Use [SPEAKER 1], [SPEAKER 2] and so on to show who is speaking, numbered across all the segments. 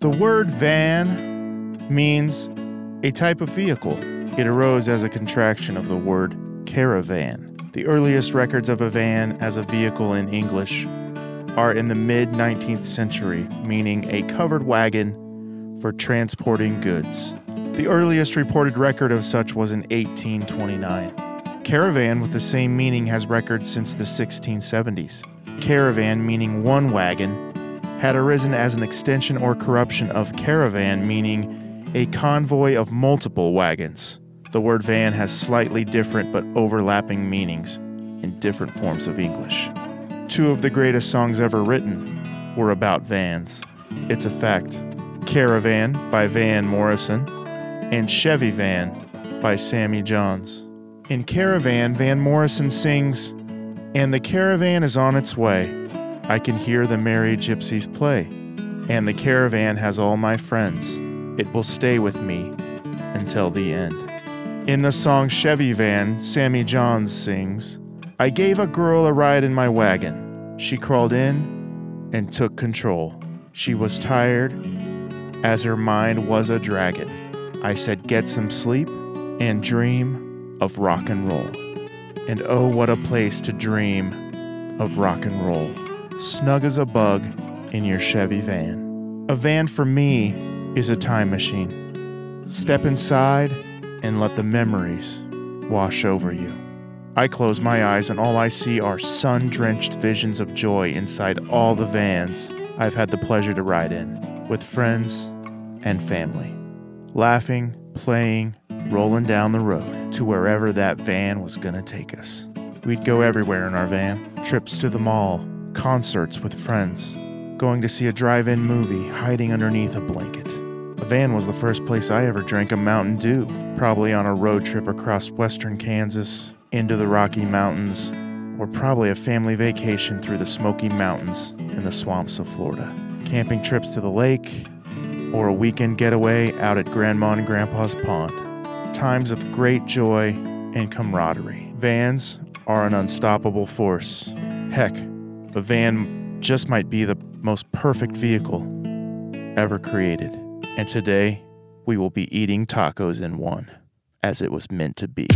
[SPEAKER 1] The word van means a type of vehicle. It arose as a contraction of the word caravan. The earliest records of a van as a vehicle in English are in the mid 19th century, meaning a covered wagon for transporting goods. The earliest reported record of such was in 1829. Caravan with the same meaning has records since the 1670s. Caravan, meaning one wagon, had arisen as an extension or corruption of caravan, meaning a convoy of multiple wagons. The word van has slightly different but overlapping meanings in different forms of English. Two of the greatest songs ever written were about vans. It's a fact. Caravan by Van Morrison and Chevy Van by Sammy Johns. In Caravan, Van Morrison sings, And the caravan is on its way. I can hear the merry gypsies play. And the caravan has all my friends. It will stay with me until the end. In the song Chevy Van, Sammy Johns sings, I gave a girl a ride in my wagon. She crawled in and took control. She was tired, as her mind was a dragon. I said, Get some sleep and dream of rock and roll. And oh, what a place to dream of rock and roll. Snug as a bug in your Chevy van. A van for me is a time machine. Step inside and let the memories wash over you. I close my eyes and all I see are sun drenched visions of joy inside all the vans I've had the pleasure to ride in with friends and family. Laughing, playing, rolling down the road to wherever that van was gonna take us. We'd go everywhere in our van trips to the mall, concerts with friends, going to see a drive in movie, hiding underneath a blanket. A van was the first place I ever drank a Mountain Dew, probably on a road trip across western Kansas, into the Rocky Mountains, or probably a family vacation through the Smoky Mountains and the swamps of Florida. Camping trips to the lake, or a weekend getaway out at Grandma and Grandpa's pond. Times of great joy and camaraderie. Vans are an unstoppable force. Heck, a van just might be the most perfect vehicle ever created. And today, we will be eating tacos in one, as it was meant to be.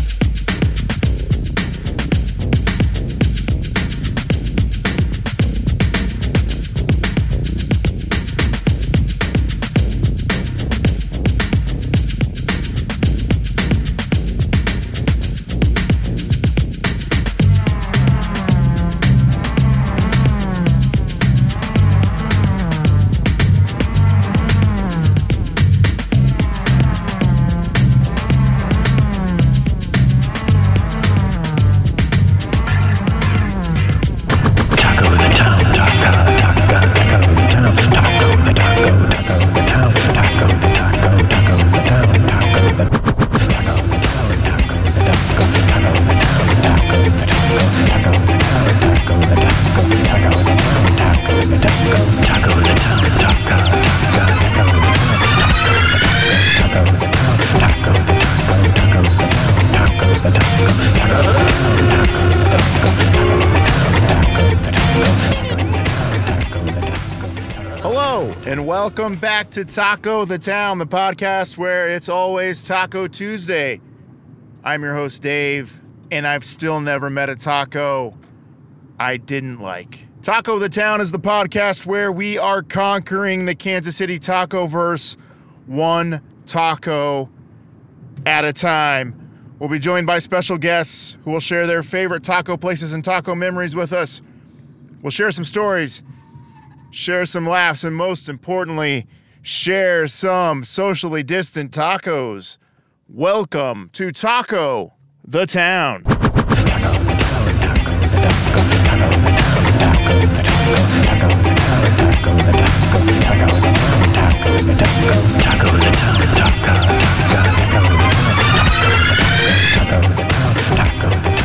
[SPEAKER 2] Taco in the town, taco, taco, taco in the town, taco in the taco, taco in the town, taco in the taco, taco in the town, taco in the taco in the town, taco in the taco, taco in the town, taco in the taco, taco in the town, taco in the taco, taco in the town, taco in the taco, taco in the town, taco, taco, taco in the town, taco in the taco, taco in the town, taco in the taco, taco in the town, taco in the taco, taco in the town, taco in the taco, taco in the town.
[SPEAKER 1] Hello, and welcome back to Taco the Town, the podcast where it's always Taco Tuesday. I'm your host, Dave, and I've still never met a taco I didn't like. Taco the Town is the podcast where we are conquering the Kansas City taco verse one taco at a time. We'll be joined by special guests who will share their favorite taco places and taco memories with us. We'll share some stories, share some laughs, and most importantly, share some socially distant tacos. Welcome to Taco the Town.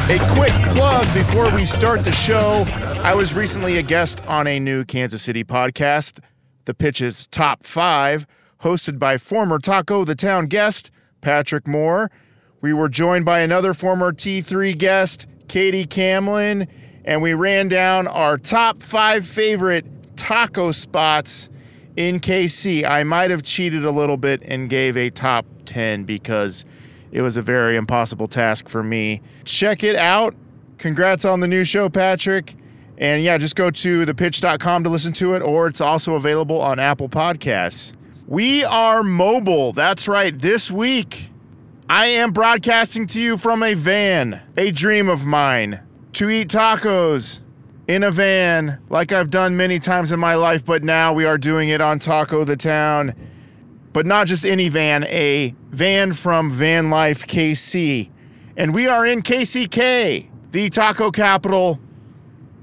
[SPEAKER 1] A quick plug before we start the show. I was recently a guest on a new Kansas City podcast, The Pitch's Top Five, hosted by former Taco the Town guest, Patrick Moore. We were joined by another former T3 guest, Katie Camlin, and we ran down our top five favorite taco spots In KC, I might have cheated a little bit and gave a top 10 because it was a very impossible task for me. Check it out. Congrats on the new show, Patrick. And yeah, just go to thepitch.com to listen to it, or it's also available on Apple Podcasts. We are mobile. That's right. This week, I am broadcasting to you from a van, a dream of mine, to eat tacos in a van, like I've done many times in my life, but now we are doing it on Taco the Town. But not just any van, a van from Van Life KC. And we are in KCK, the taco capital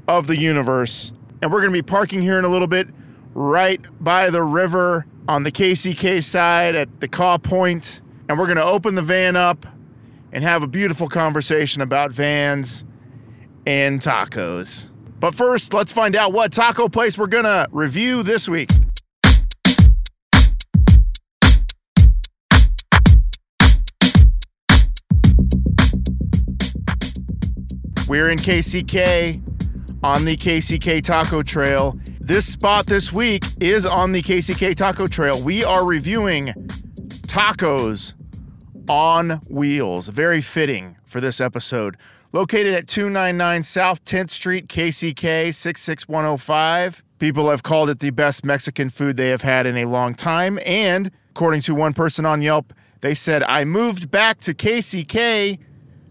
[SPEAKER 1] of the universe. And we're going to be parking here in a little bit, right by the river on the KCK side at the Caw Point. And we're going to open the van up and have a beautiful conversation about vans and tacos. But first, let's find out what taco place we're going to review this week. We're in KCK on the KCK Taco Trail. This spot this week is on the KCK Taco Trail. We are reviewing tacos on wheels. Very fitting for this episode. Located at 299 South 10th Street, KCK 66105. People have called it the best Mexican food they have had in a long time. And according to one person on Yelp, they said, I moved back to KCK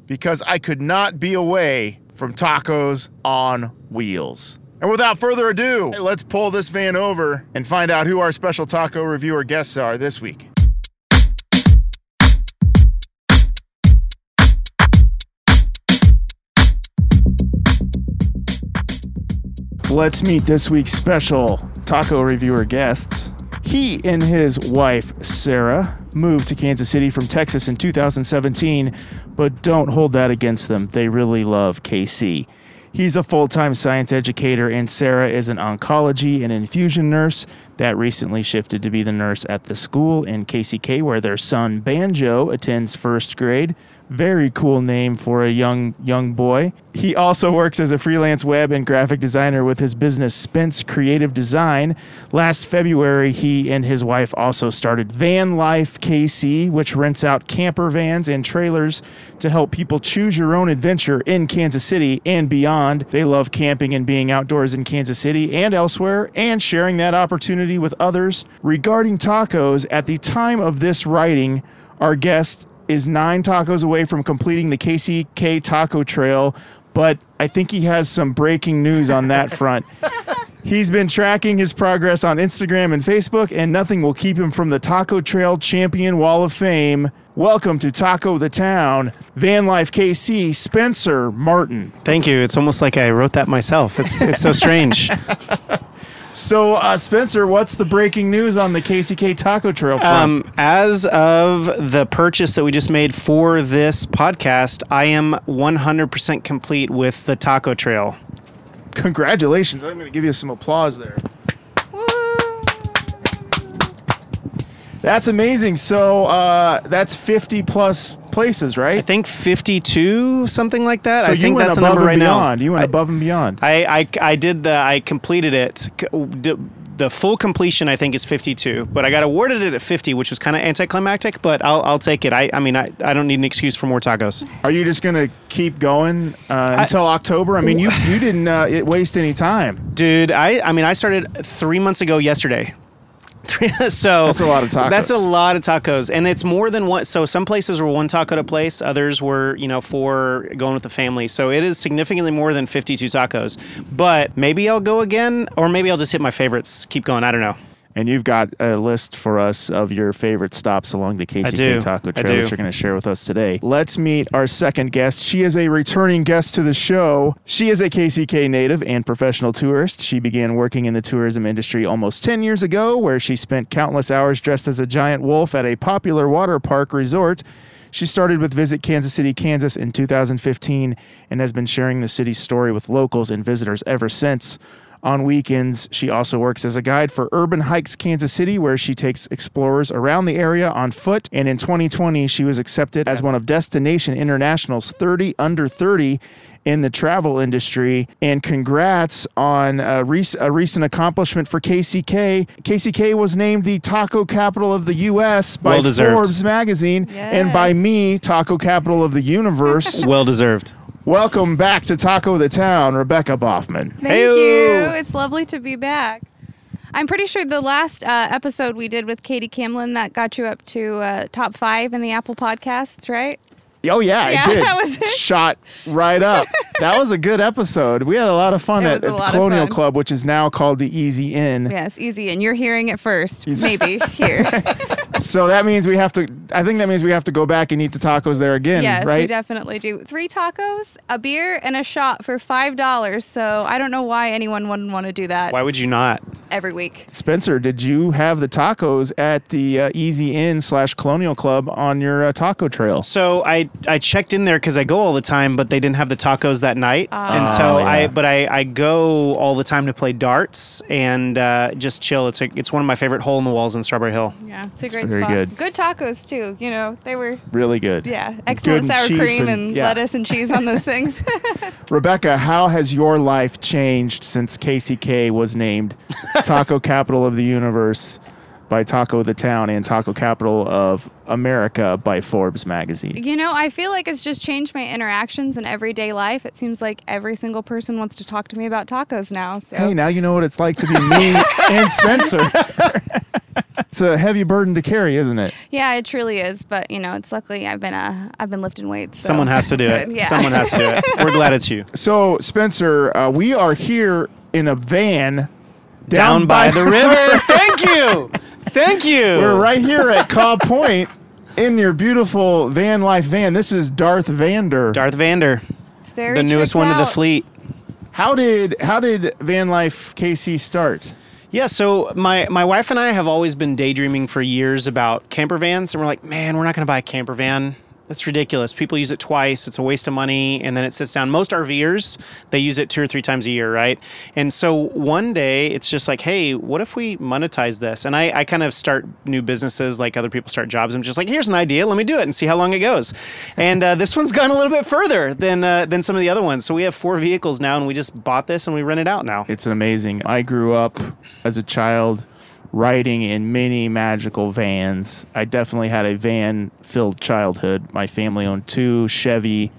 [SPEAKER 1] because I could not be away from tacos on wheels. And without further ado, let's pull this van over and find out who our special taco reviewer guests are this week. Let's meet this week's special taco reviewer guests. He and his wife, Sarah, moved to Kansas City from Texas in 2017, but don't hold that against them. They really love KC. He's a full time science educator, and Sarah is an oncology and infusion nurse that recently shifted to be the nurse at the school in KCK where their son Banjo attends first grade. Very cool name for a young young boy. He also works as a freelance web and graphic designer with his business Spence Creative Design. Last February, he and his wife also started Van Life KC, which rents out camper vans and trailers to help people choose your own adventure in Kansas City and beyond. They love camping and being outdoors in Kansas City and elsewhere and sharing that opportunity with others. Regarding tacos, at the time of this writing, our guest is nine tacos away from completing the KCK Taco Trail, but I think he has some breaking news on that front. He's been tracking his progress on Instagram and Facebook, and nothing will keep him from the Taco Trail Champion Wall of Fame. Welcome to Taco the Town, Van Life KC, Spencer Martin.
[SPEAKER 3] Thank you. It's almost like I wrote that myself. It's it's so strange.
[SPEAKER 1] So, uh, Spencer, what's the breaking news on the KCK Taco Trail front?
[SPEAKER 3] Um, as of the purchase that we just made for this podcast, I am 100% complete with the Taco Trail.
[SPEAKER 1] Congratulations. I'm going to give you some applause there. That's amazing. So uh, that's 50 plus places,
[SPEAKER 3] I
[SPEAKER 1] right?
[SPEAKER 3] think 52, something like that.
[SPEAKER 1] so
[SPEAKER 3] I
[SPEAKER 1] you
[SPEAKER 3] think
[SPEAKER 1] went
[SPEAKER 3] that's the
[SPEAKER 1] above
[SPEAKER 3] number right
[SPEAKER 1] and
[SPEAKER 3] now.
[SPEAKER 1] beyond. You went
[SPEAKER 3] I-
[SPEAKER 1] above and beyond.
[SPEAKER 3] I, I I did the I completed it. C- oh, d- The full completion I think is 52, but I got awarded it at 50, which was kind of anticlimactic. But I'll, I'll take it. I I mean I, I don't need an excuse for more tacos.
[SPEAKER 1] Are you just going to keep going uh, until October? I mean, you, you didn't uh, it waste any time.
[SPEAKER 3] Dude, I I mean I started three months ago yesterday. Three- so
[SPEAKER 1] That's a lot of tacos.
[SPEAKER 3] That's a lot of tacos, and it's more than one. So some places were one taco to place, others were you know four going with the family. So it is significantly more than fifty-two tacos. But maybe I'll go again, or maybe I'll just hit my favorites. Keep going. I don't know.
[SPEAKER 1] And you've got a list for us of your favorite stops along the KCK
[SPEAKER 3] do.
[SPEAKER 1] Taco
[SPEAKER 3] I
[SPEAKER 1] Trail that
[SPEAKER 3] do.
[SPEAKER 1] you're going to share with us today. Let's meet our second guest. She is a returning guest to the show. She is a KCK native and professional tourist. She began working in the tourism industry almost 10 years ago, where she spent countless hours dressed as a giant wolf at a popular water park resort. She started with Visit Kansas City, Kansas in 2015 and has been sharing the city's story with locals and visitors ever since. On weekends, she also works as a guide for Urban Hikes Kansas City, where she takes explorers around the area on foot. And in 2020, she was accepted as one of Destination International's 30 under 30 in the travel industry. And congrats on a, rec- a recent accomplishment for KCK. KCK was named the taco capital of the U.S. by
[SPEAKER 3] Well deserved.
[SPEAKER 1] Forbes magazine and by
[SPEAKER 4] Yes.
[SPEAKER 1] me, taco capital of the universe.
[SPEAKER 3] Well deserved.
[SPEAKER 1] Welcome back to Taco the Town, Rebecca Boffman.
[SPEAKER 4] Thank
[SPEAKER 3] Heyo.
[SPEAKER 4] you. It's lovely to be back. I'm pretty sure the last uh, episode we did with Katie Camlin that got you up to uh, top five in the Apple Podcasts, right?
[SPEAKER 1] Oh yeah,
[SPEAKER 4] Yeah,
[SPEAKER 1] I did.
[SPEAKER 4] that was it.
[SPEAKER 1] Shot right up. that was a good episode. We had a lot of fun
[SPEAKER 4] It
[SPEAKER 1] at,
[SPEAKER 4] was a
[SPEAKER 1] at the
[SPEAKER 4] lot of
[SPEAKER 1] Colonial
[SPEAKER 4] fun.
[SPEAKER 1] Club, which is now called the Easy Inn.
[SPEAKER 4] Yes, easy. And you're hearing it first, maybe here.
[SPEAKER 1] So that means we have to. I think that means we have to go back and eat the tacos there again,
[SPEAKER 4] yes,
[SPEAKER 1] right?
[SPEAKER 4] we definitely do. Three tacos, a beer, and a shot for five dollars. So I don't know why anyone wouldn't want to do that
[SPEAKER 3] Why would you not?
[SPEAKER 4] every week.
[SPEAKER 1] Spencer, did you have the tacos at the uh, Easy Inn slash Colonial Club on your uh, taco trail?
[SPEAKER 3] So I I checked in there because I go all the time, but they didn't have the tacos that night, and so
[SPEAKER 4] Oh,
[SPEAKER 1] yeah.
[SPEAKER 3] I but I, I go all the time to play darts and uh, just chill. It's a, it's one of my favorite hole in the walls in Strawberry Hill.
[SPEAKER 4] Yeah, it's a great
[SPEAKER 1] very
[SPEAKER 4] spot.
[SPEAKER 1] good.
[SPEAKER 4] tacos too. You know, they were
[SPEAKER 1] Really good.
[SPEAKER 4] yeah excellent
[SPEAKER 1] and
[SPEAKER 4] sour
[SPEAKER 1] cheap
[SPEAKER 4] cream
[SPEAKER 1] and-
[SPEAKER 4] and,
[SPEAKER 1] yeah.
[SPEAKER 4] lettuce and cheese on those things.
[SPEAKER 1] Rebecca, how has your life changed since KCK was named Taco Capital of the Universe by Taco the Town and Taco Capital of America by Forbes magazine?
[SPEAKER 4] You know, I feel like it's just changed my interactions in everyday life. It seems like every single person wants to talk to me about tacos now. So
[SPEAKER 1] Hey, now you know what it's like to be me and Spencer. it's a heavy burden to carry, isn't it?
[SPEAKER 4] yeah, it truly is. But you know, it's luckily I've been uh I've been lifting weights. so
[SPEAKER 3] Someone has to do it.
[SPEAKER 4] good, yeah.
[SPEAKER 3] Someone has to do it. We're glad it's you.
[SPEAKER 1] So, Spencer, uh, we are here in a van
[SPEAKER 3] Down, by, the river. Thank you. Thank you.
[SPEAKER 1] We're right here at Cobb Point in your beautiful van life van. This is Darth Vander.
[SPEAKER 3] Darth Vander,
[SPEAKER 4] It's very
[SPEAKER 3] the newest
[SPEAKER 4] tricked
[SPEAKER 3] one to the
[SPEAKER 4] out.
[SPEAKER 3] fleet.
[SPEAKER 1] How did how did van life KC start?
[SPEAKER 3] Yeah, so my, my wife and I have always been daydreaming for years about camper vans, and we're like, man, we're not going to buy a camper van. That's ridiculous. People use it twice. It's a waste of money, and then it sits down. Most RVers they use it two or three times a year, right? And so one day it's just like, hey, what if we monetize this? And I, I kind of start new businesses like other people start jobs. I'm just like, here's an idea. Let me do it and see how long it goes. And uh, this one's gone a little bit further than uh, than some of the other ones. So we have four vehicles now, and we just bought this and we rent it out now.
[SPEAKER 1] It's amazing. I grew up as a child riding in many magical vans. I definitely had a van filled childhood. My family owned two Chevy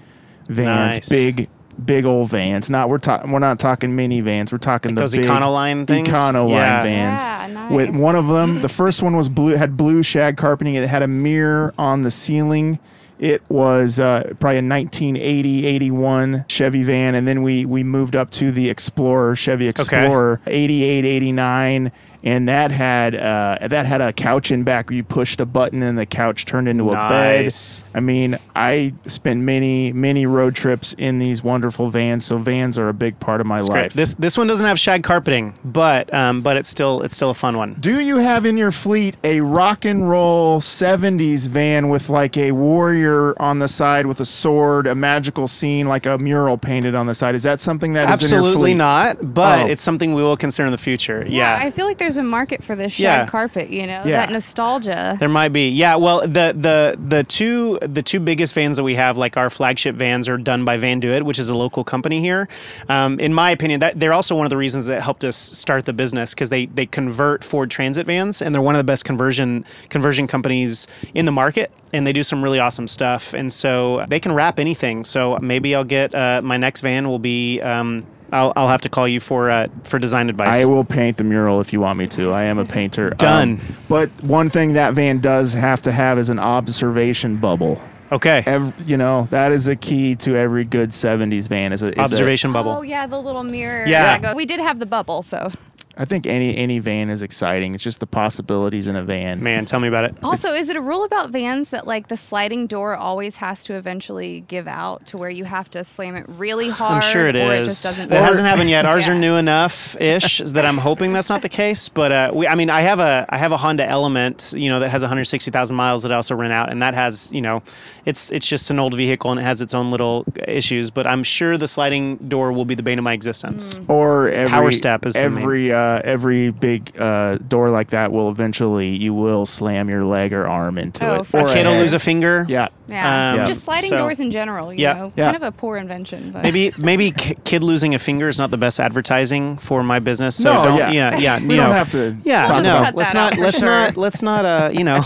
[SPEAKER 1] vans,
[SPEAKER 3] Nice.
[SPEAKER 1] big big old vans. Not we're talking we're not talking minivans. We're talking the
[SPEAKER 3] those
[SPEAKER 1] big
[SPEAKER 3] Econoline things?
[SPEAKER 1] Econoline
[SPEAKER 3] Yeah.
[SPEAKER 1] vans.
[SPEAKER 4] Yeah,
[SPEAKER 1] With
[SPEAKER 4] nice.
[SPEAKER 1] one of them, the first one was blue had blue shag carpeting. It had a mirror on the ceiling. It was uh, probably a 1980, 81 Chevy van. And then we, we moved up to the Explorer, Chevy Explorer, 88, 89. And that had uh, that had a couch in back where you pushed a button and the couch turned into a
[SPEAKER 3] Nice.
[SPEAKER 1] bed. I mean, I spent many, many road trips in these wonderful vans. So vans are a big part of my
[SPEAKER 3] Great.
[SPEAKER 1] life.
[SPEAKER 3] This this one doesn't have shag carpeting, but um, but it's still it's still a fun one.
[SPEAKER 1] Do you have in your fleet a rock and roll 70s van with like a warrior on the side with a sword, a magical scene, like a mural painted on the side? Is that something that is in your
[SPEAKER 3] Absolutely
[SPEAKER 1] fleet?
[SPEAKER 3] not, but
[SPEAKER 1] Oh.
[SPEAKER 3] it's something we will consider in the future.
[SPEAKER 4] Yeah,
[SPEAKER 3] Yeah.
[SPEAKER 4] I feel like there's a market for this shag
[SPEAKER 3] Yeah.
[SPEAKER 4] carpet. You know,
[SPEAKER 1] Yeah.
[SPEAKER 4] that nostalgia.
[SPEAKER 3] there might be, yeah. Well, the the the two the two biggest vans that we have, like our flagship vans, are done by Van Duit, which is a local company here. Um, in my opinion, that they're also one of the reasons that helped us start the business because they they convert Ford Transit vans, and they're one of the best conversion conversion companies in the market. and they do some really awesome stuff. And so uh, they can wrap anything. So maybe I'll get uh, my next van will be. Um, I'll, I'll have to call you for uh, for design advice.
[SPEAKER 1] I will paint the mural if you want me to. I am a painter. Um,
[SPEAKER 3] Done.
[SPEAKER 1] but one thing that van does have to have is an observation bubble.
[SPEAKER 3] okay.
[SPEAKER 1] Every, you know, that is a key to every good 70s van is, a, is a-
[SPEAKER 3] Observation bubble.
[SPEAKER 4] Oh yeah, the little mirror.
[SPEAKER 3] Yeah.
[SPEAKER 4] that goes- we did have the bubble, so
[SPEAKER 1] I think any any van is exciting. It's just the possibilities in a van.
[SPEAKER 3] Man, tell me about it.
[SPEAKER 4] Also, is it a rule about vans that like the sliding door always has to eventually give out to where you have to slam it really hard?
[SPEAKER 3] I'm sure it
[SPEAKER 4] or
[SPEAKER 3] is.
[SPEAKER 4] It just doesn't
[SPEAKER 3] That
[SPEAKER 4] work?
[SPEAKER 3] hasn't happened yet. Ours
[SPEAKER 4] Yeah.
[SPEAKER 3] are new enough ish that I'm hoping that's not the case. But uh, we, I mean, I have a I have a Honda Element, you know, that has 160,000 miles that I also rent out, and that has, you know, it's it's just an old vehicle and it has its own little issues. But I'm sure the sliding door will be the bane of my existence.
[SPEAKER 4] Mm.
[SPEAKER 1] Or every
[SPEAKER 3] Power step is the
[SPEAKER 1] every uh, every big uh, door like that will eventually you will slam your leg or arm into
[SPEAKER 4] Oh,
[SPEAKER 1] it.
[SPEAKER 4] for
[SPEAKER 1] Or
[SPEAKER 3] A kid will
[SPEAKER 1] head.
[SPEAKER 3] lose a finger.
[SPEAKER 1] Yeah.
[SPEAKER 4] Yeah.
[SPEAKER 1] Um,
[SPEAKER 4] just sliding
[SPEAKER 3] so-
[SPEAKER 4] doors in general, you
[SPEAKER 3] Yeah.
[SPEAKER 4] know,
[SPEAKER 1] Yeah.
[SPEAKER 4] kind of a poor invention. But
[SPEAKER 3] Maybe maybe k- kid losing a finger is not the best advertising for my business. So
[SPEAKER 1] No,
[SPEAKER 3] don't,
[SPEAKER 1] yeah.
[SPEAKER 3] yeah, yeah, you
[SPEAKER 1] We don't
[SPEAKER 3] know.
[SPEAKER 1] have to
[SPEAKER 3] Yeah,
[SPEAKER 4] We'll just
[SPEAKER 3] no,
[SPEAKER 4] cut
[SPEAKER 3] let's
[SPEAKER 4] that out
[SPEAKER 3] not
[SPEAKER 4] for
[SPEAKER 3] let's
[SPEAKER 4] sure.
[SPEAKER 3] not let's not uh, you know,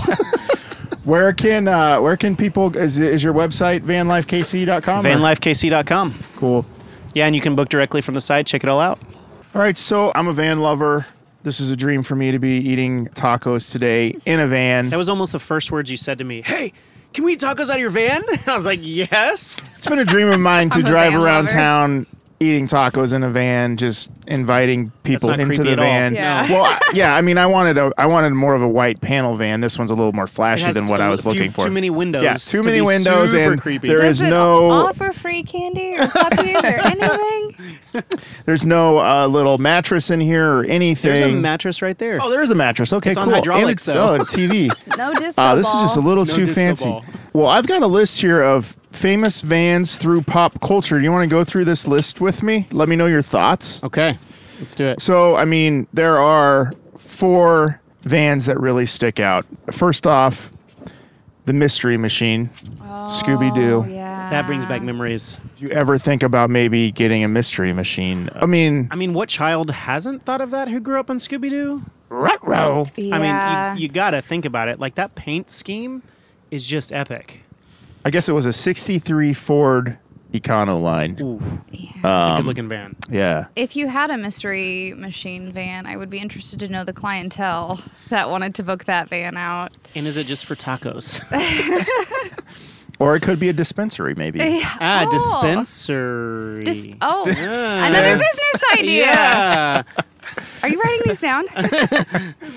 [SPEAKER 1] Where can uh, where can people is, is your website vanlifekc.com? or-
[SPEAKER 3] vanlifekc.com.
[SPEAKER 1] Cool.
[SPEAKER 3] Yeah, and you can book directly from the site. Check it all out.
[SPEAKER 1] All right, so I'm a van lover. This is a dream for me to be eating tacos today in a van.
[SPEAKER 3] That was almost the first words you said to me. Hey, can we eat tacos out of your van? I was like, yes.
[SPEAKER 1] It's been a dream of mine to
[SPEAKER 4] I'm a
[SPEAKER 1] drive
[SPEAKER 4] van
[SPEAKER 1] around
[SPEAKER 4] lover.
[SPEAKER 1] town eating tacos in a van, just inviting people
[SPEAKER 3] not
[SPEAKER 1] into
[SPEAKER 3] creepy
[SPEAKER 1] the
[SPEAKER 3] at all.
[SPEAKER 1] van.
[SPEAKER 4] Yeah.
[SPEAKER 1] Well, I, yeah, I mean, I wanted a, I wanted more of a white panel van. This one's a little more flashy than what I was looking for.
[SPEAKER 3] Too many windows.
[SPEAKER 1] Yeah, too many windows and there
[SPEAKER 4] does
[SPEAKER 1] is
[SPEAKER 4] it
[SPEAKER 1] no-
[SPEAKER 4] offer free candy or puppies or anything?
[SPEAKER 1] There's no uh, little mattress in here or anything.
[SPEAKER 3] There's a mattress right there.
[SPEAKER 1] oh, there is a mattress. Okay,
[SPEAKER 3] It's
[SPEAKER 1] cool.
[SPEAKER 3] on hydraulic,
[SPEAKER 1] and it's,
[SPEAKER 3] though.
[SPEAKER 1] oh, a TV.
[SPEAKER 4] No disco
[SPEAKER 1] Uh, this is just a
[SPEAKER 4] ball.
[SPEAKER 1] little
[SPEAKER 3] No
[SPEAKER 1] too
[SPEAKER 3] disco
[SPEAKER 1] fancy.
[SPEAKER 3] ball.
[SPEAKER 1] Well, I've got a list here of famous vans through pop culture. Do you want to go through this list with me? Let me know your thoughts.
[SPEAKER 3] okay, let's do it.
[SPEAKER 1] So, I mean, there are four vans that really stick out. First off, the Mystery Machine, Scooby Doo.
[SPEAKER 4] Oh, yeah.
[SPEAKER 3] That brings back memories.
[SPEAKER 1] Did you ever think about maybe getting a Mystery Machine? I mean,
[SPEAKER 3] I mean, what child hasn't thought of that who grew up on Scooby Doo?
[SPEAKER 1] ruh-roh.
[SPEAKER 3] I
[SPEAKER 4] Yeah.
[SPEAKER 3] mean, you, you got to think about it. Like, that paint scheme is just epic.
[SPEAKER 1] I guess it was a '63 Ford Econoline.
[SPEAKER 3] Ooh, it's a
[SPEAKER 1] Um,
[SPEAKER 3] good looking van.
[SPEAKER 1] Yeah.
[SPEAKER 4] if you had a mystery machine van, I would be interested to know the clientele that wanted to book that van out.
[SPEAKER 3] And is it just for tacos?
[SPEAKER 1] Or it could be a dispensary, maybe.
[SPEAKER 4] Oh.
[SPEAKER 3] Ah, dispensary.
[SPEAKER 4] Dis- oh, another business idea.
[SPEAKER 3] Yeah.
[SPEAKER 4] Are you writing these down?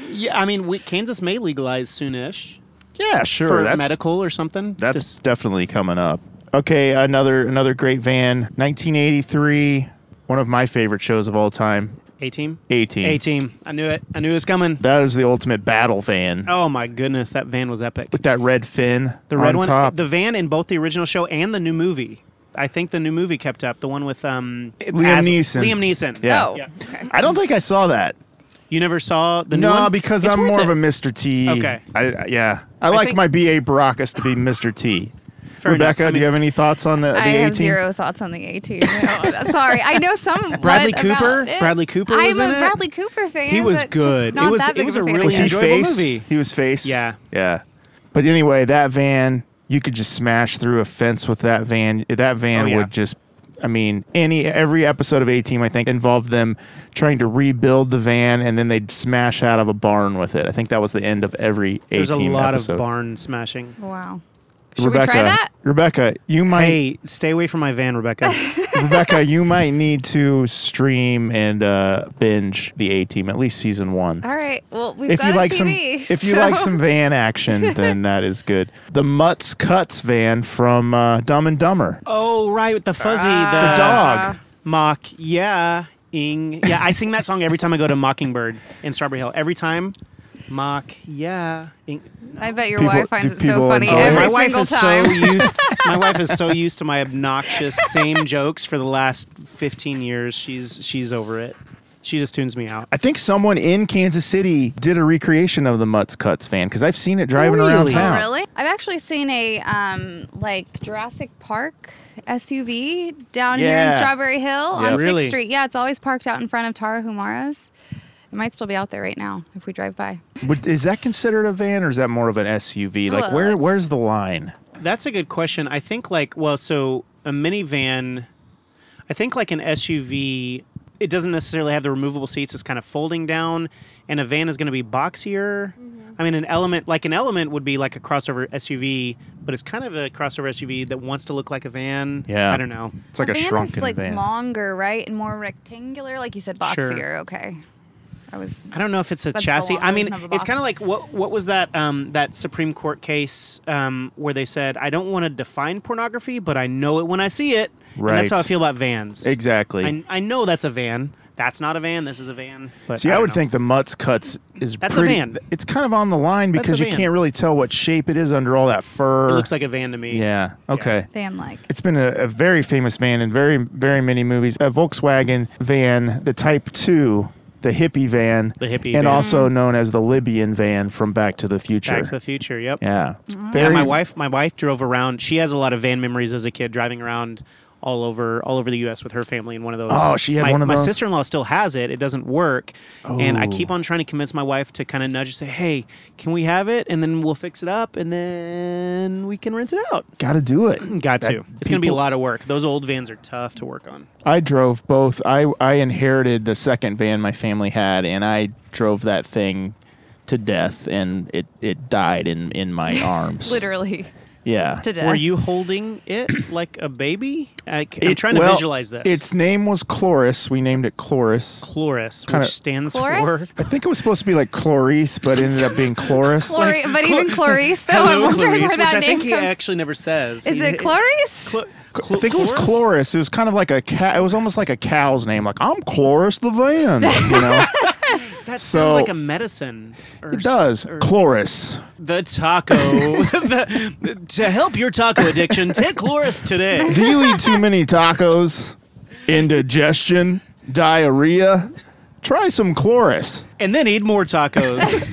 [SPEAKER 3] Yeah, I mean, we, Kansas may legalize soonish
[SPEAKER 1] Yeah, sure.
[SPEAKER 3] for
[SPEAKER 1] that's
[SPEAKER 3] medical or something.
[SPEAKER 1] that's
[SPEAKER 3] Just-
[SPEAKER 1] definitely coming up. Okay, another another great van, 1983. One of my favorite shows of all time,
[SPEAKER 3] A team.
[SPEAKER 1] A Team.
[SPEAKER 3] A team. I knew it. I knew it was coming.
[SPEAKER 1] That is the ultimate battle van
[SPEAKER 3] Oh my goodness, that van was epic.
[SPEAKER 1] with that red fin.
[SPEAKER 3] The red
[SPEAKER 1] on
[SPEAKER 3] one,
[SPEAKER 1] top.
[SPEAKER 3] the van in both the original show and the new movie. I think the new movie kept up. The one with um
[SPEAKER 1] Liam Neeson.
[SPEAKER 3] Liam Neeson.
[SPEAKER 1] Yeah.
[SPEAKER 4] Oh,
[SPEAKER 3] Yeah.
[SPEAKER 4] okay.
[SPEAKER 1] I don't think I saw that.
[SPEAKER 3] You never saw the new
[SPEAKER 1] no,
[SPEAKER 3] one?
[SPEAKER 1] because
[SPEAKER 3] It's
[SPEAKER 1] I'm
[SPEAKER 3] worth
[SPEAKER 1] more of
[SPEAKER 3] it.
[SPEAKER 1] a Mr. T.
[SPEAKER 3] Okay.
[SPEAKER 1] I, I- yeah, I, like
[SPEAKER 3] think-
[SPEAKER 1] my BA Baracus to be Mr. T.
[SPEAKER 3] Fair enough.
[SPEAKER 1] Rebecca,
[SPEAKER 3] I
[SPEAKER 1] do
[SPEAKER 3] mean-
[SPEAKER 1] you have any thoughts on the, the
[SPEAKER 4] I
[SPEAKER 1] A
[SPEAKER 4] have
[SPEAKER 1] Team?
[SPEAKER 4] zero thoughts on the 18. No, sorry, I know some.
[SPEAKER 3] Bradley
[SPEAKER 4] what
[SPEAKER 3] Cooper?
[SPEAKER 4] about it.
[SPEAKER 3] Bradley Cooper
[SPEAKER 4] I'm
[SPEAKER 3] was
[SPEAKER 4] a
[SPEAKER 3] in it?
[SPEAKER 4] Bradley Cooper fan.
[SPEAKER 3] He was
[SPEAKER 4] but just
[SPEAKER 3] good. It
[SPEAKER 4] Not
[SPEAKER 3] was-
[SPEAKER 4] that
[SPEAKER 3] it
[SPEAKER 4] big
[SPEAKER 3] was
[SPEAKER 4] of
[SPEAKER 3] a
[SPEAKER 4] a fan.
[SPEAKER 3] really
[SPEAKER 1] Was he
[SPEAKER 3] enjoyable
[SPEAKER 1] face?
[SPEAKER 3] movie.
[SPEAKER 1] He was face.
[SPEAKER 3] Yeah.
[SPEAKER 1] Yeah. But anyway, that van, you could just smash through a fence with that van. That van
[SPEAKER 3] Oh, yeah.
[SPEAKER 1] would just I mean, any every episode of A Team I think involved them trying to rebuild the van and then they'd smash out of a barn with it. I think that was the end of every A
[SPEAKER 3] There's a
[SPEAKER 1] Team
[SPEAKER 3] lot
[SPEAKER 1] episode.
[SPEAKER 3] of barn smashing.
[SPEAKER 4] Wow. Should
[SPEAKER 1] Rebecca,
[SPEAKER 4] we try that?
[SPEAKER 1] Rebecca, you might
[SPEAKER 3] Hey, stay away from my van, Rebecca.
[SPEAKER 1] Rebecca, you might need to stream and uh, binge the A Team at least season one.
[SPEAKER 4] All right. Well, we've
[SPEAKER 1] if
[SPEAKER 4] got
[SPEAKER 1] you
[SPEAKER 4] a
[SPEAKER 1] like some
[SPEAKER 4] TV.
[SPEAKER 1] if you like some van action then that is good the mutts cuts van from uh, dumb and dumber
[SPEAKER 3] oh, right, with the fuzzy, the,
[SPEAKER 1] dog.
[SPEAKER 3] Mock, yeah, ing. Yeah, I sing that song every time I go to Mockingbird in Strawberry Hill. Every time. Mock, yeah, ing. Oh,
[SPEAKER 4] I bet your
[SPEAKER 1] People-
[SPEAKER 4] wife finds
[SPEAKER 1] do
[SPEAKER 4] it so
[SPEAKER 1] people
[SPEAKER 4] funny
[SPEAKER 1] enjoy it?
[SPEAKER 4] Oh, every
[SPEAKER 3] my wife
[SPEAKER 4] single
[SPEAKER 3] is
[SPEAKER 4] time.
[SPEAKER 3] so used. My wife is so used to my obnoxious same jokes for the last 15 years. She's she's over it. She just tunes me out.
[SPEAKER 1] i think someone in kansas city did a recreation of the mutts cuts van because i've seen it driving around
[SPEAKER 3] Really? Oh,
[SPEAKER 1] town
[SPEAKER 4] really? I've actually seen a um, like Jurassic Park SUV down here in
[SPEAKER 1] Yeah.
[SPEAKER 4] Strawberry Hill on Sixth
[SPEAKER 3] Really?
[SPEAKER 4] Street. Yeah, it's always parked out in front of Tara Humara's. It might still be out there right now if we drive by.
[SPEAKER 1] Would- is that considered a van or is that more of an suv like
[SPEAKER 4] Well,
[SPEAKER 1] where
[SPEAKER 4] it's-
[SPEAKER 1] where's the line
[SPEAKER 3] That's a good question. I think like well, so a minivan, I think like an SUV, it doesn't necessarily have the removable seats. It's kind of folding down, and a van is going to be boxier.
[SPEAKER 4] Mm-hmm.
[SPEAKER 3] I mean, an element like an element would be like a crossover SUV, but it's kind of a crossover SUV that wants to look like a van.
[SPEAKER 1] Yeah.
[SPEAKER 3] I don't know.
[SPEAKER 1] it's like a,
[SPEAKER 4] van
[SPEAKER 1] shrunken
[SPEAKER 4] is like
[SPEAKER 1] van
[SPEAKER 4] longer, right, and more rectangular, like you said,
[SPEAKER 3] Sure.
[SPEAKER 4] boxier. Okay. I was
[SPEAKER 3] I don't know if it's a
[SPEAKER 4] That's the
[SPEAKER 3] chassis.
[SPEAKER 4] long
[SPEAKER 3] I mean,
[SPEAKER 4] version of the
[SPEAKER 3] it's kind of
[SPEAKER 4] box.
[SPEAKER 3] like what what was that um, that Supreme Court case um, where they said, "I don't want to define pornography, but I know it when I see it." And that's how I
[SPEAKER 1] Right.
[SPEAKER 3] feel about vans.
[SPEAKER 1] Exactly.
[SPEAKER 3] I, I know that's a van. That's not a van. This is a van. But
[SPEAKER 1] See, I,
[SPEAKER 3] don't
[SPEAKER 1] would
[SPEAKER 3] know.
[SPEAKER 1] think the Mutz cuts is
[SPEAKER 3] That's a
[SPEAKER 1] pretty,
[SPEAKER 3] van.
[SPEAKER 1] It's kind of on the line
[SPEAKER 3] That's a
[SPEAKER 1] because you
[SPEAKER 3] van.
[SPEAKER 1] can't really tell what shape it is under all that fur.
[SPEAKER 3] it looks like a van to me.
[SPEAKER 1] yeah. Okay.
[SPEAKER 4] fan like.
[SPEAKER 1] It's been a, a very famous van in very very many movies. A Volkswagen van, the Type Two, the hippie van,
[SPEAKER 3] The hippie
[SPEAKER 1] and
[SPEAKER 3] van.
[SPEAKER 1] also known as the Libyan van from Back to the Future.
[SPEAKER 3] Back to the Future. Yep.
[SPEAKER 1] yeah.
[SPEAKER 3] Yeah,
[SPEAKER 4] Mm-hmm.
[SPEAKER 1] Very-
[SPEAKER 3] my wife my wife drove around. She has a lot of van memories as a kid driving around all over all over the US with her family in one of those.
[SPEAKER 1] Oh, she had
[SPEAKER 3] my,
[SPEAKER 1] one of
[SPEAKER 3] my
[SPEAKER 1] those?
[SPEAKER 3] sister-in-law still has it. It doesn't work. And I
[SPEAKER 1] Oh.
[SPEAKER 3] keep on trying to convince my wife to kind of nudge and say, "Hey, can we have it and then we'll fix it up and then we can rent it out."
[SPEAKER 1] Got to do it.
[SPEAKER 3] Got to.
[SPEAKER 1] That
[SPEAKER 3] It's going to be a
[SPEAKER 1] people-
[SPEAKER 3] lot of work. Those old vans are tough to work on.
[SPEAKER 1] I drove both. I I inherited the second van my family had, and I drove that thing to death, and it it died in in my arms.
[SPEAKER 4] Literally
[SPEAKER 1] Yeah.
[SPEAKER 4] to death.
[SPEAKER 3] Were you holding it like a baby? I, am trying to
[SPEAKER 1] well,
[SPEAKER 3] visualize this.
[SPEAKER 1] Its name was Chloris. We named it Chloris.
[SPEAKER 3] Chloris, which
[SPEAKER 1] Kinda-
[SPEAKER 3] stands
[SPEAKER 4] Chloris?
[SPEAKER 3] for
[SPEAKER 1] I think it was supposed to be like Chloris, but it ended up being Chloris.
[SPEAKER 4] Chlor- but even Clarice, though, I'm
[SPEAKER 3] Hello,
[SPEAKER 4] wondering
[SPEAKER 3] Clarice,
[SPEAKER 4] where
[SPEAKER 3] which
[SPEAKER 4] that
[SPEAKER 3] I
[SPEAKER 4] name
[SPEAKER 3] think he
[SPEAKER 4] comes
[SPEAKER 3] actually never says.
[SPEAKER 4] Is
[SPEAKER 3] He-
[SPEAKER 4] it Clarice?
[SPEAKER 3] Cl-
[SPEAKER 1] I think it was
[SPEAKER 3] Chloris?
[SPEAKER 1] Chloris. It was kind of like a cat. It was almost like a cow's name. Like I'm Chloris the van. You know,
[SPEAKER 3] That
[SPEAKER 1] So-
[SPEAKER 3] sounds like a medicine. Or
[SPEAKER 1] it does.
[SPEAKER 3] s- or-
[SPEAKER 1] Chloris.
[SPEAKER 3] the taco. The- to help your taco addiction, take Chloris today.
[SPEAKER 1] Do you eat too many tacos? Indigestion, diarrhea. Try some Chloris.
[SPEAKER 3] And then eat more tacos.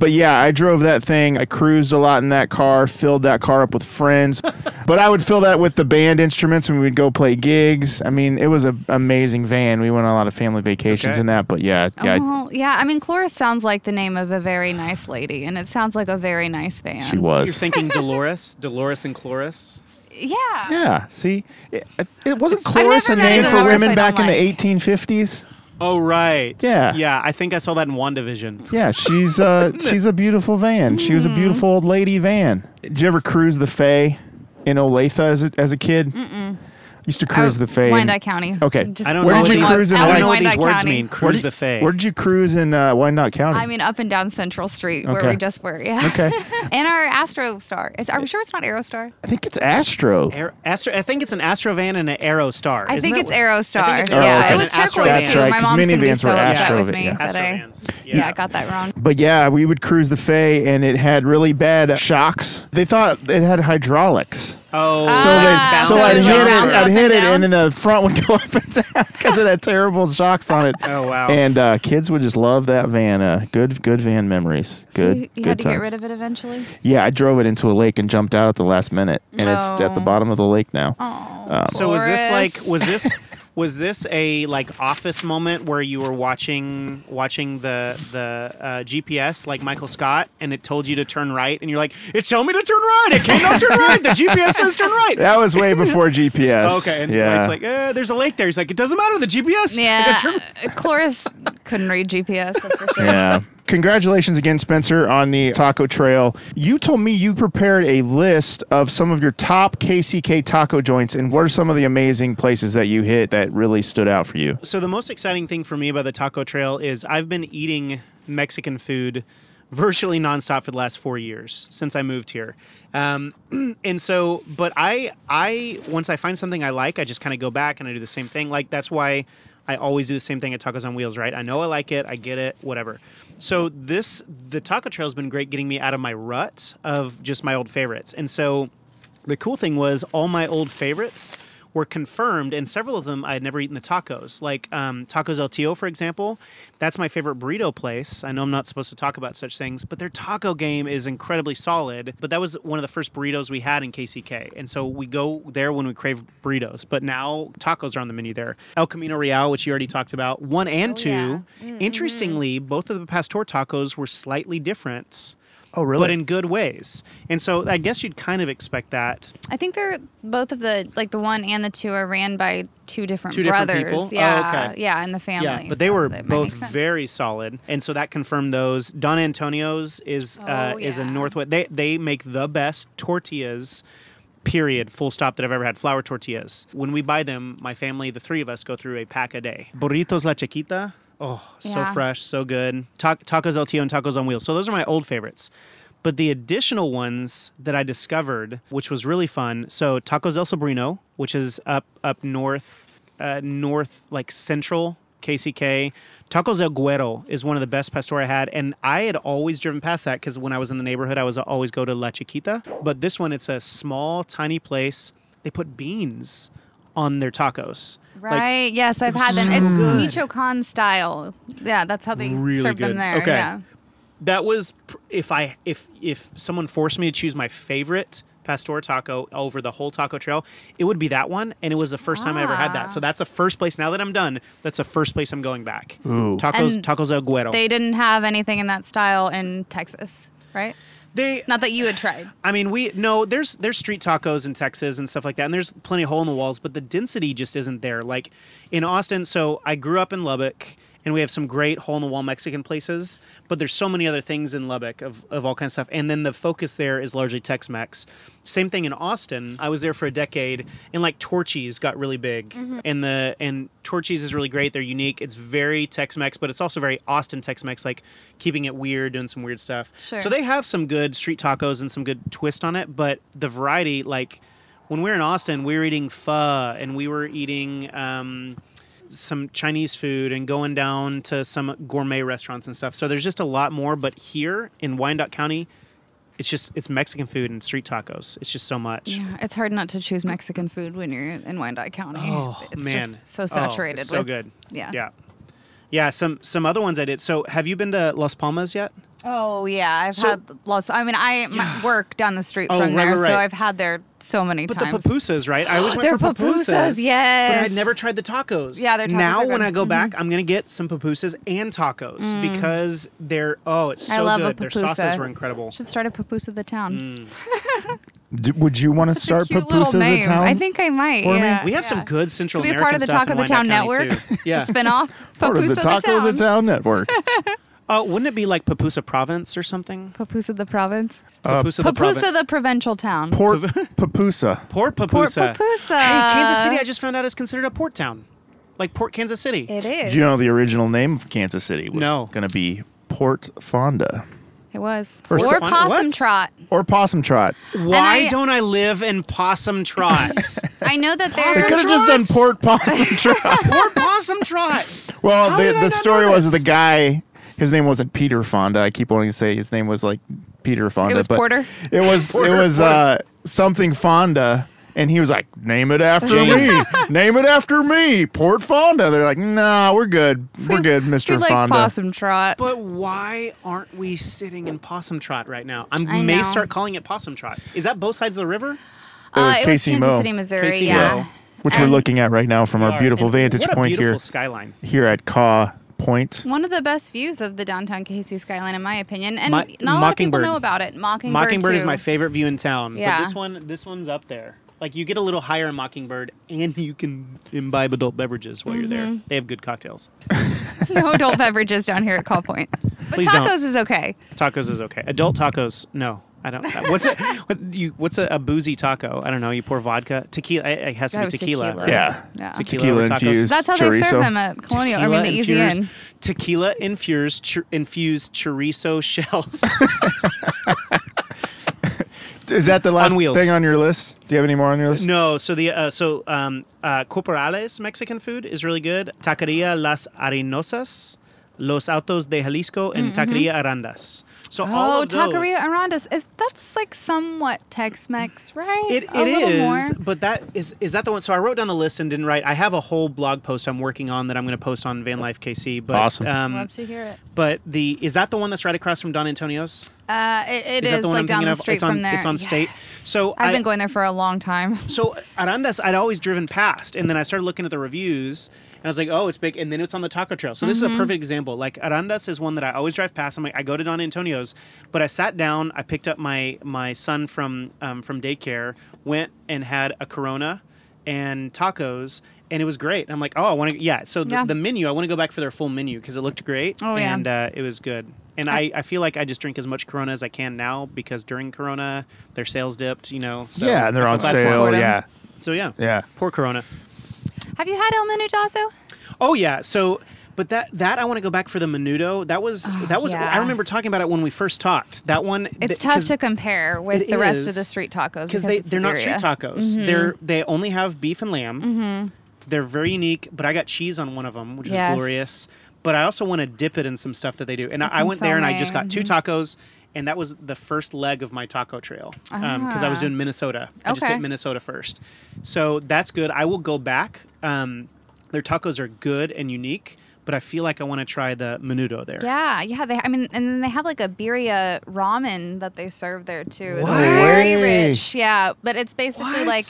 [SPEAKER 1] But yeah, I drove that thing. I cruised a lot in that car, filled that car up with friends. but I would fill that with the band instruments when we'd go play gigs. I mean, it was an amazing van. We went on a lot of family vacations
[SPEAKER 3] Okay.
[SPEAKER 1] in that. But yeah, yeah, I-
[SPEAKER 4] Oh, yeah. I mean, Cloris sounds like the name of a very nice lady, and it sounds like a very nice band.
[SPEAKER 1] she was.
[SPEAKER 3] You're thinking Dolores, Dolores and Chloris.
[SPEAKER 4] Yeah.
[SPEAKER 1] yeah, see, it, it wasn't
[SPEAKER 4] never
[SPEAKER 1] Chloris a
[SPEAKER 4] met
[SPEAKER 1] name
[SPEAKER 4] a
[SPEAKER 1] for
[SPEAKER 4] Dolores
[SPEAKER 1] women
[SPEAKER 4] I don't
[SPEAKER 1] back in
[SPEAKER 4] like.
[SPEAKER 1] the 1850s.
[SPEAKER 3] Oh right.
[SPEAKER 1] Yeah.
[SPEAKER 3] Yeah, I think I saw that in WandaVision.
[SPEAKER 1] Yeah, she's uh, she's a beautiful van. She was a beautiful old lady van. Did you ever cruise the Fay in Olathe as a, as a kid? Mm-mm. Used to cruise
[SPEAKER 4] Oh,
[SPEAKER 1] the Fay. in-
[SPEAKER 4] Wyandotte County.
[SPEAKER 1] Okay.
[SPEAKER 4] Just
[SPEAKER 3] I don't
[SPEAKER 1] Where
[SPEAKER 3] know
[SPEAKER 1] did
[SPEAKER 3] what
[SPEAKER 1] you
[SPEAKER 3] these,
[SPEAKER 1] cruise in
[SPEAKER 3] I don't
[SPEAKER 1] Wyandotte
[SPEAKER 3] know what these words
[SPEAKER 4] County?
[SPEAKER 3] mean.
[SPEAKER 1] Where
[SPEAKER 3] Cruise
[SPEAKER 1] did-
[SPEAKER 3] the Fae.
[SPEAKER 1] Where did you cruise in uh, Wyandotte County?
[SPEAKER 4] I mean, up and down Central Street
[SPEAKER 1] Okay.
[SPEAKER 4] where we just were. Yeah.
[SPEAKER 1] Okay.
[SPEAKER 4] and our Astro Star. Is, are we sure it's not Aerostar?
[SPEAKER 1] I think it's Astro.
[SPEAKER 3] Aero- Astro, I think it's an Astrovan and an Aerostar.
[SPEAKER 4] I
[SPEAKER 3] isn't
[SPEAKER 4] think
[SPEAKER 3] that
[SPEAKER 4] it's
[SPEAKER 3] what-
[SPEAKER 4] Aerostar.
[SPEAKER 3] I think it's
[SPEAKER 4] yeah,
[SPEAKER 1] Aerostar.
[SPEAKER 4] it was
[SPEAKER 3] It's an
[SPEAKER 4] turquoise
[SPEAKER 3] Astro
[SPEAKER 4] too.
[SPEAKER 1] That's
[SPEAKER 3] van.
[SPEAKER 4] My
[SPEAKER 1] right, 'cause
[SPEAKER 4] mom's gonna be
[SPEAKER 1] minivans
[SPEAKER 4] so
[SPEAKER 1] were
[SPEAKER 4] upset
[SPEAKER 1] Astro
[SPEAKER 4] with me
[SPEAKER 1] van,
[SPEAKER 4] that I,
[SPEAKER 3] Astrovans.
[SPEAKER 4] yeah. I got that wrong.
[SPEAKER 1] But yeah, we would cruise the Fay, and it had really bad shocks. They thought it had hydraulics. So,
[SPEAKER 3] Oh,
[SPEAKER 1] they,
[SPEAKER 4] Ah,
[SPEAKER 1] so,
[SPEAKER 4] so
[SPEAKER 1] I'd
[SPEAKER 4] it was
[SPEAKER 1] hit
[SPEAKER 4] like
[SPEAKER 1] it,
[SPEAKER 4] bounce up
[SPEAKER 1] I'd
[SPEAKER 4] and
[SPEAKER 1] hit it,
[SPEAKER 4] down?
[SPEAKER 1] and then the front would go up and down because it had terrible shocks on it.
[SPEAKER 3] Oh, wow.
[SPEAKER 1] And uh, kids would just love that van. Uh, good, good van memories. Good,
[SPEAKER 4] you you
[SPEAKER 1] good
[SPEAKER 4] had to
[SPEAKER 1] times.
[SPEAKER 4] get rid of it eventually.
[SPEAKER 1] yeah, I drove it into a lake and jumped out at the last minute, and it's at the
[SPEAKER 4] Oh.
[SPEAKER 1] bottom of the lake now. Um,
[SPEAKER 4] Oh.
[SPEAKER 3] So was this like
[SPEAKER 4] Boris.
[SPEAKER 3] was this was this a like office moment where you were watching watching the the uh, GPS like Michael Scott and it told you to turn right and you're like it's telling me to turn right it cannot turn right the GPS says turn right
[SPEAKER 1] That was way before GPS.
[SPEAKER 3] okay and
[SPEAKER 1] yeah.
[SPEAKER 3] it's like eh, there's a lake there he's like it doesn't matter the GPS I gotta
[SPEAKER 4] Yeah.
[SPEAKER 3] turn-
[SPEAKER 4] Cloris couldn't read GPS, that's for sure.
[SPEAKER 1] yeah. Congratulations again, Spencer, on the taco trail. You told me you prepared a list of some of your top KCK taco joints, and what are some of the amazing places that you hit that really stood out for you?
[SPEAKER 3] so the most exciting thing for me about the taco trail is I've been eating Mexican food virtually nonstop for the last four years since I moved here. Um, and so, but I, I once I find something I like, I just kind of go back and I do the same thing. Like that's why I always do the same thing at Tacos on Wheels, right? I know I like it, I get it, whatever. So this, the taco trail has been great getting me out of my rut of just my old favorites. And so the cool thing was all my old favorites were confirmed and several of them i had never eaten the tacos like um, tacos el tio for example that's my favorite burrito place i know i'm not supposed to talk about such things but their taco game is incredibly solid but that was one of the first burritos we had in kck and so we go there when we crave burritos but now tacos are on the menu there el camino real which you already talked about one and two.
[SPEAKER 4] yeah.
[SPEAKER 3] interestingly both of the pastor tacos were slightly different
[SPEAKER 1] Oh, really?
[SPEAKER 3] but in good ways and so i guess you'd kind of expect that
[SPEAKER 4] I think they're both of the like the one and the two are ran by two different
[SPEAKER 3] Two different
[SPEAKER 4] brothers.
[SPEAKER 3] people? Oh,
[SPEAKER 4] Yeah,
[SPEAKER 3] okay.
[SPEAKER 4] yeah, in the family.
[SPEAKER 3] Yeah, but they
[SPEAKER 4] so
[SPEAKER 3] were
[SPEAKER 4] that might
[SPEAKER 3] both
[SPEAKER 4] make sense.
[SPEAKER 3] very solid, and so that confirmed those. Don Antonio's is uh,
[SPEAKER 4] Oh,
[SPEAKER 3] is a
[SPEAKER 4] yeah.
[SPEAKER 3] Northwest. They they make the best tortillas. Period. Full stop. That I've ever had. Flour tortillas. When we buy them, my family, the three of us, go through a pack a day. Burritos La Chiquita. Oh, so
[SPEAKER 4] Yeah.
[SPEAKER 3] fresh, so good. Ta- tacos LTO and tacos on wheels. So those are my old favorites. But the additional ones that I discovered, which was really fun. So tacos El Sobrino, which is up up north, uh, north like central KCK. Tacos El Guero is one of the best pastor I had, and I had always driven past that because when I was in the neighborhood, I was always go to La Chiquita. But this one, it's a small, tiny place. They put beans on their tacos. Like,
[SPEAKER 4] Right. yes, I've had them. It's
[SPEAKER 3] good.
[SPEAKER 4] Micho Khan style. Yeah, that's how they
[SPEAKER 3] Really
[SPEAKER 4] serve them
[SPEAKER 3] good.
[SPEAKER 4] there.
[SPEAKER 3] Okay.
[SPEAKER 4] Yeah.
[SPEAKER 3] that was pr- if I if if someone forced me to choose my favorite pastor taco over the whole taco trail, it would be that one, and it was the first time I ever had
[SPEAKER 4] Ah.
[SPEAKER 3] that. So that's the first place. Now that I'm done, that's the first place I'm going back.
[SPEAKER 1] Ooh.
[SPEAKER 3] Tacos,
[SPEAKER 4] And
[SPEAKER 3] tacos El Guero. They,
[SPEAKER 4] They didn't have anything in that style in Texas, right? Not that you had tried.
[SPEAKER 3] I mean, we no. There's there's street tacos in Texas and stuff like that, and there's plenty of hole in the walls, but the density just isn't there. Like in Austin, so I grew up in Lubbock, and we have some great hole in the wall Mexican places, but there's so many other things in Lubbock of of all kinds of stuff, and then the focus there is largely Tex Mex. Same thing in Austin. I was there for a decade, and like Torchy's got really big, and the and Torchy's is really great. They're unique. It's very Tex Mex, but it's also very Austin Tex Mex, like keeping it weird, doing some weird stuff.
[SPEAKER 4] Sure.
[SPEAKER 3] So they they have some good street tacos and some good twist on it, but the variety, like when we were in Austin, we were eating pho and we were eating um, some Chinese food and going down to some gourmet restaurants and stuff. So there's just a lot more. But here in Wyandotte County, it's just it's Mexican food and street tacos. It's just so much.
[SPEAKER 4] Yeah, it's hard not to choose Mexican food when you're in Wyandotte County.
[SPEAKER 3] Oh
[SPEAKER 4] it's
[SPEAKER 3] man,
[SPEAKER 4] just so
[SPEAKER 3] Oh,
[SPEAKER 4] saturated.
[SPEAKER 3] it's so
[SPEAKER 4] with,
[SPEAKER 3] good.
[SPEAKER 4] Yeah.
[SPEAKER 3] yeah, yeah. Some some other ones I did. So have you been to Las Palmas yet?
[SPEAKER 4] Oh yeah, I've
[SPEAKER 3] So-
[SPEAKER 4] had lots. I mean, I my work down the street
[SPEAKER 3] Oh,
[SPEAKER 4] from
[SPEAKER 3] right,
[SPEAKER 4] there,
[SPEAKER 3] right,
[SPEAKER 4] so
[SPEAKER 3] right.
[SPEAKER 4] I've had there so many
[SPEAKER 3] But
[SPEAKER 4] times.
[SPEAKER 3] the pupusas, right? I always went
[SPEAKER 4] Their
[SPEAKER 3] for pupusas.
[SPEAKER 4] pupusas,
[SPEAKER 3] But
[SPEAKER 4] yes.
[SPEAKER 3] I'd never tried the tacos.
[SPEAKER 4] Yeah, their tacos
[SPEAKER 3] Now
[SPEAKER 4] are
[SPEAKER 3] when
[SPEAKER 4] good. Mm-hmm. Mm.
[SPEAKER 3] I go back, I'm gonna get some pupusas and tacos because they're oh, it's so
[SPEAKER 4] I love
[SPEAKER 3] good.
[SPEAKER 4] a
[SPEAKER 3] Their
[SPEAKER 4] pupusa.
[SPEAKER 3] sauces were incredible.
[SPEAKER 4] Should start a pupusa the
[SPEAKER 3] Mm.
[SPEAKER 4] town.
[SPEAKER 1] D- would you want to
[SPEAKER 4] It's a
[SPEAKER 1] start
[SPEAKER 4] cute little
[SPEAKER 1] Papusa the
[SPEAKER 4] name.
[SPEAKER 1] Town?
[SPEAKER 4] I think I might.
[SPEAKER 1] for me?
[SPEAKER 4] Yeah,
[SPEAKER 3] We have some
[SPEAKER 4] yeah.
[SPEAKER 3] good Central
[SPEAKER 4] Could be a
[SPEAKER 3] American
[SPEAKER 4] part of the
[SPEAKER 3] stuff
[SPEAKER 4] Talk
[SPEAKER 3] in
[SPEAKER 4] of the
[SPEAKER 3] Wyandotte
[SPEAKER 4] Town
[SPEAKER 3] County,
[SPEAKER 4] Network.
[SPEAKER 3] too. Yeah.
[SPEAKER 4] Spinoff.
[SPEAKER 1] Part of
[SPEAKER 4] Papusa
[SPEAKER 1] the Taco
[SPEAKER 4] town.
[SPEAKER 1] the Town network.
[SPEAKER 3] Oh, wouldn't it be like Papusa Province or something?
[SPEAKER 4] Papusa the province.
[SPEAKER 3] Papusa the Province.
[SPEAKER 4] Uh, Papusa the provincial town.
[SPEAKER 1] Port Papusa.
[SPEAKER 3] Port
[SPEAKER 4] Port
[SPEAKER 3] Papusa.
[SPEAKER 4] Papusa.
[SPEAKER 3] Hey, Kansas City! I just found out is considered a port town, like Port Kansas City.
[SPEAKER 4] It
[SPEAKER 1] Do
[SPEAKER 4] is.
[SPEAKER 1] you know the original name of Kansas City was
[SPEAKER 3] No.
[SPEAKER 1] going to be Port Fonda
[SPEAKER 4] It was.
[SPEAKER 1] Or
[SPEAKER 4] Or,
[SPEAKER 1] so-
[SPEAKER 4] possum
[SPEAKER 3] What?
[SPEAKER 4] trot.
[SPEAKER 1] or Possum Trot?
[SPEAKER 3] Why
[SPEAKER 4] I-
[SPEAKER 3] don't I live in Possum Trot?
[SPEAKER 4] I know that there's.
[SPEAKER 1] They could have just done Port Possum Trot.
[SPEAKER 3] Port Possum Trot.
[SPEAKER 1] well,
[SPEAKER 3] How
[SPEAKER 1] the,
[SPEAKER 3] did I
[SPEAKER 1] the
[SPEAKER 3] not
[SPEAKER 1] story
[SPEAKER 3] know
[SPEAKER 1] was
[SPEAKER 3] this?
[SPEAKER 1] the guy. His name wasn't Peter Fonda. I keep wanting to say his name was like Peter Fonda.
[SPEAKER 4] was
[SPEAKER 1] but
[SPEAKER 4] Porter?
[SPEAKER 1] It was
[SPEAKER 3] Porter,
[SPEAKER 1] it was uh, something Fonda, and he was like, "Name it after me.
[SPEAKER 3] Jane.
[SPEAKER 1] Name it after me. Port Fonda." They're like, "Nah, we're good. We're good, Mister
[SPEAKER 4] We like
[SPEAKER 1] Fonda."
[SPEAKER 4] possum trot.
[SPEAKER 3] But why aren't we sitting in Possum Trot right now? I'm,
[SPEAKER 4] I
[SPEAKER 3] may
[SPEAKER 4] know.
[SPEAKER 3] start calling it Possum Trot. Is that both sides of the
[SPEAKER 1] It
[SPEAKER 3] river?
[SPEAKER 1] was
[SPEAKER 4] uh, it was
[SPEAKER 1] Casey
[SPEAKER 4] Kansas
[SPEAKER 1] Mo.
[SPEAKER 4] City, Missouri.
[SPEAKER 3] Casey
[SPEAKER 4] yeah.
[SPEAKER 3] Mo.
[SPEAKER 1] which
[SPEAKER 4] And
[SPEAKER 1] we're looking at right now from our beautiful
[SPEAKER 3] And
[SPEAKER 1] vantage
[SPEAKER 3] what a
[SPEAKER 1] point
[SPEAKER 3] beautiful
[SPEAKER 1] here
[SPEAKER 3] skyline.
[SPEAKER 1] here at Caw Point.
[SPEAKER 4] One of the best views of the downtown Casey skyline, in my opinion, and
[SPEAKER 3] Mi-
[SPEAKER 4] not a lot of people
[SPEAKER 3] Mockingbird.
[SPEAKER 4] know about it. Mockingbird.
[SPEAKER 3] Mockingbird is
[SPEAKER 4] too.
[SPEAKER 3] my favorite view in town.
[SPEAKER 4] Yeah.
[SPEAKER 3] But this one, this one's up there. Like you get a little higher in Mockingbird, and you can imbibe adult beverages while you're
[SPEAKER 4] Mm-hmm.
[SPEAKER 3] there. They have good cocktails.
[SPEAKER 4] no adult beverages down here at Call Point. But
[SPEAKER 3] Please don't.
[SPEAKER 4] tacos is okay.
[SPEAKER 3] Tacos is okay. Adult tacos, no. I don't. What's it? What you? What's a, a boozy taco? I don't know. You pour vodka, tequila. It it has to
[SPEAKER 4] Yeah,
[SPEAKER 3] be
[SPEAKER 4] it was
[SPEAKER 3] tequila.
[SPEAKER 4] Oh, tequila.
[SPEAKER 3] right?
[SPEAKER 1] Yeah.
[SPEAKER 4] Yeah.
[SPEAKER 3] Tequila,
[SPEAKER 1] Tequila
[SPEAKER 3] with tacos.
[SPEAKER 1] infused
[SPEAKER 4] That's how they
[SPEAKER 1] chorizo.
[SPEAKER 4] serve them at Colonial. I mean, the easy
[SPEAKER 3] infused,
[SPEAKER 4] in.
[SPEAKER 3] Tequila infused, chor- infused chorizo shells.
[SPEAKER 1] Is that the last
[SPEAKER 3] On wheels.
[SPEAKER 1] thing on your list? Do you have any more on your list?
[SPEAKER 3] no, so the uh, so um, uh, Corporales Mexican food is really good. Taqueria Las Arenosas, Los Autos de Jalisco, and Taqueria Arandas. So all
[SPEAKER 4] Mm-hmm. Oh,
[SPEAKER 3] of those,
[SPEAKER 4] Taqueria Arandas. Is that's like somewhat Tex-Mex, right?
[SPEAKER 3] It,
[SPEAKER 4] a
[SPEAKER 3] it
[SPEAKER 4] little
[SPEAKER 3] is,
[SPEAKER 4] more.
[SPEAKER 3] but that is is that the one? So I wrote down the list and didn't write. I have a whole blog post I'm working on that I'm going to post on Van Life KC. But,
[SPEAKER 1] Awesome.
[SPEAKER 3] Um,
[SPEAKER 4] Love to hear it.
[SPEAKER 3] But the is that the one that's right across from Don Antonio's?
[SPEAKER 4] Uh, it it
[SPEAKER 3] is
[SPEAKER 4] is,
[SPEAKER 3] that the one
[SPEAKER 4] like
[SPEAKER 3] I'm
[SPEAKER 4] down
[SPEAKER 3] thinking
[SPEAKER 4] the
[SPEAKER 3] of?
[SPEAKER 4] street
[SPEAKER 3] It's on-
[SPEAKER 4] from there.
[SPEAKER 3] it's on State.
[SPEAKER 4] Yes.
[SPEAKER 3] So
[SPEAKER 4] I've
[SPEAKER 3] I-
[SPEAKER 4] been going there for a long time.
[SPEAKER 3] So Arandas, I'd always driven past, and then I started looking at the reviews, and I was like, "Oh, it's big." And then it's on the taco trail. So this
[SPEAKER 4] Mm-hmm.
[SPEAKER 3] is a perfect example. Like Arandas is one that I always drive past. I'm like, I go to Don Antonio's, but I sat down, I picked up my my son from um, from daycare, went and had a Corona and tacos. And it was great. I'm like, oh, I want to, yeah. So the,
[SPEAKER 4] Yeah.
[SPEAKER 3] the menu, I want to go back for their full menu because it looked great.
[SPEAKER 4] Oh, yeah.
[SPEAKER 3] And uh, it was good. And I, I feel like I just drink as much Corona as I can now because during Corona, their sales dipped, you know. So
[SPEAKER 1] yeah, and they're
[SPEAKER 3] I
[SPEAKER 1] on
[SPEAKER 3] feel bad for
[SPEAKER 1] sale.
[SPEAKER 4] support 'em.
[SPEAKER 1] Yeah.
[SPEAKER 3] so yeah.
[SPEAKER 1] Yeah.
[SPEAKER 3] Poor Corona.
[SPEAKER 4] Have you had El Menudazo?
[SPEAKER 3] Oh yeah. So, But that that I want to go back for the menudo. That was that was I
[SPEAKER 4] Ah, yeah.
[SPEAKER 3] remember talking about it when we first talked. That one th-
[SPEAKER 4] It's tough
[SPEAKER 3] 'cause-
[SPEAKER 4] to compare with
[SPEAKER 3] It
[SPEAKER 4] the rest
[SPEAKER 3] is,
[SPEAKER 4] of the street tacos
[SPEAKER 3] because they
[SPEAKER 4] it's Mm-hmm.
[SPEAKER 3] they're not street
[SPEAKER 4] Siberia.
[SPEAKER 3] tacos. They're they only have beef and lamb. They're very unique. But I got cheese on one of them, which is
[SPEAKER 4] Mm-hmm. Yes.
[SPEAKER 3] glorious. But I also want to dip it in some stuff that they do. And I, I went there and I just got
[SPEAKER 4] consomme.
[SPEAKER 3] two tacos. And that was the first leg of my taco trail because I was
[SPEAKER 4] Ah.
[SPEAKER 3] doing Minnesota. I just
[SPEAKER 4] Okay.
[SPEAKER 3] hit Minnesota first, so that's good. I will go back. Um, their tacos are good and unique, but I feel like I want to try the menudo there.
[SPEAKER 4] Yeah, yeah. They, I mean, and then they have like a birria ramen that they serve there too.
[SPEAKER 3] What?
[SPEAKER 4] It's very
[SPEAKER 5] Really?
[SPEAKER 4] rich. Yeah, but it's basically
[SPEAKER 3] What?
[SPEAKER 4] like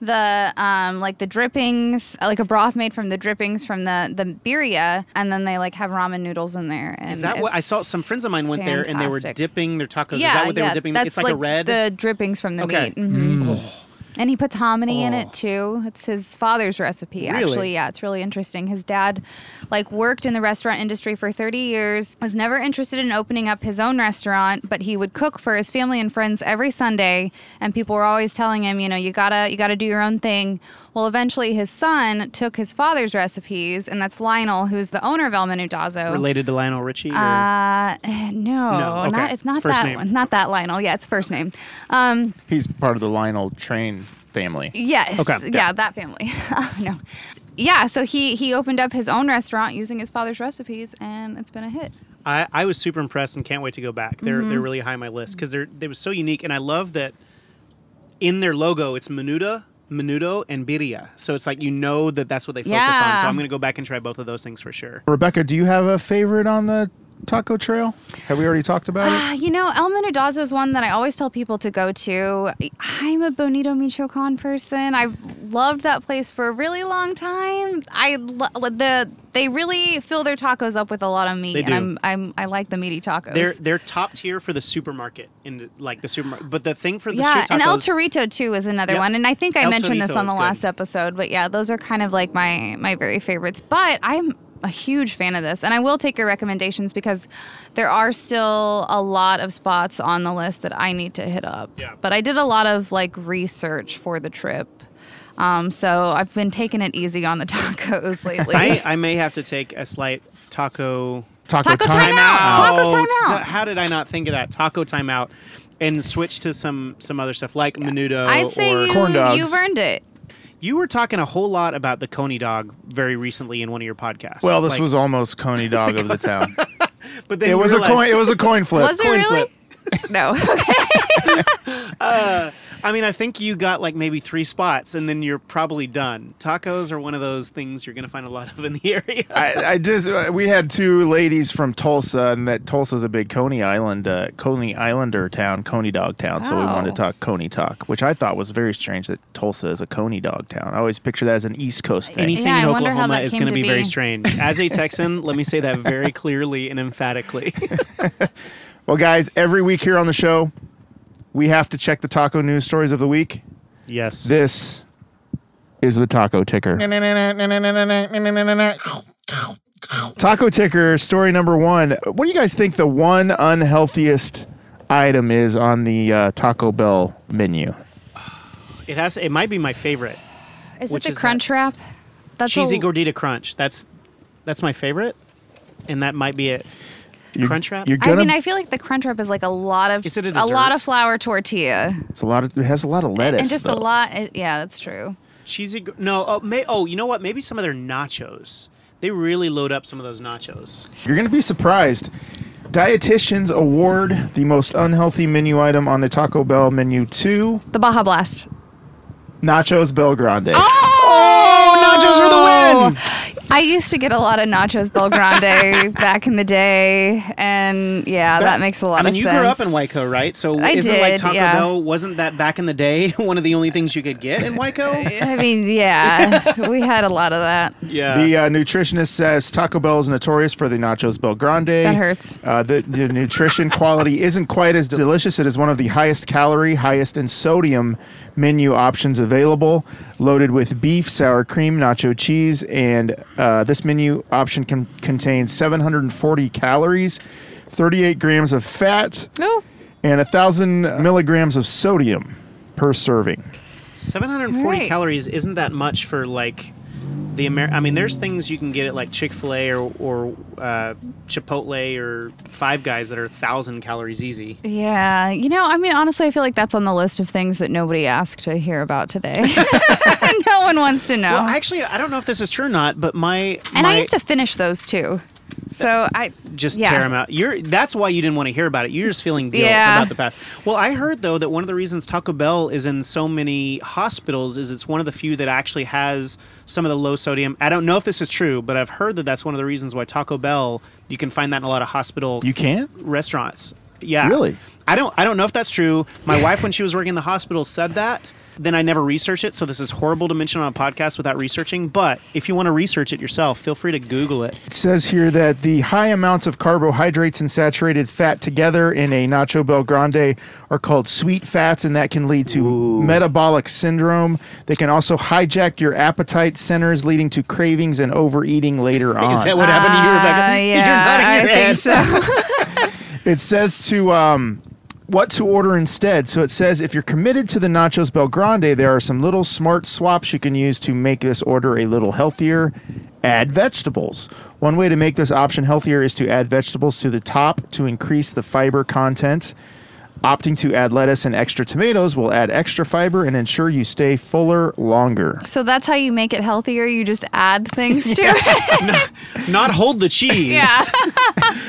[SPEAKER 4] the um like the drippings, like a broth made from the drippings from the the birria, and then they like have ramen noodles in there. And
[SPEAKER 3] Is that what I saw? Some friends of mine went there and they were
[SPEAKER 4] fantastic.
[SPEAKER 3] dipping their tacos.
[SPEAKER 4] Yeah,
[SPEAKER 3] Is that what they
[SPEAKER 4] yeah.
[SPEAKER 3] were dipping?
[SPEAKER 4] That's
[SPEAKER 3] it's like, a red.
[SPEAKER 4] the drippings from the
[SPEAKER 3] Okay.
[SPEAKER 4] meat. hmm And he puts hominy in
[SPEAKER 3] Oh.
[SPEAKER 4] it too. It's his father's recipe,
[SPEAKER 3] Really?
[SPEAKER 4] actually. Yeah, it's really interesting. His dad, like, worked in the restaurant industry for 30 years. Was never interested in opening up his own restaurant, but he would cook for his family and friends every Sunday. And people were always telling him, you know, you gotta, you gotta do your own thing. Well, eventually, his son took his father's recipes, and that's Lionel, who's the owner of El Menudazo.
[SPEAKER 3] related to Lionel Richie? Or,
[SPEAKER 4] Uh, no,
[SPEAKER 3] No, okay.
[SPEAKER 4] not, it's not
[SPEAKER 3] It's first
[SPEAKER 4] that
[SPEAKER 3] name.
[SPEAKER 4] one. Not that Lionel. Yeah, it's first name. Um,
[SPEAKER 1] He's part of the Lionel Train family.
[SPEAKER 4] yes.
[SPEAKER 3] Okay.
[SPEAKER 4] Yeah, that family. Oh, no. Yeah, so he he opened up his own restaurant using his father's recipes, and it's been a hit.
[SPEAKER 3] I, I was super impressed and can't wait to go back. They're
[SPEAKER 4] Mm-hmm.
[SPEAKER 3] they're really high on my list because they're they were so unique and I love that in their logo it's menuda, menudo, and birria. So it's like you know that that's what they focus on. So
[SPEAKER 4] Yeah.
[SPEAKER 3] I'm gonna go back and try both of those things for sure.
[SPEAKER 1] Rebecca, do you have a favorite on the taco trail? Have we already talked about it?
[SPEAKER 4] Ah, you know, El Menudazo is one that I always tell people to go to. I'm a Bonito Michoacan person. I've loved that place for a really long time. I lo- the they really fill their tacos up with a lot of meat,
[SPEAKER 3] They do.
[SPEAKER 4] and I'm, I'm I like the meaty tacos.
[SPEAKER 3] They're they're top tier for the supermarket and like the supermarket. But the thing for the street
[SPEAKER 4] yeah,
[SPEAKER 3] tacos,
[SPEAKER 4] and El Torito too is another
[SPEAKER 3] Yep.
[SPEAKER 4] one, and I think I
[SPEAKER 3] El
[SPEAKER 4] mentioned
[SPEAKER 3] Torito
[SPEAKER 4] this on
[SPEAKER 3] is
[SPEAKER 4] the
[SPEAKER 3] good.
[SPEAKER 4] last episode, but yeah, those are kind of like my my very favorites. But I'm a huge fan of this, and I will take your recommendations because there are still a lot of spots on the list that I need to hit up.
[SPEAKER 3] Yeah.
[SPEAKER 4] But I did a lot of like research for the trip, um, so I've been taking it easy on the tacos lately.
[SPEAKER 3] I, I may have to take a slight taco
[SPEAKER 1] Taco,
[SPEAKER 4] Taco
[SPEAKER 1] time.
[SPEAKER 4] time out. Taco
[SPEAKER 3] out.
[SPEAKER 4] timeout.
[SPEAKER 3] T- How did I not think of that? Taco timeout, and switch to some some other stuff like menudo.
[SPEAKER 4] I'd say
[SPEAKER 3] or
[SPEAKER 4] you
[SPEAKER 1] corn dogs.
[SPEAKER 4] you've earned it.
[SPEAKER 3] You were talking a whole lot about the Coney dog very recently in one of your podcasts.
[SPEAKER 1] Well, this
[SPEAKER 3] Like-
[SPEAKER 1] was almost Coney Dog of the town.
[SPEAKER 3] but then
[SPEAKER 1] it
[SPEAKER 3] you
[SPEAKER 1] was a
[SPEAKER 3] realized-
[SPEAKER 1] coin. It was a coin flip.
[SPEAKER 4] Was it really? no. Okay.
[SPEAKER 3] I mean, I think you got like maybe three spots, and then you're probably done. Tacos are one of those things you're going to find a lot of in the area.
[SPEAKER 1] I, I just uh, we had two ladies from Tulsa, and that Tulsa's a big Coney Island, uh, Coney Islander town, Coney Dog town. So we wanted to
[SPEAKER 4] Oh.
[SPEAKER 1] talk Coney talk, which I thought was very strange that Tulsa is a Coney Dog town. I always picture that as an East Coast thing.
[SPEAKER 3] Anything
[SPEAKER 4] Yeah, I
[SPEAKER 3] in
[SPEAKER 4] wonder how
[SPEAKER 3] Oklahoma
[SPEAKER 4] that
[SPEAKER 3] is
[SPEAKER 4] came
[SPEAKER 3] going to
[SPEAKER 4] to
[SPEAKER 3] be, very
[SPEAKER 4] be.
[SPEAKER 3] strange. As a Texan, let me say that very clearly and emphatically.
[SPEAKER 1] well, guys, every week here on the show, we have to check the taco news stories of the week.
[SPEAKER 3] yes.
[SPEAKER 1] This is the taco ticker. Taco ticker story number one. What do you guys think the one unhealthiest item is on the uh, Taco Bell menu?
[SPEAKER 3] it has. It might be my favorite.
[SPEAKER 4] Is
[SPEAKER 3] Which
[SPEAKER 4] it the
[SPEAKER 3] is that?
[SPEAKER 4] crunch wrap? That's a-
[SPEAKER 3] Cheesy gordita crunch. That's that's my favorite, and that might be it.
[SPEAKER 1] You're,
[SPEAKER 3] Crunch wrap?
[SPEAKER 1] You're
[SPEAKER 4] I
[SPEAKER 1] gonna.
[SPEAKER 4] mean, I feel like the crunch wrap is like a lot of
[SPEAKER 3] Is it a
[SPEAKER 4] lot
[SPEAKER 3] dessert?
[SPEAKER 4] of flour tortilla
[SPEAKER 1] it's a lot. Of, it has a lot of lettuce.
[SPEAKER 4] and just
[SPEAKER 1] though.
[SPEAKER 4] a lot. it- yeah, that's true.
[SPEAKER 3] Cheesy. gor- No. Oh, may, oh, you know what? Maybe some of their nachos. They really load up some of those nachos.
[SPEAKER 1] You're gonna be surprised. Dietitians award the most unhealthy menu item on the Taco Bell menu to
[SPEAKER 4] The Baja Blast.
[SPEAKER 1] nachos Belgrande.
[SPEAKER 4] Oh, nachos for the win! I used to get a lot of nachos Belgrande back in the day, and yeah, that, makes a lot
[SPEAKER 3] I mean,
[SPEAKER 4] of
[SPEAKER 3] you
[SPEAKER 4] sense.
[SPEAKER 3] grew up in Waco, right? So
[SPEAKER 4] I
[SPEAKER 3] isn't like
[SPEAKER 4] did,
[SPEAKER 3] Taco
[SPEAKER 4] yeah.
[SPEAKER 3] Bell wasn't that back in the day one of the only things you could get in Waco?
[SPEAKER 4] I mean, yeah, we had a lot of that.
[SPEAKER 3] yeah.
[SPEAKER 1] The uh, nutritionist says Taco Bell is notorious for the nachos Belgrande.
[SPEAKER 4] That hurts.
[SPEAKER 1] Uh, the, the nutrition quality isn't quite as delicious. It is one of the highest calorie, highest in sodium menu options available, loaded with beef, sour cream, nacho cheese, and uh, this menu option can contains 740 calories, 38 grams of fat,
[SPEAKER 4] Oh,
[SPEAKER 1] and 1,000 milligrams of sodium per serving.
[SPEAKER 3] 740
[SPEAKER 4] Right.
[SPEAKER 3] calories isn't that much for like the Amer- I mean, there's things you can get at like Chick Fil A or or uh, Chipotle or Five Guys that are thousand calories easy.
[SPEAKER 4] Yeah, you know, I mean, honestly, I feel like that's on the list of things that nobody asked to hear about today. no one wants to know.
[SPEAKER 3] Well, actually, I don't know if this is true or not, but my
[SPEAKER 4] and
[SPEAKER 3] my,
[SPEAKER 4] I used to finish those too. So I
[SPEAKER 3] just
[SPEAKER 4] yeah.
[SPEAKER 3] tear them out. You're that's why you didn't want to hear about it. You're just feeling guilt
[SPEAKER 4] Yeah.
[SPEAKER 3] about the past. Well, I heard though that one of the reasons Taco Bell is in so many hospitals is it's one of the few that actually has some of the low sodium. I don't know if this is true, but I've heard that that's one of the reasons why Taco Bell you can find that in a lot of hospital
[SPEAKER 1] You can't?
[SPEAKER 3] restaurants. Yeah.
[SPEAKER 1] Really?
[SPEAKER 3] I don't I don't know if that's true. My wife when she was working in the hospital said that. Then I never researched it, so this is horrible to mention on a podcast without researching. But if you want to research it yourself, feel free to Google it.
[SPEAKER 1] It says here that the high amounts of carbohydrates and saturated fat together in a Nacho Bel Grande are called sweet fats, and that can lead to metabolic syndrome. They can also hijack your appetite centers, leading to cravings and overeating later on.
[SPEAKER 3] Is that what happened to you, Rebecca? You're nodding
[SPEAKER 4] Uh, Ah, yeah,
[SPEAKER 3] your
[SPEAKER 4] I
[SPEAKER 3] head.
[SPEAKER 4] think so.
[SPEAKER 1] It says to um, what to order instead. So it says if you're committed to the Nachos Bel Grande, there are some little smart swaps you can use to make this order a little healthier. Add vegetables. One way to make this option healthier is to add vegetables to the top to increase the fiber content. Opting to add lettuce and extra tomatoes will add extra fiber and ensure you stay fuller longer.
[SPEAKER 4] So that's how you make it healthier. You just add things to it.
[SPEAKER 3] Not hold the cheese.
[SPEAKER 4] Yeah.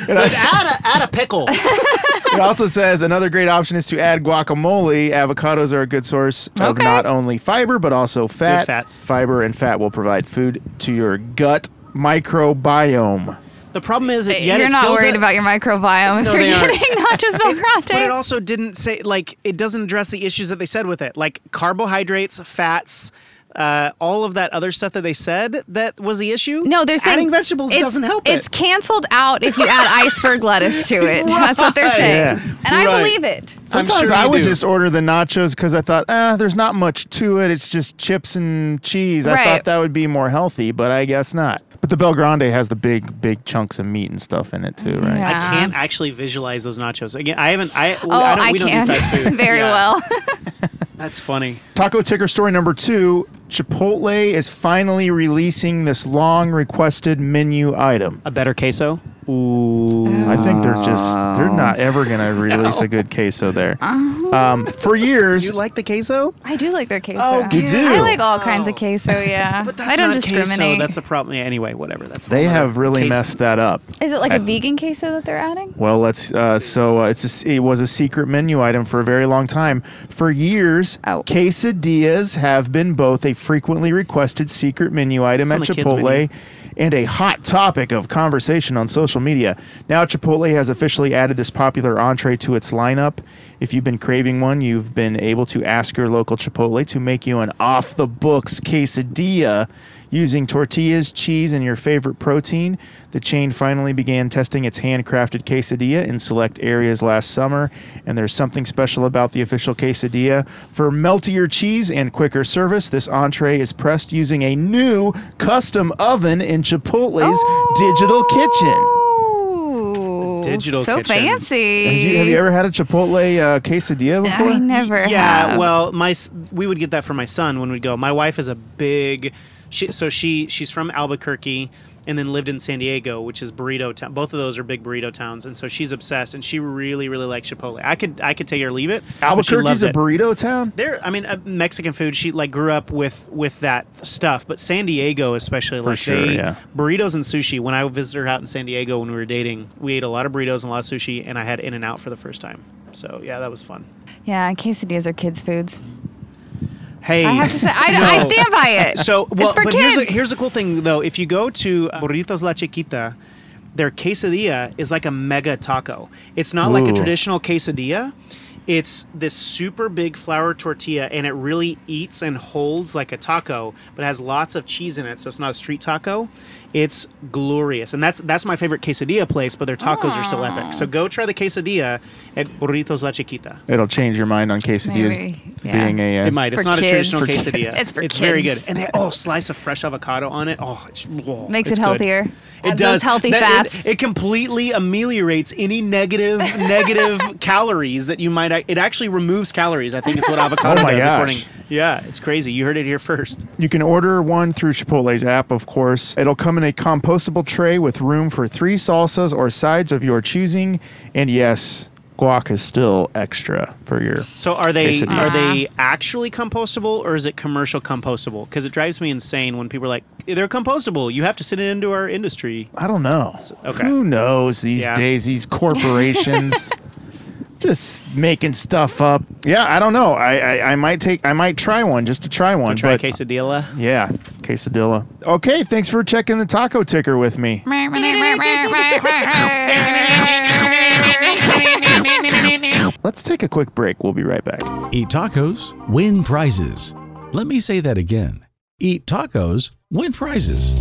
[SPEAKER 3] But add a, add a pickle.
[SPEAKER 1] It also says another great option is to add guacamole. Avocados are a good source of
[SPEAKER 4] Okay.
[SPEAKER 1] not only fiber but also fat.
[SPEAKER 3] Good fats.
[SPEAKER 1] Fiber and fat will provide food to your gut microbiome.
[SPEAKER 3] The problem is, it, yet
[SPEAKER 4] You're
[SPEAKER 3] it
[SPEAKER 4] not
[SPEAKER 3] still
[SPEAKER 4] worried
[SPEAKER 3] do-
[SPEAKER 4] about your microbiome
[SPEAKER 3] No,
[SPEAKER 4] for
[SPEAKER 3] they aren't.
[SPEAKER 4] getting nachos Bel
[SPEAKER 3] But it
[SPEAKER 4] Grande.
[SPEAKER 3] also didn't say like it doesn't address the issues that they said with it, like carbohydrates, fats. Uh, all of that other stuff that they said that was the issue.
[SPEAKER 4] No, they're saying
[SPEAKER 3] adding vegetables
[SPEAKER 4] it's-
[SPEAKER 3] doesn't help
[SPEAKER 4] It's
[SPEAKER 3] it.
[SPEAKER 4] canceled out if you add iceberg lettuce to it. That's what they're
[SPEAKER 3] Right.
[SPEAKER 4] saying,
[SPEAKER 1] Yeah.
[SPEAKER 4] and I
[SPEAKER 3] Right.
[SPEAKER 4] believe it.
[SPEAKER 3] I'm
[SPEAKER 1] Sometimes
[SPEAKER 3] sure
[SPEAKER 1] I
[SPEAKER 3] you
[SPEAKER 1] would
[SPEAKER 3] do.
[SPEAKER 1] just order the nachos because I thought, ah, there's not much to it. It's just chips and cheese. I
[SPEAKER 4] Right.
[SPEAKER 1] thought that would be more healthy, but I guess not. But the Bel Grande has the big, big chunks of meat and stuff in it too, right?
[SPEAKER 3] I
[SPEAKER 4] Yeah.
[SPEAKER 3] can't actually visualize those nachos again. I haven't. I,
[SPEAKER 4] Uh-huh. Oh,
[SPEAKER 3] I, don't,
[SPEAKER 4] I,
[SPEAKER 3] we don't do fast
[SPEAKER 4] can
[SPEAKER 3] food.
[SPEAKER 4] very
[SPEAKER 3] Yeah.
[SPEAKER 4] well.
[SPEAKER 3] That's funny.
[SPEAKER 1] Taco ticker story number two Chipotle is finally releasing this long requested menu item.
[SPEAKER 3] A better queso. Ooh.
[SPEAKER 1] I think they're just they're not ever gonna release a good queso there. Um, for years,
[SPEAKER 3] You like the queso?
[SPEAKER 4] I do like their queso.
[SPEAKER 3] Oh,
[SPEAKER 1] You do?
[SPEAKER 4] I like all kinds of queso. Yeah,
[SPEAKER 3] But that's
[SPEAKER 4] I don't
[SPEAKER 3] not
[SPEAKER 4] discriminate.
[SPEAKER 3] Queso. That's a problem. Yeah, anyway, whatever. That's a
[SPEAKER 1] they
[SPEAKER 3] whole other
[SPEAKER 1] have really
[SPEAKER 3] case.
[SPEAKER 1] messed that up.
[SPEAKER 4] Is it like
[SPEAKER 1] I-
[SPEAKER 4] a vegan queso that they're adding?
[SPEAKER 1] Well, let's. Uh, so uh, it's a s it was a secret menu item for a very long time. For years,
[SPEAKER 4] Oh.
[SPEAKER 1] quesadillas have been both a frequently requested secret menu item
[SPEAKER 3] It's
[SPEAKER 1] at
[SPEAKER 3] on the kids' menu.
[SPEAKER 1] Chipotle and a hot topic of conversation on social media. Now, Chipotle has officially added this popular entree to its lineup. If you've been craving one, you've been able to ask your local Chipotle to make you an off the books quesadilla using tortillas, cheese, and your favorite protein. The chain finally began testing its handcrafted quesadilla in select areas last summer, and there's something special about the official quesadilla. For meltier cheese and quicker service, this entree is pressed using a new custom oven in Chipotle's
[SPEAKER 4] Oh!
[SPEAKER 1] digital kitchen.
[SPEAKER 4] Ooh,
[SPEAKER 3] Digital
[SPEAKER 4] so
[SPEAKER 3] kitchen.
[SPEAKER 4] fancy.
[SPEAKER 1] Has you- have you ever had a Chipotle uh, quesadilla before?
[SPEAKER 4] I never.
[SPEAKER 3] yeah
[SPEAKER 4] have.
[SPEAKER 3] well my s- we would get that for my son when we'd go my wife is a big she so she she's from albuquerque and then lived in san diego which is burrito town both of those are big burrito towns and so she's obsessed and she really really likes chipotle i could i could take her or leave it but she
[SPEAKER 1] Albuquerque's
[SPEAKER 3] loves
[SPEAKER 1] a
[SPEAKER 3] it.
[SPEAKER 1] burrito town.
[SPEAKER 3] there i mean uh, mexican food she like grew up with with that stuff but san diego especially like
[SPEAKER 1] sure,
[SPEAKER 3] they,
[SPEAKER 1] yeah.
[SPEAKER 3] burritos and sushi when i visited her out in san diego when we were dating we ate a lot of burritos and a lot of sushi and i had in and out for the first time so yeah that was fun
[SPEAKER 4] yeah, quesadillas are kids' foods.
[SPEAKER 3] hey
[SPEAKER 4] I have to say, I, I
[SPEAKER 3] No.
[SPEAKER 4] stand by it.
[SPEAKER 3] So, well,
[SPEAKER 4] it's for
[SPEAKER 3] but
[SPEAKER 4] kids.
[SPEAKER 3] Here's, a, here's a cool thing though. If you go to uh, Burritos La Chiquita, their quesadilla is like a mega taco. It's not like
[SPEAKER 1] Ooh.
[SPEAKER 3] a traditional quesadilla. It's this super big flour tortilla, and it really eats and holds like a taco, but has lots of cheese in it, so it's not a street taco. It's glorious, and that's that's my favorite quesadilla place. But their tacos are still epic.
[SPEAKER 4] Ah.
[SPEAKER 3] So go try the quesadilla at Burritos La Chiquita.
[SPEAKER 1] It'll change your mind on quesadillas
[SPEAKER 4] Maybe, yeah.
[SPEAKER 1] being a. Uh,
[SPEAKER 3] It might. It's
[SPEAKER 4] For
[SPEAKER 3] not
[SPEAKER 4] kids.
[SPEAKER 3] a traditional
[SPEAKER 4] For kids.
[SPEAKER 3] quesadilla.
[SPEAKER 4] It's for
[SPEAKER 3] very good.
[SPEAKER 4] kids.
[SPEAKER 3] And they oh, slice of fresh avocado on it. Oh, it's whoa,
[SPEAKER 4] Makes
[SPEAKER 3] it's
[SPEAKER 4] it
[SPEAKER 3] good.
[SPEAKER 4] healthier.
[SPEAKER 3] It
[SPEAKER 4] Adds
[SPEAKER 3] does
[SPEAKER 4] those healthy
[SPEAKER 3] That- it-
[SPEAKER 4] fats.
[SPEAKER 3] It, completely ameliorates any negative negative calories that you might. ac- It actually removes calories. I think is what avocado
[SPEAKER 1] Oh my
[SPEAKER 3] does.
[SPEAKER 1] gosh.
[SPEAKER 3] According Yeah, it's crazy. You heard it here first.
[SPEAKER 1] You can order one through Chipotle's app, of course. It'll come in a compostable tray with room for three salsas or sides of your choosing. And yes, guac is still extra for your.
[SPEAKER 3] So are they
[SPEAKER 1] Quesadilla.
[SPEAKER 3] are they actually compostable or is it commercial compostable? Because it drives me insane when people are like, they're compostable. You have to send it into our industry.
[SPEAKER 1] I don't know.
[SPEAKER 3] okay.
[SPEAKER 1] Who knows these
[SPEAKER 3] Yeah.
[SPEAKER 1] days? These corporations. Just making stuff up. Yeah, I don't know. I, I I might take. I might try one just to try one.
[SPEAKER 3] Try
[SPEAKER 1] but-
[SPEAKER 3] quesadilla.
[SPEAKER 1] Yeah, quesadilla. Okay, thanks for checking the taco ticker with me. Let's take a quick break. We'll be right back.
[SPEAKER 5] Eat tacos, win prizes. Let me say that again. Eat tacos, win prizes.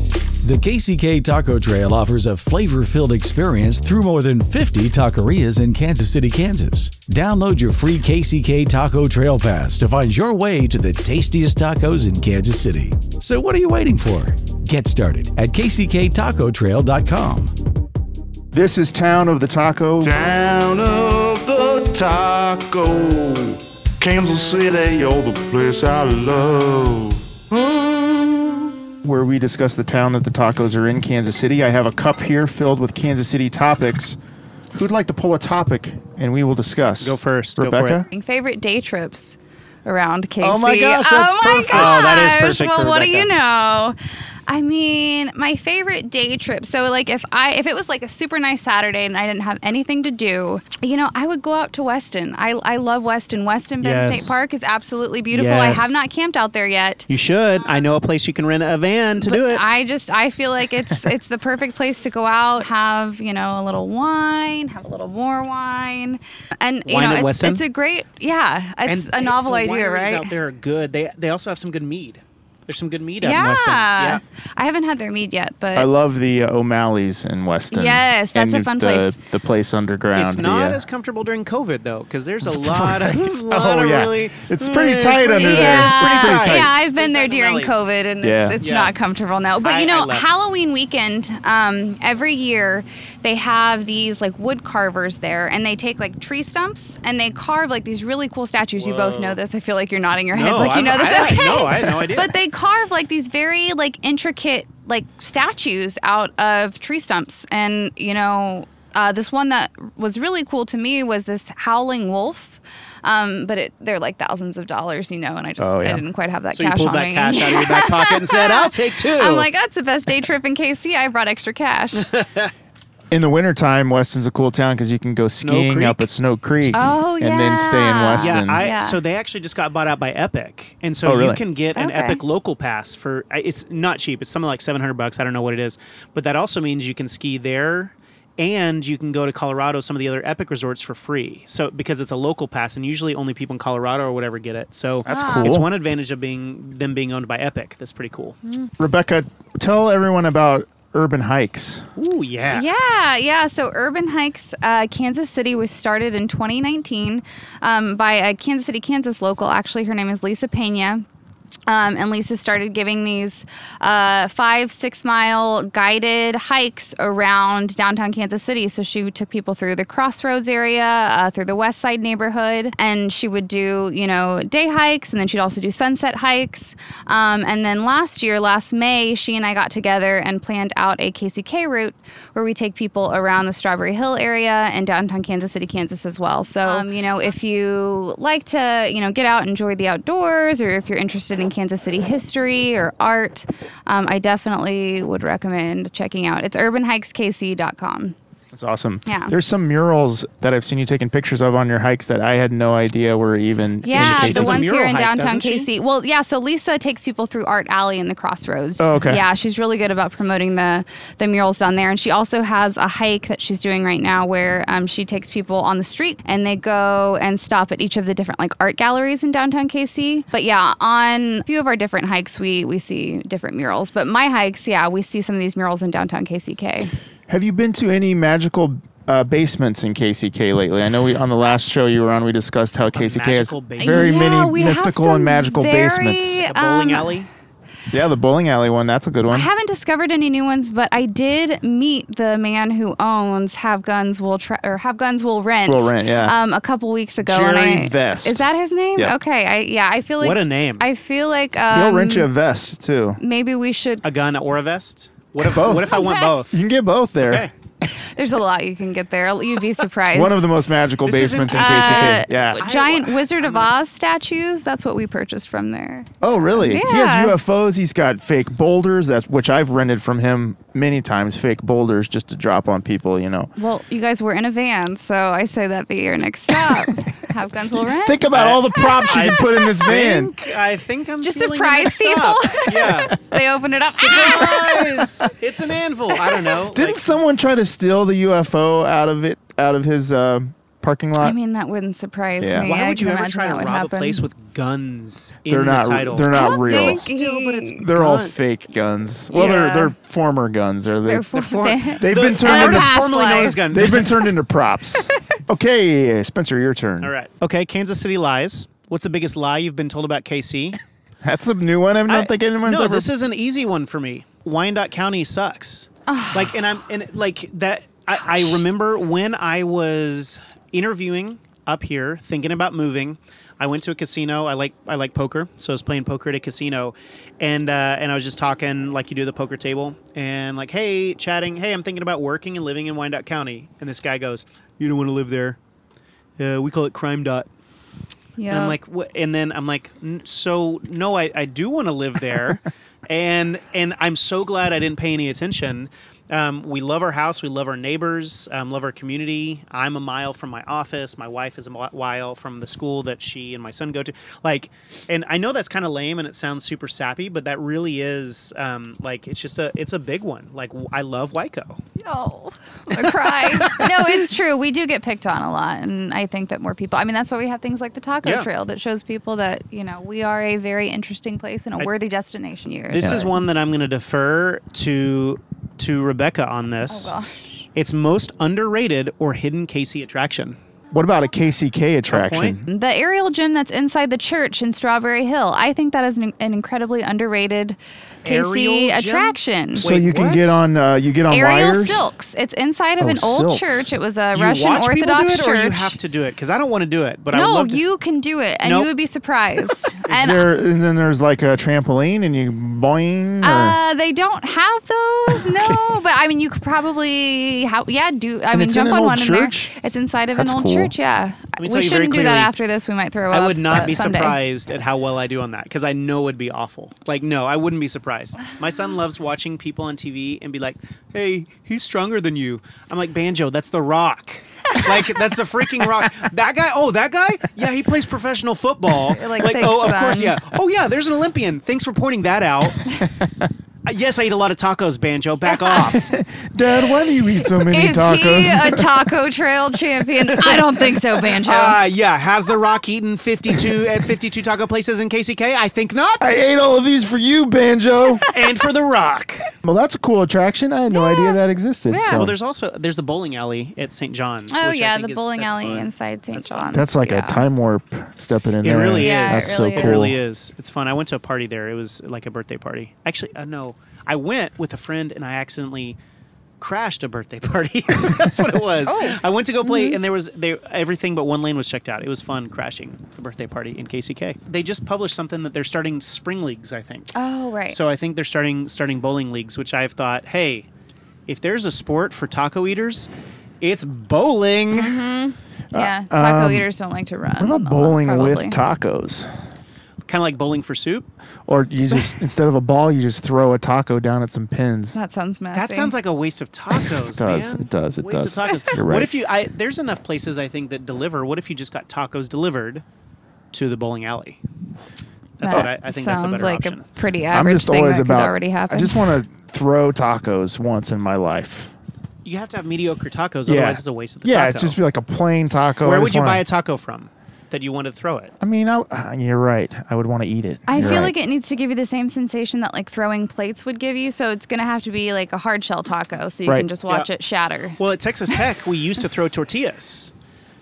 [SPEAKER 5] The KCK Taco Trail offers a flavor filled experience through more than 50 taquerias in Kansas City, Kansas. Download your free KCK Taco Trail Pass to find your way to the tastiest tacos in Kansas City. So, what are you waiting for? Get started at kcktacotrail.com.
[SPEAKER 1] This is Town of the Taco.
[SPEAKER 6] Town of the Taco. Kansas City, oh, the place I love.
[SPEAKER 1] where we discuss the town that the tacos are in, Kansas City. I have a cup here filled with Kansas City topics. Who'd like to pull a topic and we will discuss?
[SPEAKER 3] Go first. Go for
[SPEAKER 1] Rebecca.
[SPEAKER 4] Favorite day trips around Casey.
[SPEAKER 1] my gosh, that's
[SPEAKER 4] oh my
[SPEAKER 1] perfect.
[SPEAKER 4] Gosh.
[SPEAKER 3] Oh, that is perfect
[SPEAKER 4] Well,
[SPEAKER 3] for
[SPEAKER 4] what do
[SPEAKER 3] Rebecca.
[SPEAKER 4] you know? I mean, my favorite day trip. So like if I if it was like a super nice Saturday and I didn't have anything to do, you know, I would go out to Weston. I I love Weston. Weston Bend
[SPEAKER 3] Yes.
[SPEAKER 4] State Park is absolutely beautiful.
[SPEAKER 3] Yes.
[SPEAKER 4] I have not camped out there yet.
[SPEAKER 3] You should. I know a place you can rent a van to do it.
[SPEAKER 4] I just I feel like it's it's the perfect place to go out, have you know a little wine, have a little more wine, and you
[SPEAKER 3] Wine at
[SPEAKER 4] know it's,
[SPEAKER 3] Weston?
[SPEAKER 4] it's a great yeah, it's a novel
[SPEAKER 3] the
[SPEAKER 4] idea,
[SPEAKER 3] wineries
[SPEAKER 4] right?
[SPEAKER 3] Out there are good. They they also have some good mead. There's some good mead out in
[SPEAKER 4] yeah.
[SPEAKER 3] Weston. Yeah.
[SPEAKER 4] I haven't had their meat yet, but
[SPEAKER 1] I love the uh, O'Malley's in Weston.
[SPEAKER 4] Yes, that's
[SPEAKER 1] And
[SPEAKER 4] a fun
[SPEAKER 1] the,
[SPEAKER 4] place.
[SPEAKER 1] The place underground.
[SPEAKER 3] It's not
[SPEAKER 1] the, uh,
[SPEAKER 3] as comfortable during COVID though, because there's a lot of, a lot
[SPEAKER 1] Oh,
[SPEAKER 3] of
[SPEAKER 1] yeah.
[SPEAKER 3] really.
[SPEAKER 1] It's pretty
[SPEAKER 3] Eh,
[SPEAKER 1] tight under there.
[SPEAKER 4] Yeah,
[SPEAKER 1] It's pretty tight.
[SPEAKER 4] yeah, I've been there
[SPEAKER 3] Pretty tight
[SPEAKER 4] during
[SPEAKER 3] alleys.
[SPEAKER 4] COVID, and
[SPEAKER 1] Yeah.
[SPEAKER 4] it's, it's
[SPEAKER 3] Yeah.
[SPEAKER 4] not comfortable now. But
[SPEAKER 3] I-
[SPEAKER 4] you
[SPEAKER 3] I
[SPEAKER 4] know,
[SPEAKER 3] love it.
[SPEAKER 4] Halloween weekend um, every year they have these like wood carvers there, and they take like tree stumps and they carve like these really cool statues. You both know this. I feel like you're nodding your heads
[SPEAKER 3] No,
[SPEAKER 4] like you
[SPEAKER 3] I'm-
[SPEAKER 4] know this.
[SPEAKER 3] I- I-
[SPEAKER 4] okay.
[SPEAKER 3] no, I had no idea.
[SPEAKER 4] But they carve like these very like intricate like statues out of tree stumps, and you know. Uh, this one that was really cool to me was this howling wolf, um, but it, they're like thousands of dollars, you know, and I just
[SPEAKER 1] Oh, yeah.
[SPEAKER 4] I didn't quite have that
[SPEAKER 3] So you
[SPEAKER 4] cash
[SPEAKER 3] pulled
[SPEAKER 4] on
[SPEAKER 3] that
[SPEAKER 4] me.
[SPEAKER 3] cash out of your back pocket and said, "I'll take two.
[SPEAKER 4] I'm like, that's the best day trip in KC. I brought extra cash.
[SPEAKER 1] in the wintertime, Weston's a cool town because you can go skiing
[SPEAKER 3] Creek.
[SPEAKER 1] up at Snow Creek
[SPEAKER 4] Oh,
[SPEAKER 1] and then stay in
[SPEAKER 4] yeah.
[SPEAKER 1] Weston.
[SPEAKER 3] Yeah, I,
[SPEAKER 4] Yeah.
[SPEAKER 3] so they actually just got bought out by Epic, and so
[SPEAKER 1] Oh, really?
[SPEAKER 3] you can get an
[SPEAKER 4] Okay.
[SPEAKER 3] Epic local pass for I- it's not cheap. It's something like seven hundred bucks. I don't know what it is, but that also means you can ski there, and you can go to Colorado, some of the other Epic resorts for free. So because it's a local pass, and usually only people in Colorado or whatever get it. So
[SPEAKER 1] That's
[SPEAKER 4] Ah.
[SPEAKER 3] It's
[SPEAKER 1] cool.
[SPEAKER 3] one advantage of being them being owned by Epic. That's pretty cool.
[SPEAKER 4] Mm.
[SPEAKER 1] Rebecca, tell everyone about urban hikes.
[SPEAKER 3] Ooh yeah.
[SPEAKER 4] Yeah, yeah. So Urban Hikes uh, Kansas City was started in 2019 um, by a Kansas City, Kansas local. Actually, her name is Lisa Pena. Um, and Lisa started giving these uh, five, six mile guided hikes around downtown Kansas City. So she took people through the Crossroads area, uh, through the West Side neighborhood, and she would do, you know, day hikes, and then she'd also do sunset hikes. Um, and then last year, last May, she and I got together and planned out a KCK route where we take people around the Strawberry Hill area and downtown Kansas City, Kansas as well. So, um, you know, if you like to, you know, get out, enjoy the outdoors, or if you're interested in Kansas City history or art, um, I definitely would recommend checking out. It's urbanhikeskc.com.
[SPEAKER 1] That's awesome.
[SPEAKER 4] Yeah.
[SPEAKER 1] There's some murals that I've seen you taking pictures of on your hikes that I had no idea were even
[SPEAKER 4] Yeah,
[SPEAKER 1] in
[SPEAKER 4] the
[SPEAKER 1] Kansas.
[SPEAKER 3] one-
[SPEAKER 4] ones here
[SPEAKER 3] mural
[SPEAKER 4] in
[SPEAKER 3] hike,
[SPEAKER 4] downtown
[SPEAKER 3] doesn't she?
[SPEAKER 4] KC. Well, yeah, so Lisa takes people through Art Alley and the Crossroads.
[SPEAKER 1] Oh, okay.
[SPEAKER 4] Yeah, she's really good about promoting the the murals down there, and she also has a hike that she's doing right now where um, she takes people on the street and they go and stop at each of the different like art galleries in downtown KC. But yeah, on a few of our different hikes, we we see different murals. But my hikes, yeah, we see some of these murals in downtown KCK.
[SPEAKER 1] Have you been to any magical uh, basements in KCK lately? I know we on the last show you were on, we discussed how KCK has
[SPEAKER 3] magical basement.
[SPEAKER 1] very
[SPEAKER 4] Yeah,
[SPEAKER 1] many
[SPEAKER 4] we have
[SPEAKER 1] mystical
[SPEAKER 4] some
[SPEAKER 1] and magical
[SPEAKER 4] very-
[SPEAKER 1] basements.
[SPEAKER 3] A bowling
[SPEAKER 4] Um,
[SPEAKER 3] alley.
[SPEAKER 1] Yeah, the bowling alley one. That's a good
[SPEAKER 4] I
[SPEAKER 1] one.
[SPEAKER 4] haven't discovered any new ones, but I did meet the man who owns Have Guns Will Tra- or Have Guns Will Rent.
[SPEAKER 1] Will Rent, yeah.
[SPEAKER 4] Um, a couple weeks ago.
[SPEAKER 1] Jerry
[SPEAKER 4] and I,
[SPEAKER 1] Vest.
[SPEAKER 4] Is that his name?
[SPEAKER 1] Yeah.
[SPEAKER 4] Okay. I yeah. I feel like
[SPEAKER 3] What a name.
[SPEAKER 4] I feel like
[SPEAKER 1] He'll
[SPEAKER 4] um,
[SPEAKER 1] rent you a vest too.
[SPEAKER 4] maybe we should.
[SPEAKER 3] a gun or a vest? What if
[SPEAKER 1] Both.
[SPEAKER 3] what if I want
[SPEAKER 4] Okay.
[SPEAKER 3] both?
[SPEAKER 1] You can get both there.
[SPEAKER 3] Okay.
[SPEAKER 4] There's a lot you can get there. You'd be surprised.
[SPEAKER 1] One of the most magical
[SPEAKER 3] This isn't-
[SPEAKER 1] basements in
[SPEAKER 3] Uh,
[SPEAKER 1] KCK.
[SPEAKER 4] Uh,
[SPEAKER 1] yeah.
[SPEAKER 4] giant Wizard of Oz statues. That's what we purchased from there.
[SPEAKER 1] Oh, really? He has
[SPEAKER 4] Yeah.
[SPEAKER 1] UFOs. He's got fake boulders. That's which I've rented from him many times. Fake boulders just to drop on people. You know.
[SPEAKER 4] Well, you guys were in a van, so I say that be your next stop. Have Guns Will Rent.
[SPEAKER 1] Think about all the props you
[SPEAKER 3] I
[SPEAKER 1] can put in this van.
[SPEAKER 3] think, I think I'm
[SPEAKER 4] Just
[SPEAKER 3] feeling
[SPEAKER 4] surprise
[SPEAKER 3] mixed
[SPEAKER 4] people.
[SPEAKER 3] up. Yeah.
[SPEAKER 4] they open it up.
[SPEAKER 3] Surprise! it's an anvil. I don't know.
[SPEAKER 1] Didn't
[SPEAKER 3] Like,
[SPEAKER 1] someone try to steal the UFO out of it out of his uh, parking lot?
[SPEAKER 4] I mean, that wouldn't surprise
[SPEAKER 1] Yeah.
[SPEAKER 4] me.
[SPEAKER 3] why
[SPEAKER 4] I
[SPEAKER 3] would you
[SPEAKER 4] can
[SPEAKER 3] ever
[SPEAKER 4] imagine
[SPEAKER 3] try
[SPEAKER 4] that
[SPEAKER 3] to
[SPEAKER 4] would
[SPEAKER 3] rob
[SPEAKER 4] happen.
[SPEAKER 3] a place with guns in
[SPEAKER 1] they're
[SPEAKER 3] the
[SPEAKER 1] not.
[SPEAKER 3] title?
[SPEAKER 1] They're not
[SPEAKER 4] don't
[SPEAKER 1] real.
[SPEAKER 4] think-
[SPEAKER 3] Still, but it's
[SPEAKER 1] They're all
[SPEAKER 3] gun.
[SPEAKER 1] fake guns. Well,
[SPEAKER 4] Yeah.
[SPEAKER 1] they're they're former guns. Or they,
[SPEAKER 4] They're
[SPEAKER 1] have
[SPEAKER 4] for-
[SPEAKER 3] form-
[SPEAKER 4] they-
[SPEAKER 1] been
[SPEAKER 4] and
[SPEAKER 1] turned
[SPEAKER 4] they're
[SPEAKER 1] into
[SPEAKER 4] past
[SPEAKER 3] formerly known
[SPEAKER 4] life.
[SPEAKER 3] as gun.
[SPEAKER 1] they've been turned into props. Okay, Spencer, your turn.
[SPEAKER 3] All right. Okay. Kansas City lies. What's the biggest lie you've been told about KC?
[SPEAKER 1] That's a new one. I don't think anyone's
[SPEAKER 3] no,
[SPEAKER 1] ever.
[SPEAKER 3] this is an easy one for me. Wyandotte County sucks. like, and I'm and like that. I, I remember when I was interviewing up here, thinking about moving. I went to a casino. I like I like poker, so I was playing poker at a casino, and uh, and I was just talking like you do at the poker table, and like hey, chatting. Hey, I'm thinking about working and living in Wyandotte County, and this guy goes, "You don't want to live there. Uh, we call it crime dot."
[SPEAKER 4] Yeah.
[SPEAKER 3] And I'm like, what? And then I'm like, "N- so no, I, I do want to live there, and and I'm so glad I didn't pay any attention. Um, we love our house, we love our neighbors, um, love our community. I'm a mile from my office. My wife is a mi- mile from the school that she and my son go to. Like, and I know that's kind of lame and it sounds super sappy, but that really is um, like it's just a it's a big one. Like w- I love Waco.
[SPEAKER 4] oh, I'm gonna cry. no, it's true. We do get picked on a lot, and I think that more people. I mean, that's why we have things like the Taco
[SPEAKER 3] Yeah.
[SPEAKER 4] Trail that shows people that you know we are a very interesting place and a worthy destination. Years.
[SPEAKER 3] This is one that I'm going to defer to to Rebecca on this.
[SPEAKER 4] oh gosh.
[SPEAKER 3] It's most underrated or hidden Casey attraction.
[SPEAKER 1] what about a KCK attraction?
[SPEAKER 4] The aerial gym that's inside the church in Strawberry Hill. I think that is an, an incredibly underrated
[SPEAKER 3] Aerial
[SPEAKER 4] KC
[SPEAKER 3] gym?
[SPEAKER 4] attraction.
[SPEAKER 1] So
[SPEAKER 3] Wait,
[SPEAKER 1] you can
[SPEAKER 3] what?
[SPEAKER 1] get on. Uh, you get on
[SPEAKER 4] Aerial
[SPEAKER 1] wires.
[SPEAKER 4] silks. It's inside of
[SPEAKER 1] Oh,
[SPEAKER 4] an old
[SPEAKER 1] silks.
[SPEAKER 4] church. It was a
[SPEAKER 3] You
[SPEAKER 4] Russian
[SPEAKER 3] watch people
[SPEAKER 4] Orthodox
[SPEAKER 3] do it,
[SPEAKER 4] church.
[SPEAKER 3] Or you have to do it because I don't want to do it. But I would
[SPEAKER 4] no,
[SPEAKER 3] love to-
[SPEAKER 4] you can do it, and
[SPEAKER 3] Nope.
[SPEAKER 4] you would be surprised. and
[SPEAKER 1] There and then there's like a trampoline and you boing. Or,
[SPEAKER 4] uh, they don't have those. No, but I mean, you could probably, ha- yeah, do. I mean,
[SPEAKER 1] it's in
[SPEAKER 4] jump
[SPEAKER 1] an
[SPEAKER 4] on
[SPEAKER 1] old
[SPEAKER 4] one
[SPEAKER 1] church?
[SPEAKER 4] in there. It's inside of
[SPEAKER 1] That's
[SPEAKER 4] an old
[SPEAKER 1] cool.
[SPEAKER 4] church. Yeah,
[SPEAKER 3] me tell
[SPEAKER 4] we
[SPEAKER 3] you very
[SPEAKER 4] shouldn't do that
[SPEAKER 3] clearly,
[SPEAKER 4] after this. We might throw up.
[SPEAKER 3] I would not
[SPEAKER 4] but
[SPEAKER 3] be
[SPEAKER 4] someday.
[SPEAKER 3] surprised at how well I do on that because I know it'd be awful. Like, no, I wouldn't be surprised. My son loves watching people on TV and be like, "Hey, he's stronger than you." I'm like, "Banjo, that's the Rock." like that's the freaking rock. That guy. Oh, that guy. Yeah, he plays professional football.
[SPEAKER 4] You're like, "Thanks,
[SPEAKER 3] oh, of course.
[SPEAKER 4] son."
[SPEAKER 3] Yeah. Oh, yeah. There's an Olympian. Thanks for pointing that out. Uh, yes, I eat a lot of tacos, Banjo. Back off.
[SPEAKER 1] Dad, why do you eat so many
[SPEAKER 4] Is he
[SPEAKER 1] tacos?
[SPEAKER 4] a Taco Trail champion? I don't think so, Banjo.
[SPEAKER 3] Uh, yeah, has The Rock eaten 52 at 52 taco places in KCK? I think not.
[SPEAKER 1] I ate all of these for you, Banjo.
[SPEAKER 3] and for The Rock.
[SPEAKER 1] well, that's a cool attraction. I had no idea that existed.
[SPEAKER 4] Yeah.
[SPEAKER 1] So.
[SPEAKER 3] Well, there's also there's the bowling alley at St. John's.
[SPEAKER 4] oh
[SPEAKER 3] which I
[SPEAKER 4] yeah,
[SPEAKER 3] think
[SPEAKER 4] the
[SPEAKER 3] is-
[SPEAKER 4] bowling
[SPEAKER 3] that's
[SPEAKER 4] alley
[SPEAKER 3] fun.
[SPEAKER 4] inside St. John's.
[SPEAKER 1] That's like
[SPEAKER 4] Yeah.
[SPEAKER 1] a time warp stepping in
[SPEAKER 3] It
[SPEAKER 1] there.
[SPEAKER 3] really is.
[SPEAKER 4] Yeah, it
[SPEAKER 1] That's so
[SPEAKER 4] really
[SPEAKER 1] cool.
[SPEAKER 4] is.
[SPEAKER 3] It really is. It's fun. I went to a party there. It was like a birthday party. Actually, uh, no, I went with a friend and I accidentally crashed a birthday party. That's what it was.
[SPEAKER 4] Oh.
[SPEAKER 3] I went to go play and there was they, everything but one lane was checked out. It was fun crashing the birthday party in KCK. They just published something that they're starting spring leagues, I think.
[SPEAKER 4] Oh right.
[SPEAKER 3] So I think they're starting starting bowling leagues, which I've thought, hey, if there's a sport for taco eaters, it's bowling.
[SPEAKER 4] yeah,
[SPEAKER 3] uh, um,
[SPEAKER 4] taco eaters don't like to run.
[SPEAKER 1] What
[SPEAKER 4] a
[SPEAKER 1] about
[SPEAKER 4] lot,
[SPEAKER 1] bowling with
[SPEAKER 4] probably.
[SPEAKER 1] tacos?
[SPEAKER 3] Kind of like bowling for soup.
[SPEAKER 1] Or you just instead of a ball, you just throw a taco down at some pins.
[SPEAKER 4] That sounds messy.
[SPEAKER 3] That sounds like a waste of tacos. it
[SPEAKER 1] does,
[SPEAKER 3] Man.
[SPEAKER 1] it does, it
[SPEAKER 3] waste
[SPEAKER 1] does.
[SPEAKER 3] Of tacos.
[SPEAKER 1] You're right.
[SPEAKER 3] What if you? I, there's enough places I think that deliver. What if you just got tacos delivered to the bowling alley? That's
[SPEAKER 4] That
[SPEAKER 3] what I, I think.
[SPEAKER 4] sounds
[SPEAKER 3] That's a better
[SPEAKER 4] like
[SPEAKER 3] option.
[SPEAKER 4] a pretty
[SPEAKER 1] I'm
[SPEAKER 4] average
[SPEAKER 1] just
[SPEAKER 4] thing
[SPEAKER 1] always
[SPEAKER 4] that
[SPEAKER 1] about.
[SPEAKER 4] could already happen.
[SPEAKER 1] I just want to throw tacos once in my life.
[SPEAKER 3] you have to have mediocre tacos,
[SPEAKER 1] yeah,
[SPEAKER 3] otherwise it's a waste of the
[SPEAKER 1] yeah.
[SPEAKER 3] taco.
[SPEAKER 1] it'd just be like a plain taco.
[SPEAKER 3] Where
[SPEAKER 1] I
[SPEAKER 3] would
[SPEAKER 1] just
[SPEAKER 3] you
[SPEAKER 1] wanna-
[SPEAKER 3] buy a taco from that you want to throw it?
[SPEAKER 1] I mean, I, uh, you're right. I would want to eat it.
[SPEAKER 4] I
[SPEAKER 1] You're
[SPEAKER 4] feel
[SPEAKER 1] right.
[SPEAKER 4] like it needs to give you the same sensation that like throwing plates would give you. So it's gonna have to be like a hard shell taco, so you
[SPEAKER 1] Right.
[SPEAKER 4] can just watch
[SPEAKER 3] Yeah.
[SPEAKER 4] it shatter.
[SPEAKER 3] Well, at Texas Tech, we used to throw tortillas.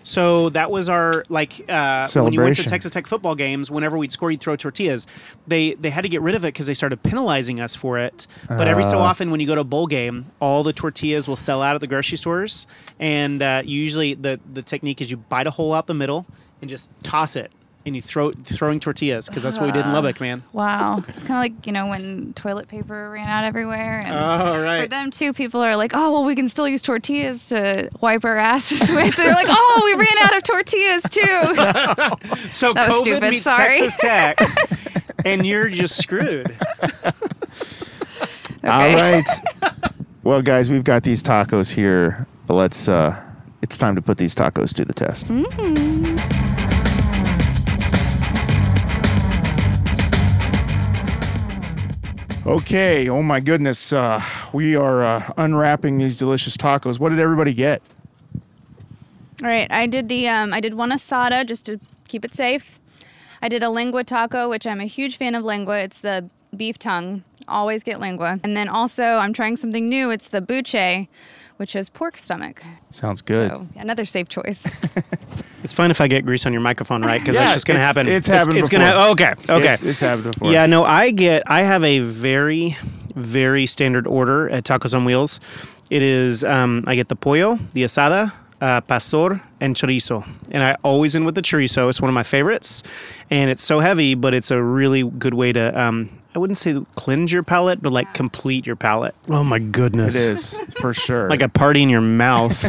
[SPEAKER 3] So that was our like uh, when you went to
[SPEAKER 1] Celebration.
[SPEAKER 3] Texas Tech football games. Whenever we'd score, you'd throw tortillas. They they had to get rid of it because they started penalizing us for it. But every so often, when you go to a bowl game, all the tortillas will sell out at the grocery stores, and uh, you usually the the technique is you bite a hole out the middle and just toss it, and you throw throwing tortillas because that's what we did in Lubbock, man.
[SPEAKER 4] Wow. It's kind of like, you know, when toilet paper ran out everywhere. And
[SPEAKER 3] All
[SPEAKER 4] For
[SPEAKER 3] Uh, right.
[SPEAKER 4] them too, people are like, "Oh, well, we can still use tortillas to wipe our asses with." They're like, "Oh, we ran out of tortillas too."
[SPEAKER 3] So
[SPEAKER 4] That was
[SPEAKER 3] COVID
[SPEAKER 4] stupid,
[SPEAKER 3] meets
[SPEAKER 4] sorry.
[SPEAKER 3] Texas Tech, and you're just screwed.
[SPEAKER 1] All right. well, guys, we've got these tacos here. Let's. uh It's time to put these tacos to the test.
[SPEAKER 4] Mm-hmm.
[SPEAKER 1] Okay. Oh my goodness. Uh, we are uh, unwrapping these delicious tacos. What did everybody get?
[SPEAKER 4] All right. I did the um, I did one asada just to keep it safe. I did a lingua taco, which I'm a huge fan of lingua. It's the beef tongue. Always get lingua. And then also, I'm trying something new. It's the buche, which is pork stomach.
[SPEAKER 1] Sounds good.
[SPEAKER 4] So another safe choice.
[SPEAKER 3] It's fine if I get grease on your microphone, right? Because that's
[SPEAKER 1] Yeah,
[SPEAKER 3] just going to
[SPEAKER 1] it's-
[SPEAKER 3] happen.
[SPEAKER 1] it's happened
[SPEAKER 3] It's, going to.
[SPEAKER 1] before.
[SPEAKER 3] Okay. Okay.
[SPEAKER 1] It's, it's happened before.
[SPEAKER 3] yeah. No, I get. I have a very, very standard order at Tacos on Wheels. It is. Um, I get the pollo, the asada. Uh, pastor and chorizo, and I always end with the chorizo. It's one of my favorites, and it's so heavy, but it's a really good way to. Um, I wouldn't say cleanse your palate, but like complete your palate. Oh my
[SPEAKER 1] It
[SPEAKER 3] goodness!
[SPEAKER 1] is for sure.
[SPEAKER 3] like a party in your mouth,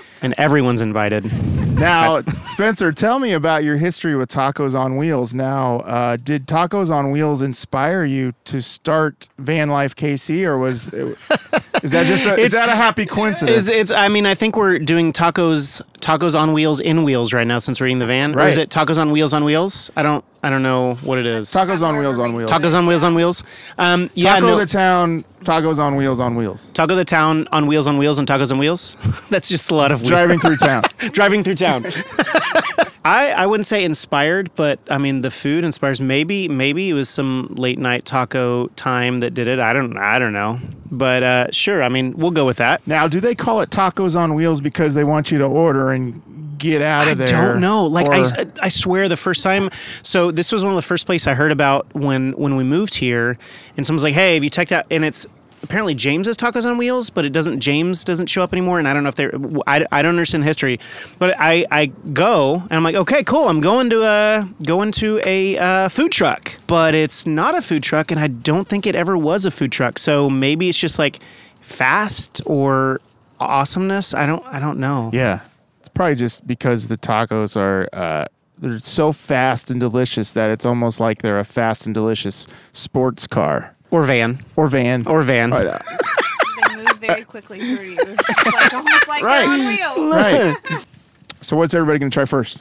[SPEAKER 3] and everyone's invited.
[SPEAKER 1] Now, Spencer, tell me about your history with Tacos on Wheels. Now, uh, did Tacos on Wheels inspire you to start Van Life KC, or was is that just a, is
[SPEAKER 3] It's-
[SPEAKER 1] that a happy coincidence?
[SPEAKER 3] Is it's? I mean, I think we're doing tacos, tacos on wheels in wheels right now since we're eating the van. Or is
[SPEAKER 1] Right.
[SPEAKER 3] it tacos on wheels on wheels? I don't. I don't know what it is.
[SPEAKER 1] tacos on Wheels on Wheels.
[SPEAKER 3] tacos on wheels on wheels. Um, yeah,
[SPEAKER 1] Taco
[SPEAKER 3] no.
[SPEAKER 1] the town. Tacos on Wheels on Wheels.
[SPEAKER 3] Taco the town on wheels on wheels and tacos on wheels. That's just a lot of wheels.
[SPEAKER 1] Driving through town.
[SPEAKER 3] driving through town. I, I wouldn't say inspired, but I mean the food inspires. Maybe maybe it was some late night taco time that did it. I don't I don't know, but uh, sure. I mean we'll go with that.
[SPEAKER 1] Now, do they call it Tacos on Wheels because they want you to order and get out of
[SPEAKER 3] I
[SPEAKER 1] there?
[SPEAKER 3] don't know. Like I,
[SPEAKER 1] Or-
[SPEAKER 3] s- I swear the first time. So this was one of the first places I heard about when when we moved here, and someone's like, "Hey, have you checked out?" And it's apparently James's Tacos on Wheels, but it doesn't. James doesn't show up anymore, and I don't know if they. I, I don't understand the history, but I I go and I'm like, okay, cool. I'm going to a going to a uh, food truck, but it's not a food truck, and I don't think it ever was a food truck. So maybe it's just like fast or awesomeness. I don't I don't know.
[SPEAKER 1] Yeah, it's probably just because the tacos are uh, they're so fast and delicious that it's almost like they're a fast and delicious sports car
[SPEAKER 3] Or van.
[SPEAKER 1] or van.
[SPEAKER 3] Or van.
[SPEAKER 1] Uh,
[SPEAKER 4] they move very quickly through you, like, almost like
[SPEAKER 1] Right.
[SPEAKER 4] they're on wheels.
[SPEAKER 1] right. So what's everybody gonna try first?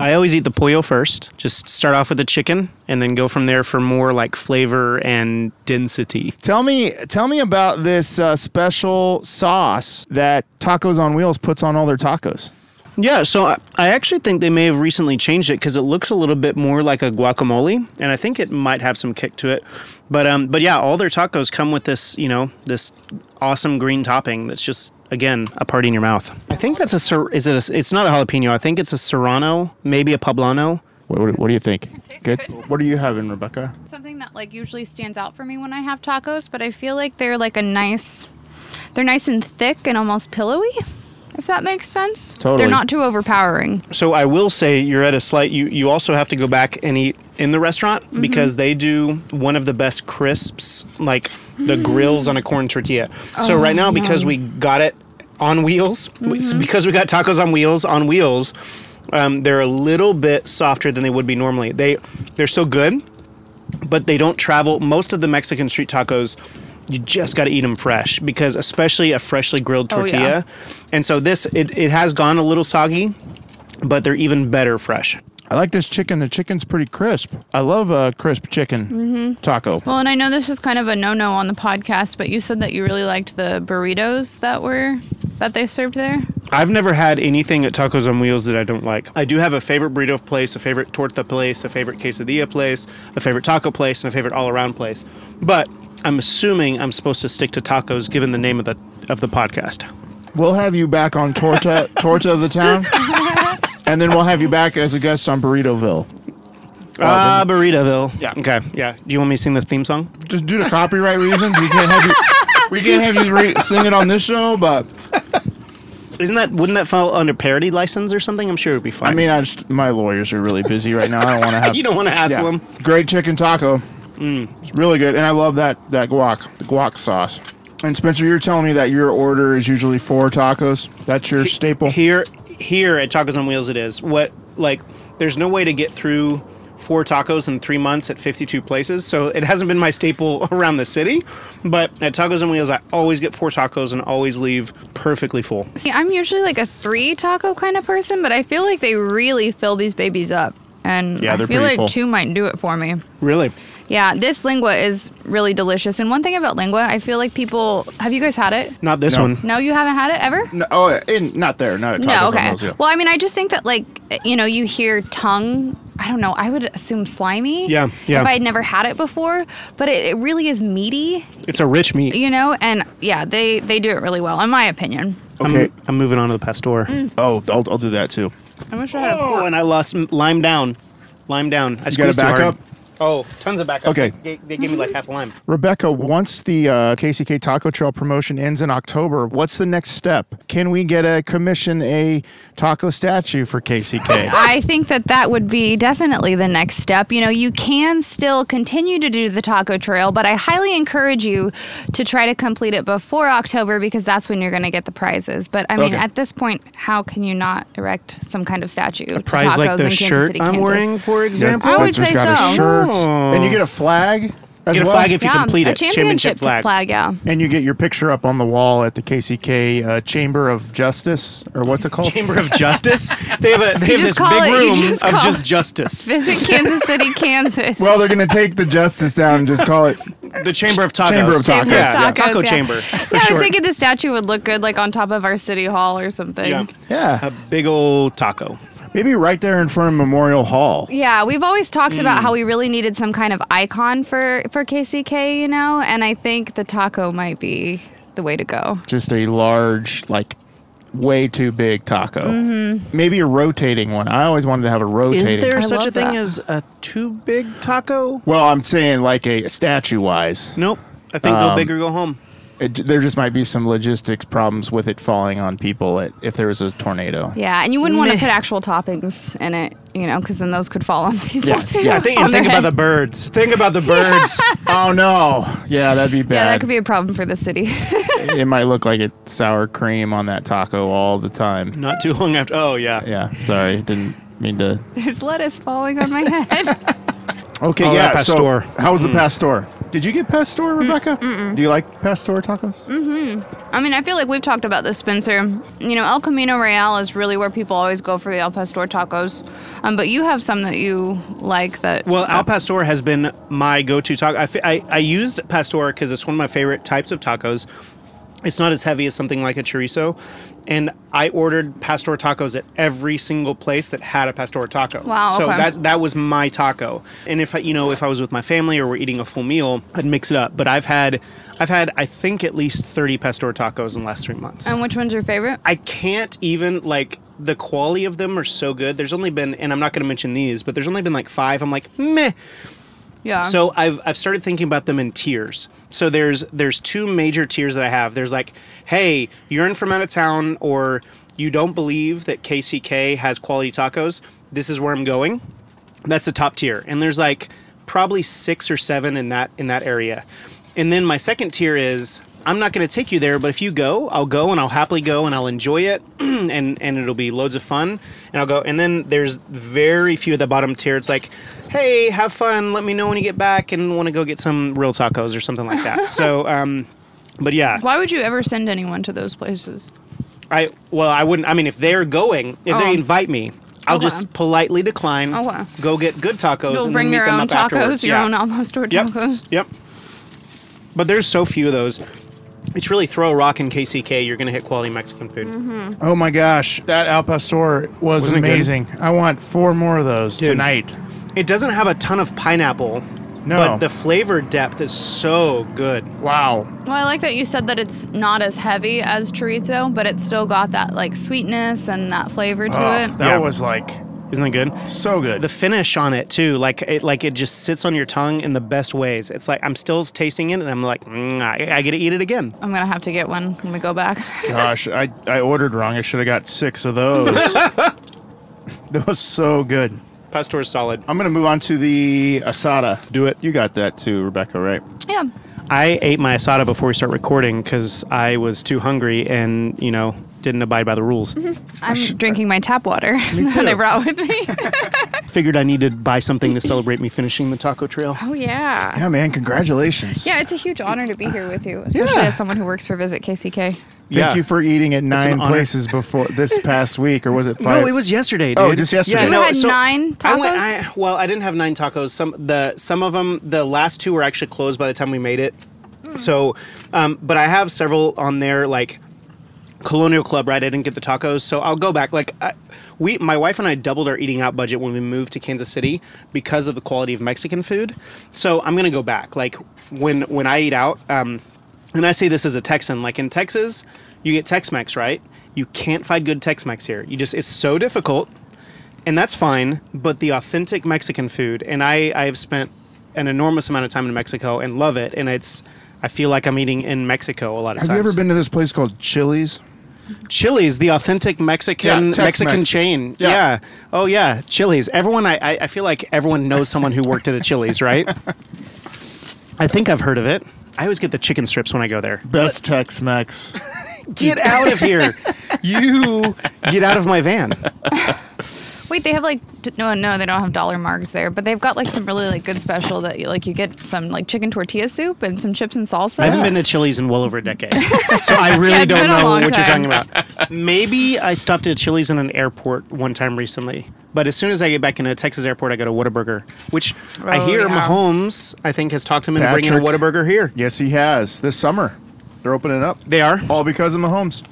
[SPEAKER 3] I always eat the pollo first. Just start off with the chicken and then go from there for more like flavor and density.
[SPEAKER 1] Tell me, tell me about this uh, special sauce that Tacos on Wheels puts on all their tacos.
[SPEAKER 3] Yeah, so I, I actually think they may have recently changed it because it looks a little bit more like a guacamole, and I think it might have some kick to it. But um, but yeah, all their tacos come with this, you know, this awesome green topping that's just again a party in your mouth. I think that's a ser- is it? A, it's not a jalapeno. I think it's a serrano, maybe a poblano.
[SPEAKER 1] What, what, what do you think?
[SPEAKER 4] Tastes good.
[SPEAKER 1] What are you having, Rebecca?
[SPEAKER 4] Something that like usually stands out for me when I have tacos, but I feel like they're like a nice, they're nice and thick and almost pillowy, if that makes sense.
[SPEAKER 1] Totally.
[SPEAKER 4] They're not too overpowering.
[SPEAKER 3] So I will say you're at a slight. You you also have to go back and eat in the restaurant because they do one of the best crisps, like the grills on a corn tortilla. So right now, because we got it on wheels, we- because we got tacos on wheels on wheels, um, they're a little bit softer than they would be normally. They they're so good, but they don't travel. Most of the Mexican street tacos. You just got to eat them fresh because, especially a freshly grilled
[SPEAKER 4] Oh, yeah.
[SPEAKER 3] tortilla. And so, this, it, it has gone a little soggy, but they're even better fresh.
[SPEAKER 1] I like this chicken. The chicken's pretty crisp. I love uh, crisp chicken
[SPEAKER 4] Mm-hmm.
[SPEAKER 1] taco.
[SPEAKER 4] Well, and I know this is kind of a no-no on the podcast, but you said that you really liked the burritos that were that they served there.
[SPEAKER 3] I've never had anything at Tacos on Wheels that I don't like. I do have a favorite burrito place, a favorite torta place, a favorite quesadilla place, a favorite taco place, and a favorite all-around place. But I'm assuming I'm supposed to stick to tacos given the name of the of the podcast.
[SPEAKER 1] We'll have you back on Torta Torta of the Town. and then we'll have you back as a guest on Burritoville.
[SPEAKER 3] Ah, Burritoville.
[SPEAKER 1] Yeah.
[SPEAKER 3] Okay. Yeah. Do you want me to sing the theme song?
[SPEAKER 1] Just due to copyright reasons, we can't have you. We can't have you re- sing it on this show, but
[SPEAKER 3] Isn't that wouldn't that fall under parody license or something? I'm sure it'd be fine.
[SPEAKER 1] I mean, I just my lawyers are really busy right now. I don't Mm. want to have
[SPEAKER 3] you don't want to hassle
[SPEAKER 1] Yeah.
[SPEAKER 3] them.
[SPEAKER 1] Great chicken taco. It's really good, and I love that that guac, the guac sauce. And Spencer, you're telling me that your order is usually four tacos. That's your staple.
[SPEAKER 3] Here, here at Tacos on Wheels, it is what like. There's no way to get through four tacos in three months at 52 places, so it hasn't been my staple around the city. But at Tacos on Wheels, I always get four tacos and always leave perfectly full.
[SPEAKER 4] See, I'm usually like a three taco kind of person, but I feel like they really fill these babies up. And
[SPEAKER 1] Yeah,
[SPEAKER 4] I
[SPEAKER 1] they're
[SPEAKER 4] feel
[SPEAKER 1] pretty full.
[SPEAKER 4] like two might do it for me.
[SPEAKER 3] Really?
[SPEAKER 4] Yeah, this lingua is really delicious. And one thing about lingua, I feel like people have you guys had it?
[SPEAKER 3] Not this
[SPEAKER 1] No.
[SPEAKER 3] one.
[SPEAKER 4] No, you haven't had it ever?
[SPEAKER 1] No, oh, in, not there, not at tacos.
[SPEAKER 4] No,
[SPEAKER 1] on
[SPEAKER 4] okay.
[SPEAKER 1] Wheels, yeah.
[SPEAKER 4] Well, I mean, I just think that like you know, you hear tongue. I don't know. I would assume slimy.
[SPEAKER 3] Yeah, yeah.
[SPEAKER 4] If I had never had it before, but it, it really is meaty,
[SPEAKER 3] It's a rich meat.
[SPEAKER 4] you know. And yeah, they they do it really well, in my opinion.
[SPEAKER 1] okay.
[SPEAKER 3] I'm, I'm moving on to the pastor.
[SPEAKER 1] Oh, I'll, I'll do that too.
[SPEAKER 4] I wish I had a
[SPEAKER 3] Oh, and I lost lime down. Lime down. I
[SPEAKER 1] got a
[SPEAKER 3] squeezed too hard.
[SPEAKER 1] backup?
[SPEAKER 3] Oh, tons of backup.
[SPEAKER 1] Okay.
[SPEAKER 3] They, they gave me like half a lime.
[SPEAKER 1] Rebecca, once the uh, KCK Taco Trail promotion ends in October, what's the next step? Can we get a commission a taco statue for KCK?
[SPEAKER 4] I think that that would be definitely the next step. You know, you can still continue to do the taco trail, but I highly encourage you to try to complete it before October because that's when you're going to get the prizes. But I mean,
[SPEAKER 1] Okay.
[SPEAKER 4] at this point, how can you not erect some kind of statue? to
[SPEAKER 3] Prize
[SPEAKER 4] tacos
[SPEAKER 3] like
[SPEAKER 4] in
[SPEAKER 3] the
[SPEAKER 4] Kansas
[SPEAKER 3] shirt
[SPEAKER 4] City,
[SPEAKER 3] I'm
[SPEAKER 4] Kansas?
[SPEAKER 3] wearing, for example.
[SPEAKER 4] I would
[SPEAKER 1] Spencer's
[SPEAKER 4] say
[SPEAKER 1] got a
[SPEAKER 4] so.
[SPEAKER 1] shirt,
[SPEAKER 3] Oh.
[SPEAKER 1] and you get a flag. As
[SPEAKER 3] Get a
[SPEAKER 1] well?
[SPEAKER 3] flag if you complete
[SPEAKER 4] a
[SPEAKER 3] it.
[SPEAKER 4] championship, flag. yeah.
[SPEAKER 1] And you get your picture up on the wall at the KCK uh, Chamber of Justice, or what's it called?
[SPEAKER 3] Chamber of Justice. They have a they have
[SPEAKER 4] just
[SPEAKER 3] this
[SPEAKER 4] call
[SPEAKER 3] big
[SPEAKER 4] it- you
[SPEAKER 3] room
[SPEAKER 4] just
[SPEAKER 3] of
[SPEAKER 4] call
[SPEAKER 3] just
[SPEAKER 4] it-
[SPEAKER 3] justice.
[SPEAKER 4] Visit Kansas City, Kansas.
[SPEAKER 1] well, they're going to take the justice down and just call it.
[SPEAKER 3] The Chamber of Tacos.
[SPEAKER 1] Chamber of Chamber
[SPEAKER 4] of
[SPEAKER 3] Yeah, yeah.
[SPEAKER 4] Tacos,
[SPEAKER 3] Taco
[SPEAKER 4] yeah.
[SPEAKER 3] Chamber. For
[SPEAKER 4] yeah, I
[SPEAKER 3] short.
[SPEAKER 4] was thinking the statue would look good, like on top of our city hall or something.
[SPEAKER 3] Yeah.
[SPEAKER 1] Yeah.
[SPEAKER 3] A big old taco.
[SPEAKER 1] Maybe right there in front of Memorial Hall.
[SPEAKER 4] Yeah, we've always talked about how we really needed some kind of icon for for KCK, you know, and I think the taco might be the way to go.
[SPEAKER 1] Just a large, like, way too big taco. Maybe a rotating one. I always wanted to have a rotating.
[SPEAKER 3] Is there
[SPEAKER 4] I
[SPEAKER 3] such a
[SPEAKER 4] love
[SPEAKER 3] thing
[SPEAKER 4] that.
[SPEAKER 3] as a too big taco?
[SPEAKER 1] Well, I'm saying like a statue wise.
[SPEAKER 3] Nope. I think
[SPEAKER 1] Um,
[SPEAKER 3] go big or go home.
[SPEAKER 1] It, there just might be some logistics problems with it falling on people at, if there was a tornado.
[SPEAKER 4] Yeah, and you wouldn't want to put actual toppings in it, you know, because then those could fall on people
[SPEAKER 1] Yeah,
[SPEAKER 4] too.
[SPEAKER 1] yeah, I
[SPEAKER 3] Think, and
[SPEAKER 4] on their
[SPEAKER 3] think about
[SPEAKER 4] head.
[SPEAKER 3] the birds. Think about the birds.
[SPEAKER 1] oh no! Yeah, that'd be bad.
[SPEAKER 4] yeah, that could be a problem for the city.
[SPEAKER 1] it might look like it's sour cream on that taco all the time.
[SPEAKER 3] Not too long after. Oh yeah.
[SPEAKER 1] Yeah, sorry, didn't mean to.
[SPEAKER 4] There's lettuce falling on my head.
[SPEAKER 1] Okay,
[SPEAKER 3] Oh,
[SPEAKER 1] yeah.
[SPEAKER 3] that
[SPEAKER 1] So,
[SPEAKER 3] pastor.
[SPEAKER 1] how was the pastor? Mm. Did you get pastor, Rebecca? Do you like pastor tacos?
[SPEAKER 4] I mean, I feel like we've talked about this, Spencer. You know, El Camino Real is really where people always go for the El Pastor tacos, um, but you have some that you like that.
[SPEAKER 3] Well, Al Pastor has been my go-to taco. I, f- I- I used Pastor because it's one of my favorite types of tacos. It's not as heavy as something like a chorizo, and I ordered Pastor tacos at every single place that had a Pastor taco.
[SPEAKER 4] Wow,
[SPEAKER 3] So
[SPEAKER 4] okay.
[SPEAKER 3] that's that was my taco. And if I, you know, if I was with my family or we're eating a full meal, I'd mix it up. But I've had, I've had, I think at least thirty Pastor tacos in the last three months.
[SPEAKER 4] and which one's your favorite?
[SPEAKER 3] I can't even like the quality of them are so good. There's only been, and I'm not going to mention these, but there's only been like five. I'm like meh.
[SPEAKER 4] Yeah.
[SPEAKER 3] So I've I've started thinking about them in tiers. So there's there's two major tiers that I have. There's like, hey, you're in from out of town, or you don't believe that KCK has quality tacos. This is where I'm going. That's the top tier, and there's like probably six or seven in that in that area. And then my second tier is I'm not going to take you there, but if you go, I'll go and I'll happily go and I'll enjoy it, and and it'll be loads of fun. And I'll go. And then there's very few at the bottom tier. It's like, hey, have fun. Let me know when you get back and want to go get some real tacos or something like that. so, um, but yeah,
[SPEAKER 4] Why would you ever send anyone to those places?
[SPEAKER 3] I well, I wouldn't. I mean, if they're going, if
[SPEAKER 4] Oh.
[SPEAKER 3] they invite me. I'll
[SPEAKER 4] Okay.
[SPEAKER 3] just politely decline.
[SPEAKER 4] Oh, wow.
[SPEAKER 3] Go get good tacos.
[SPEAKER 4] You'll
[SPEAKER 3] and
[SPEAKER 4] bring
[SPEAKER 3] then meet
[SPEAKER 4] your
[SPEAKER 3] them
[SPEAKER 4] own
[SPEAKER 3] up
[SPEAKER 4] tacos,
[SPEAKER 3] afterwards.
[SPEAKER 4] your
[SPEAKER 3] Yeah.
[SPEAKER 4] own almost store
[SPEAKER 3] Yep.
[SPEAKER 4] tacos.
[SPEAKER 3] Yep. But there's so few of those. It's really throw a rock in KCK, you're going to hit quality Mexican food.
[SPEAKER 1] Oh my gosh, that al pastor was
[SPEAKER 3] Wasn't it good?
[SPEAKER 1] amazing. I want four more of those tonight.
[SPEAKER 3] It doesn't have a ton of pineapple,
[SPEAKER 1] No.
[SPEAKER 3] but the flavor depth is so good.
[SPEAKER 1] wow.
[SPEAKER 4] Well, I like that you said that it's not as heavy as chorizo, but it's still got that like sweetness and that flavor to
[SPEAKER 1] Oh,
[SPEAKER 4] it.
[SPEAKER 1] that
[SPEAKER 3] Yeah.
[SPEAKER 1] was like
[SPEAKER 3] Isn't that good?
[SPEAKER 1] so good.
[SPEAKER 3] The finish on it too, like it, like it just sits on your tongue in the best ways. It's like I'm still tasting it, and I'm like, mm, I, I get to eat it again.
[SPEAKER 4] I'm gonna have to get one when we go back.
[SPEAKER 1] Gosh, I, I ordered wrong. I should have got six of those. that was so good.
[SPEAKER 3] Pastor's solid.
[SPEAKER 1] I'm gonna move on to the asada. Do it. You got that too, Rebecca, right?
[SPEAKER 4] yeah.
[SPEAKER 3] I ate my asada before we start recording because I was too hungry and you know didn't abide by the rules.
[SPEAKER 4] I'm drinking my tap water that I brought with me.
[SPEAKER 3] Figured I needed to buy something to celebrate me finishing the taco trail.
[SPEAKER 4] oh yeah.
[SPEAKER 1] Yeah, man. Congratulations.
[SPEAKER 4] Yeah, it's a huge honor to be here with you, especially
[SPEAKER 1] Yeah.
[SPEAKER 4] as someone who works for Visit KCK.
[SPEAKER 1] Thank
[SPEAKER 3] Yeah.
[SPEAKER 1] you for eating at
[SPEAKER 3] an
[SPEAKER 1] nine
[SPEAKER 3] honor.
[SPEAKER 1] places before this past week, or was it five?
[SPEAKER 3] No, it was yesterday. Dude.
[SPEAKER 1] Oh, just yesterday. You
[SPEAKER 4] You had nine
[SPEAKER 3] I went- I-
[SPEAKER 4] tacos?
[SPEAKER 3] well, I didn't have nine tacos. Some the some of them, the last two were actually closed by the time we made it.
[SPEAKER 4] Hmm.
[SPEAKER 3] So, um, but I have several on there like Colonial Club. Right, I didn't get the tacos, so I'll go back. Like I, we, my wife and I doubled our eating out budget when we moved to Kansas City because of the quality of Mexican food. So I'm gonna go back. Like when when I eat out. Um, and I say this as a Texan, like in Texas, you get Tex-Mex, right? You can't find good Tex-Mex here. You just it's so difficult and that's fine. But the authentic Mexican food, and I, I have spent an enormous amount of time in Mexico and love it. And it's, I feel like I'm eating in Mexico a lot of
[SPEAKER 1] Have
[SPEAKER 3] times.
[SPEAKER 1] you ever been to this place called Chili's?
[SPEAKER 3] Chili's, the authentic Mexican
[SPEAKER 1] Yeah, Tex-Mex.
[SPEAKER 3] Mexican chain.
[SPEAKER 1] Yeah.
[SPEAKER 3] Yeah. Oh yeah, Chili's. Everyone, I, I, I feel like everyone knows someone who worked at a Chili's, right? I think I've heard of it. I always get the chicken strips when I go there.
[SPEAKER 1] Best Tex-Mex.
[SPEAKER 3] Get out of here. You get out of my van.
[SPEAKER 4] Wait, they have like d- no, no, they don't have dollar marks there, but they've got like some really like good special that you like. You get some like chicken tortilla soup and some chips and salsa.
[SPEAKER 3] I haven't been to Chili's in well over a decade, so I really
[SPEAKER 4] Yeah, it's
[SPEAKER 3] don't
[SPEAKER 4] been a
[SPEAKER 3] know
[SPEAKER 4] long
[SPEAKER 3] what you're
[SPEAKER 4] time.
[SPEAKER 3] talking about. Maybe I stopped at a Chili's in an airport one time recently, but as soon as I get back in a Texas airport, I go to Whataburger, which I
[SPEAKER 4] Oh,
[SPEAKER 3] hear
[SPEAKER 4] yeah.
[SPEAKER 3] Mahomes, I think, has talked him into bringing a
[SPEAKER 1] Patrick.
[SPEAKER 3] Whataburger here.
[SPEAKER 1] yes, he has. This summer, they're opening up.
[SPEAKER 3] They are.
[SPEAKER 1] All because of Mahomes.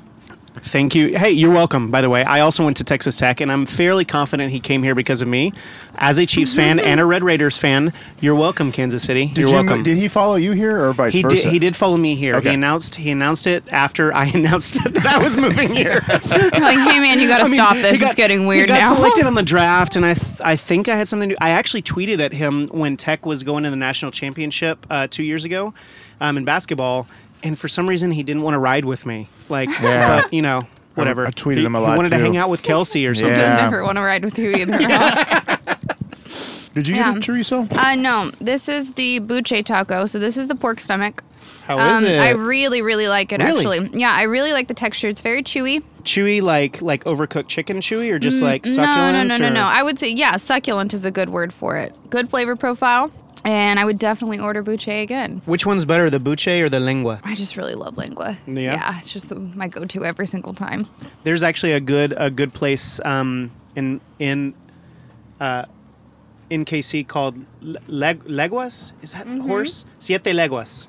[SPEAKER 3] Thank you. Hey, you're welcome. By the way, I also went to Texas Tech, and I'm fairly confident he came here because of me. As a Chiefs fan and a Red Raiders fan, you're welcome, Kansas City.
[SPEAKER 1] Did
[SPEAKER 3] you're
[SPEAKER 1] you-
[SPEAKER 3] welcome.
[SPEAKER 1] Did he follow you here, or vice
[SPEAKER 3] He
[SPEAKER 1] versa?
[SPEAKER 3] did, he did follow me here.
[SPEAKER 1] Okay.
[SPEAKER 3] He announced he announced it after I announced that I was moving here.
[SPEAKER 4] like, hey man, you got to
[SPEAKER 3] I mean,
[SPEAKER 4] stop
[SPEAKER 3] he
[SPEAKER 4] this.
[SPEAKER 3] got-
[SPEAKER 4] it's getting weird
[SPEAKER 3] he got
[SPEAKER 4] now.
[SPEAKER 3] selected on the draft, and I th- I think I had something to. I actually tweeted at him when Tech was going to the national championship uh, two years ago, um, in basketball, and for some reason he didn't want to ride with me. Like,
[SPEAKER 1] Yeah.
[SPEAKER 3] but you know. Whatever.
[SPEAKER 1] I tweeted
[SPEAKER 3] He-
[SPEAKER 1] him a
[SPEAKER 3] He
[SPEAKER 1] lot,
[SPEAKER 3] wanted to
[SPEAKER 1] too.
[SPEAKER 3] hang out with Kelsey or something.
[SPEAKER 4] Just
[SPEAKER 1] Yeah.
[SPEAKER 4] never want to ride with you either.
[SPEAKER 1] Did you
[SPEAKER 4] Yeah.
[SPEAKER 1] get a chorizo?
[SPEAKER 4] Uh, no, this is the buche taco. So this is the pork stomach.
[SPEAKER 3] How Oh, is it?
[SPEAKER 4] Um, I really, really like it
[SPEAKER 3] Really?
[SPEAKER 4] actually. Yeah, I really like the texture. It's very chewy.
[SPEAKER 3] chewy, like like overcooked chicken chewy, or just like
[SPEAKER 4] Mm, No,
[SPEAKER 3] succulent?
[SPEAKER 4] no, no, no,
[SPEAKER 3] or-
[SPEAKER 4] no. I would say yeah, succulent is a good word for it. Good flavor profile, and I would definitely order buche again.
[SPEAKER 3] Which one's better, the buche or the lengua?
[SPEAKER 4] I just really love lingua.
[SPEAKER 3] Yeah?
[SPEAKER 4] it's just the, my go-to every single time.
[SPEAKER 3] There's actually a good a good place um, in in uh, in KC called Le- Leg- Leguas. Is that
[SPEAKER 4] Mm-hmm.
[SPEAKER 3] horse? Siete Leguas.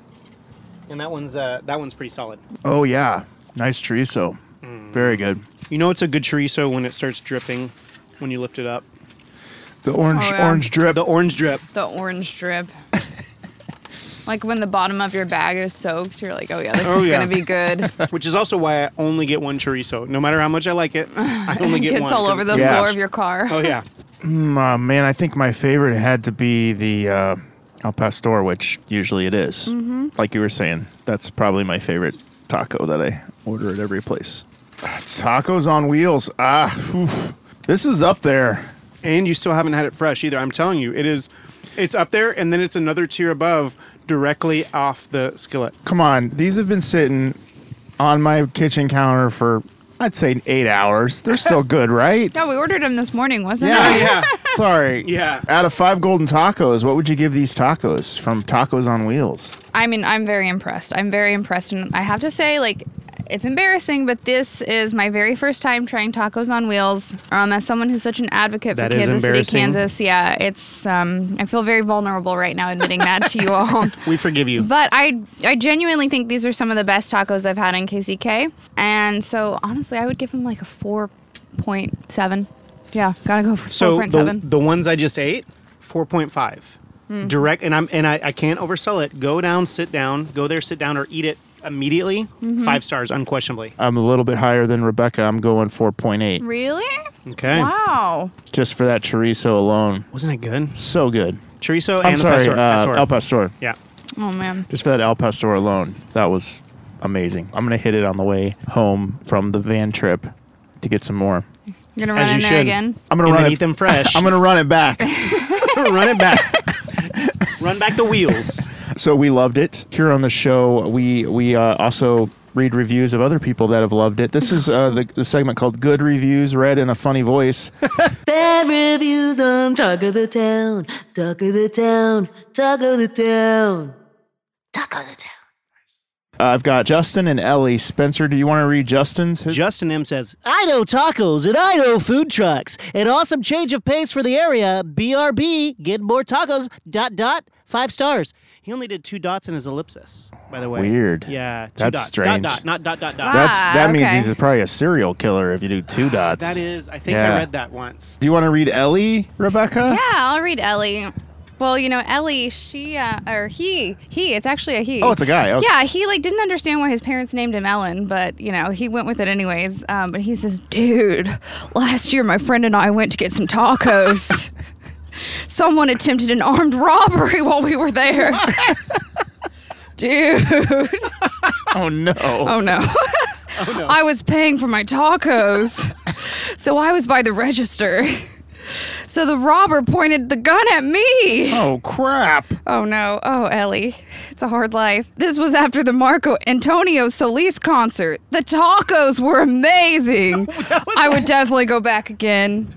[SPEAKER 3] And that one's uh, that one's pretty solid.
[SPEAKER 1] Oh yeah, nice chorizo. Very good.
[SPEAKER 3] You know it's a good chorizo when it starts dripping when you lift it up.
[SPEAKER 1] The orange
[SPEAKER 4] Oh, yeah.
[SPEAKER 1] orange drip.
[SPEAKER 3] The orange drip.
[SPEAKER 4] The orange drip. like when the bottom of your bag is soaked, you're like, oh yeah, this
[SPEAKER 3] Oh,
[SPEAKER 4] is
[SPEAKER 3] yeah.
[SPEAKER 4] gonna be good.
[SPEAKER 3] Which is also why I only get one chorizo. No matter how much I like it, I only get
[SPEAKER 4] It gets
[SPEAKER 3] one.
[SPEAKER 4] all
[SPEAKER 3] 'cause
[SPEAKER 4] over
[SPEAKER 3] it's-
[SPEAKER 4] the
[SPEAKER 1] Yeah.
[SPEAKER 4] floor of your car.
[SPEAKER 3] Oh yeah.
[SPEAKER 1] Uh, man, I think my favorite had to be the uh, al pastor, which usually it is.
[SPEAKER 4] Mm-hmm.
[SPEAKER 1] Like you were saying, that's probably my favorite taco that I order at every place. Ah, Tacos on wheels. Ah, oof. this is up there.
[SPEAKER 3] and you still haven't had it fresh either. I'm telling you, it is. It's up there, and then it's another tier above, directly off the skillet.
[SPEAKER 1] Come on, these have been sitting on my kitchen counter for I'd say eight hours. They're still good, right?
[SPEAKER 4] Yeah, we ordered them this morning, wasn't
[SPEAKER 1] Yeah.
[SPEAKER 4] it?
[SPEAKER 3] Yeah.
[SPEAKER 1] Sorry.
[SPEAKER 3] Yeah.
[SPEAKER 1] Out of five golden tacos, what would you give these tacos from Tacos on Wheels?
[SPEAKER 4] I mean, I'm very impressed. I'm very impressed, and I have to say, like. It's embarrassing, but this is my very first time trying tacos on wheels. Um, as someone who's such an advocate
[SPEAKER 3] That
[SPEAKER 4] for
[SPEAKER 3] is
[SPEAKER 4] Kansas City,
[SPEAKER 3] embarrassing.
[SPEAKER 4] Kansas, yeah, it's um, I feel very vulnerable right now admitting that to you all.
[SPEAKER 3] We forgive you.
[SPEAKER 4] But I I genuinely think these are some of the best tacos I've had in KCK. And so honestly, I would give them like a 4.7. Yeah, got to go for
[SPEAKER 3] so the
[SPEAKER 4] 4.7.
[SPEAKER 3] the ones I just ate, four point five. Direct, and I'm and I, I can't oversell it. Go down, sit down, go there, sit down, or eat it immediately. Five stars, unquestionably.
[SPEAKER 1] I'm a little bit higher than Rebecca. I'm going 4.8
[SPEAKER 4] Really?
[SPEAKER 3] Okay,
[SPEAKER 7] Wow.
[SPEAKER 1] just for that chorizo alone.
[SPEAKER 3] wasn't it good?
[SPEAKER 1] So good.
[SPEAKER 3] Chorizo
[SPEAKER 1] I'm
[SPEAKER 3] and
[SPEAKER 1] sorry,
[SPEAKER 3] the pastor.
[SPEAKER 1] uh,
[SPEAKER 3] pastor.
[SPEAKER 1] El Pastor.
[SPEAKER 3] yeah.
[SPEAKER 4] Oh man.
[SPEAKER 1] Just for that El Pastor alone, that was amazing. I'm gonna hit it on the way home from the van trip to get some more.
[SPEAKER 4] You're gonna
[SPEAKER 3] As
[SPEAKER 4] run in
[SPEAKER 3] you
[SPEAKER 4] there
[SPEAKER 3] should.
[SPEAKER 4] again.
[SPEAKER 1] I'm gonna
[SPEAKER 3] And
[SPEAKER 1] run
[SPEAKER 3] then
[SPEAKER 1] it.
[SPEAKER 3] eat them fresh.
[SPEAKER 1] I'm gonna run it back.
[SPEAKER 3] run it back. run back the wheels.
[SPEAKER 1] so we loved it here on the show. We we uh, also read reviews of other people that have loved it. This is uh, the, the segment called "Good Reviews," read in a funny voice. Uh,
[SPEAKER 8] Bad reviews on Talk of the Town, Talk of the Town, Talk of the Town, Talk of the Town.
[SPEAKER 1] Uh, I've got Justin and Ellie. Spencer, do you want to read Justin's? His-
[SPEAKER 3] Justin M says,
[SPEAKER 9] I know tacos and I know food trucks. An awesome change of pace for the area. BRB, get more tacos. Dot dot five stars.
[SPEAKER 3] He only did two dots in his ellipsis, by the way.
[SPEAKER 1] Weird.
[SPEAKER 3] Yeah, two
[SPEAKER 1] That's
[SPEAKER 3] dots.
[SPEAKER 1] strange.
[SPEAKER 3] Dot, dot, not dot, dot, dot.
[SPEAKER 1] That's that
[SPEAKER 4] Ah,
[SPEAKER 1] means
[SPEAKER 4] okay.
[SPEAKER 1] he's probably a serial killer if you do two dots.
[SPEAKER 3] that is, I think
[SPEAKER 1] Yeah.
[SPEAKER 3] I read that once.
[SPEAKER 1] Do you want to read Ellie, Rebecca?
[SPEAKER 4] Yeah, I'll read Ellie. Well, you know, Ellie, she uh, or he, he. It's actually a he.
[SPEAKER 1] Oh, it's a guy. Okay.
[SPEAKER 4] Yeah, he like didn't understand why his parents named him Ellen, but you know he went with it anyways. Um, but he says, "Dude, last year my friend and I went to get some tacos. Someone attempted an armed robbery while we were there." Dude,
[SPEAKER 1] Oh no.
[SPEAKER 4] oh no. I was paying for my tacos, so I was by the register. So the robber pointed the gun at me.
[SPEAKER 1] Oh crap.
[SPEAKER 4] Oh no. Oh, Ellie. It's a hard life. This was after the Marco Antonio Solis concert. The tacos were amazing. I would definitely go back again.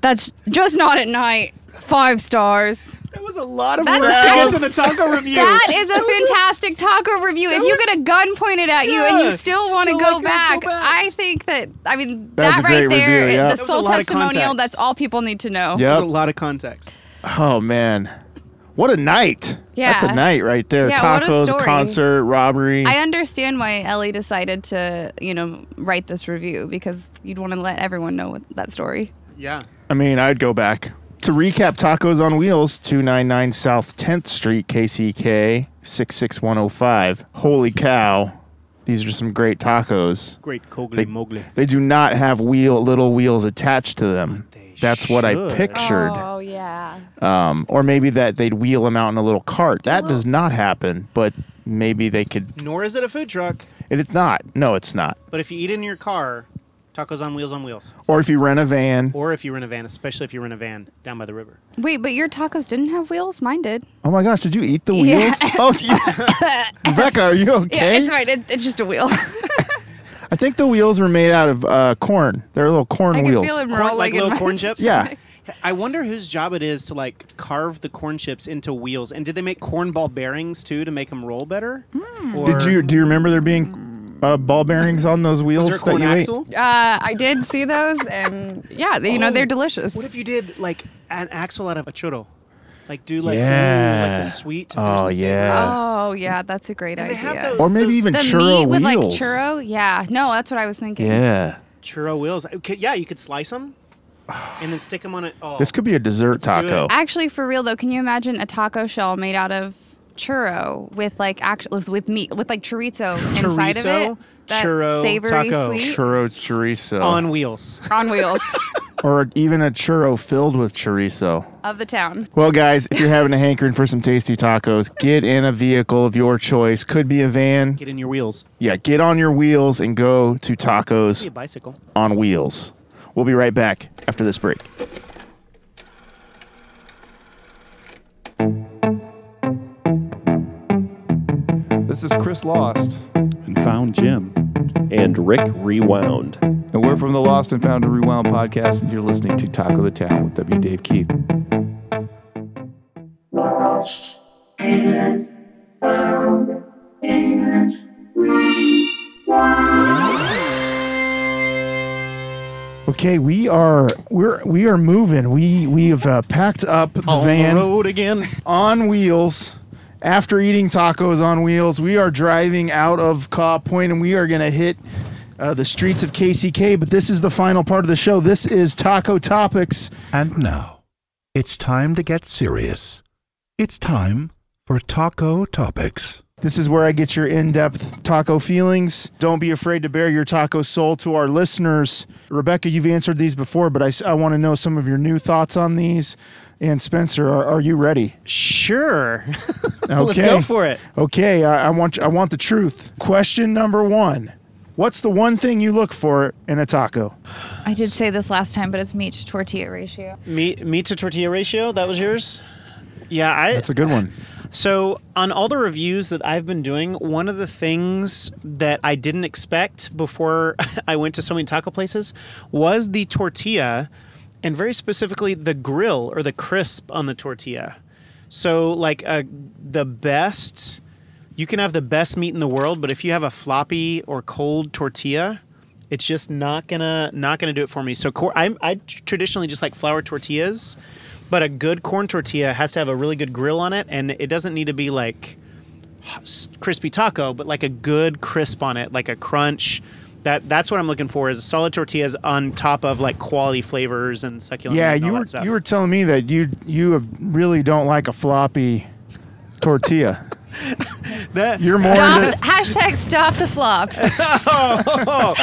[SPEAKER 4] That's just not at night. Five stars.
[SPEAKER 3] That was a lot of
[SPEAKER 4] That's
[SPEAKER 3] work to
[SPEAKER 4] terrible.
[SPEAKER 3] get to the taco review.
[SPEAKER 4] That is a fantastic taco review. If you get a gun pointed at you and
[SPEAKER 3] Yeah,
[SPEAKER 4] you still want to
[SPEAKER 3] still
[SPEAKER 4] go
[SPEAKER 3] like that,
[SPEAKER 4] back,
[SPEAKER 3] go back.
[SPEAKER 4] I think that, I mean,
[SPEAKER 1] That was
[SPEAKER 4] that,
[SPEAKER 1] a
[SPEAKER 4] right
[SPEAKER 1] great
[SPEAKER 4] there,
[SPEAKER 1] review, yeah.
[SPEAKER 4] the
[SPEAKER 1] That
[SPEAKER 3] was a
[SPEAKER 4] sole
[SPEAKER 3] lot of
[SPEAKER 4] testimonial,
[SPEAKER 3] context.
[SPEAKER 4] that's all people need to know.
[SPEAKER 3] There's a
[SPEAKER 1] Yep.
[SPEAKER 3] lot of context.
[SPEAKER 1] Oh man. What a night. That's
[SPEAKER 4] Yeah.
[SPEAKER 1] a night right there.
[SPEAKER 4] Yeah, what a
[SPEAKER 1] Tacos,
[SPEAKER 4] story.
[SPEAKER 1] concert, robbery.
[SPEAKER 4] I understand why Ellie decided to, you know, write this review because you'd want to let everyone know what, that story.
[SPEAKER 3] Yeah.
[SPEAKER 1] I mean, I'd go back. To recap, Tacos on Wheels, 299 South 10th Street, KCK 66105. Holy cow. These are some great tacos.
[SPEAKER 3] Great Kogli
[SPEAKER 1] They-
[SPEAKER 3] Mogli.
[SPEAKER 1] They do not have wheel little wheels attached to them. That's what I
[SPEAKER 3] should.
[SPEAKER 1] pictured.
[SPEAKER 4] Oh.
[SPEAKER 3] Oh,
[SPEAKER 4] yeah.
[SPEAKER 1] Um, or maybe that they'd wheel them out in a little cart. That does not happen, but maybe they could.
[SPEAKER 3] Nor is it a food truck,
[SPEAKER 1] and It's not. No, it's not.
[SPEAKER 3] but if you eat in your car, tacos on wheels on wheels.
[SPEAKER 1] Or if you rent a van.
[SPEAKER 3] Or if you rent a van, especially if you rent a van down by the river.
[SPEAKER 4] Wait, but your tacos didn't have wheels? Mine did.
[SPEAKER 1] Oh my gosh, did you eat the
[SPEAKER 4] Yeah.
[SPEAKER 1] wheels? Oh, you, Rebecca, are you
[SPEAKER 4] Yeah,
[SPEAKER 1] okay?
[SPEAKER 4] it's right. It, it's just a wheel.
[SPEAKER 1] I think the wheels were made out of uh, corn. They're little corn
[SPEAKER 4] I can
[SPEAKER 1] wheels.
[SPEAKER 4] feel it
[SPEAKER 3] Corn,
[SPEAKER 4] rolling.
[SPEAKER 3] like
[SPEAKER 4] in
[SPEAKER 3] little
[SPEAKER 4] my-
[SPEAKER 3] corn chips?
[SPEAKER 1] Yeah.
[SPEAKER 3] I wonder whose job it is to like carve the corn chips into wheels. And did they make cornball bearings too to make them roll better? Or
[SPEAKER 1] Hmm. Did you do you remember there being uh, ball bearings on those wheels
[SPEAKER 3] was there a
[SPEAKER 1] that
[SPEAKER 3] corn
[SPEAKER 1] you
[SPEAKER 3] axle?
[SPEAKER 4] Uh, I did see those, and yeah, they, you know
[SPEAKER 3] Oh,
[SPEAKER 4] they're delicious.
[SPEAKER 3] What if you did like an axle out of a churro? Like do like, ooh,
[SPEAKER 1] Yeah.
[SPEAKER 3] like the sweet. to
[SPEAKER 1] Oh,
[SPEAKER 3] finish the sandwich?
[SPEAKER 1] yeah.
[SPEAKER 4] oh yeah, that's a great
[SPEAKER 3] they have
[SPEAKER 4] idea.
[SPEAKER 1] ate? Or maybe
[SPEAKER 3] Those-
[SPEAKER 1] even
[SPEAKER 4] The
[SPEAKER 1] churro
[SPEAKER 4] meat
[SPEAKER 1] wheels.
[SPEAKER 4] with like churro, yeah. No, that's what I was thinking.
[SPEAKER 1] Yeah,
[SPEAKER 3] Churro wheels. Okay, yeah, you could slice them and then stick them on it. Oh,
[SPEAKER 1] this could be a dessert
[SPEAKER 3] Let's do
[SPEAKER 1] taco.
[SPEAKER 3] it.
[SPEAKER 4] Actually, for real though, can you imagine a taco shell made out of churro with like actual with, with meat with like chorizo inside of
[SPEAKER 3] Chorizo,
[SPEAKER 4] it? That
[SPEAKER 3] churro,
[SPEAKER 4] savory
[SPEAKER 3] taco.
[SPEAKER 4] sweet
[SPEAKER 1] Churro chorizo,
[SPEAKER 3] on wheels.
[SPEAKER 4] on wheels
[SPEAKER 1] or even a churro filled with chorizo.
[SPEAKER 4] of the town.
[SPEAKER 1] Well, guys, if you're having a hankering for some tasty tacos, get in a vehicle of your choice. Could be a van.
[SPEAKER 3] Get in your wheels.
[SPEAKER 1] Yeah, get on your wheels and go to
[SPEAKER 3] Be
[SPEAKER 1] tacos
[SPEAKER 3] a bicycle.
[SPEAKER 1] on wheels. We'll be right back after this break.
[SPEAKER 10] This is Chris Lost,
[SPEAKER 11] and found Jim.
[SPEAKER 2] And Rick Rewound.
[SPEAKER 10] and we're from the Lost and Found and Rewound podcast, and you're listening to Taco the Town with W. Dave Keith.
[SPEAKER 1] Okay, we are we're we are moving. We we have uh, packed up the van
[SPEAKER 3] again.
[SPEAKER 1] on wheels. After eating tacos on wheels, we are driving out of Caw Point and we are going to hit uh, the streets of KCK. But this is the final part of the show. This is Taco Topics.
[SPEAKER 12] And now, it's time to get serious.
[SPEAKER 7] It's time for Taco Topics.
[SPEAKER 1] This is where I get your in depth taco feelings. Don't be afraid to bare your taco soul to our listeners. Rebecca, you've answered these before, but I, want to know some of your new thoughts on these. And Spencer, are, are you ready?
[SPEAKER 3] Sure. Let's
[SPEAKER 1] Okay.
[SPEAKER 3] go for it.
[SPEAKER 1] Okay, I, I want you- I want the truth. Question number one: What's the one thing you look for in a taco?
[SPEAKER 4] I did say this last time, but it's meat to tortilla ratio.
[SPEAKER 3] Meat, meat to tortilla ratio. That was yours. Yeah, I.
[SPEAKER 1] That's a good one.
[SPEAKER 3] So, on all the reviews that I've been doing, one of the things that I didn't expect before I went to so many taco places was the tortilla and very specifically the grill or the crisp on the tortilla. So, like uh, the best, you can have the best meat in the world, but if you have a floppy or cold tortilla, it's just not gonna not gonna do it for me. So cor- I'm, I traditionally just like flour tortillas, but a good corn tortilla has to have a really good grill on it, and it doesn't need to be like s- crispy taco, but like a good crisp on it, like a crunch. That that's what I'm looking for is solid tortillas on top of like quality flavors and succulent.
[SPEAKER 1] Yeah,
[SPEAKER 3] and all
[SPEAKER 1] you
[SPEAKER 3] that
[SPEAKER 1] were
[SPEAKER 3] stuff.
[SPEAKER 1] you were telling me that you you have- really don't like a floppy tortilla.
[SPEAKER 3] That-
[SPEAKER 1] You're more
[SPEAKER 4] Stop,
[SPEAKER 1] into
[SPEAKER 4] hashtag stop the flop.
[SPEAKER 3] Oh,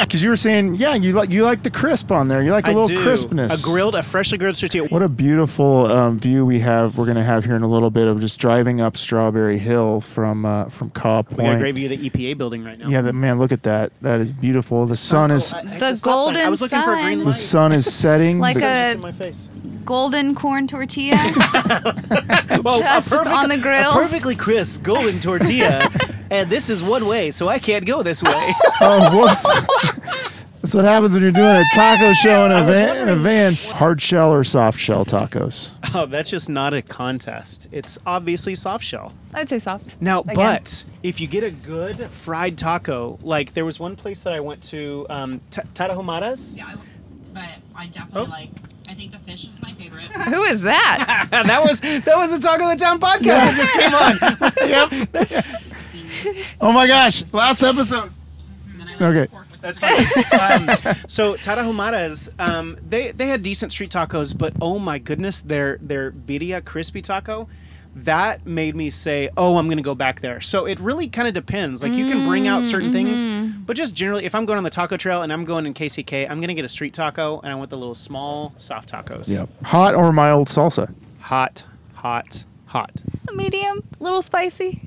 [SPEAKER 1] because you were saying yeah you like you like the crisp on there. You like a
[SPEAKER 3] I
[SPEAKER 1] little
[SPEAKER 3] do.
[SPEAKER 1] crispness.
[SPEAKER 3] A grilled, a freshly grilled tortilla.
[SPEAKER 1] What a beautiful um, view we have. We're gonna have here in a little bit of just driving up Strawberry Hill from uh, from Caw Point.
[SPEAKER 3] We got a great view of the EPA building right now.
[SPEAKER 1] yeah, that, man, look at that. That is beautiful. The sun is
[SPEAKER 3] Oh, I- it's
[SPEAKER 4] The
[SPEAKER 3] a stop sign. I
[SPEAKER 4] golden
[SPEAKER 3] was looking for a green
[SPEAKER 4] sign.
[SPEAKER 1] the
[SPEAKER 3] light.
[SPEAKER 1] sun is setting.
[SPEAKER 4] Like
[SPEAKER 1] The-
[SPEAKER 4] a-
[SPEAKER 3] It's in my face.
[SPEAKER 4] Golden corn tortilla.
[SPEAKER 3] Well,
[SPEAKER 4] Just on the grill.
[SPEAKER 3] a perfectly crisp golden tortilla, and this is one way, so I can't go this way.
[SPEAKER 1] oh, whoops. That's what happens when you're doing a taco show in a van. In a van. Hard shell or soft shell tacos?
[SPEAKER 3] oh, that's just not a contest. It's obviously soft shell.
[SPEAKER 4] I'd say soft.
[SPEAKER 3] Now,
[SPEAKER 4] Again.
[SPEAKER 3] but if you get a good fried taco, like there was one place that I went to, um, Ta- Tadahumara's.
[SPEAKER 11] Yeah, I, but I definitely like. I think the fish is my favorite.
[SPEAKER 4] Who is that?
[SPEAKER 3] Ah, that was that was the Taco of the Town podcast that just came on.
[SPEAKER 1] Oh my gosh! Last episode.
[SPEAKER 11] And then I like
[SPEAKER 1] Okay.
[SPEAKER 11] pork with
[SPEAKER 3] That's fine. um, so Tadahumara's, um, they they had decent street tacos, but oh my goodness, their their birria crispy taco, that made me say, oh, I'm gonna go back there. So it really kind of depends. Like you can bring out certain things, but just generally, if I'm going on the taco trail and I'm going in KCK, I'm gonna get a street taco and I want the little small soft tacos.
[SPEAKER 1] Hot or mild salsa?
[SPEAKER 3] Hot, hot, hot.
[SPEAKER 4] Medium, little spicy.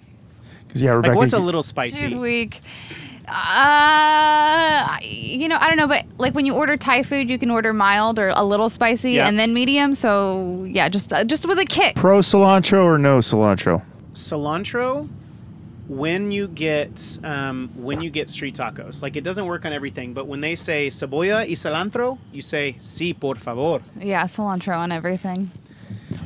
[SPEAKER 1] 'Cause, yeah, Rebecca.
[SPEAKER 3] Like what's a
[SPEAKER 1] you-
[SPEAKER 3] little
[SPEAKER 4] She's
[SPEAKER 3] spicy?
[SPEAKER 4] weak. Uh, you know, I don't know, but like when you order Thai food, you can order mild or a little spicy
[SPEAKER 3] Yeah.
[SPEAKER 4] and then medium. So yeah, just uh, just with a kick.
[SPEAKER 1] pro cilantro or no cilantro?
[SPEAKER 3] cilantro when you get um, when you get street tacos like it doesn't work on everything but when they say cebolla y cilantro you say si por favor
[SPEAKER 4] Yeah, cilantro on everything.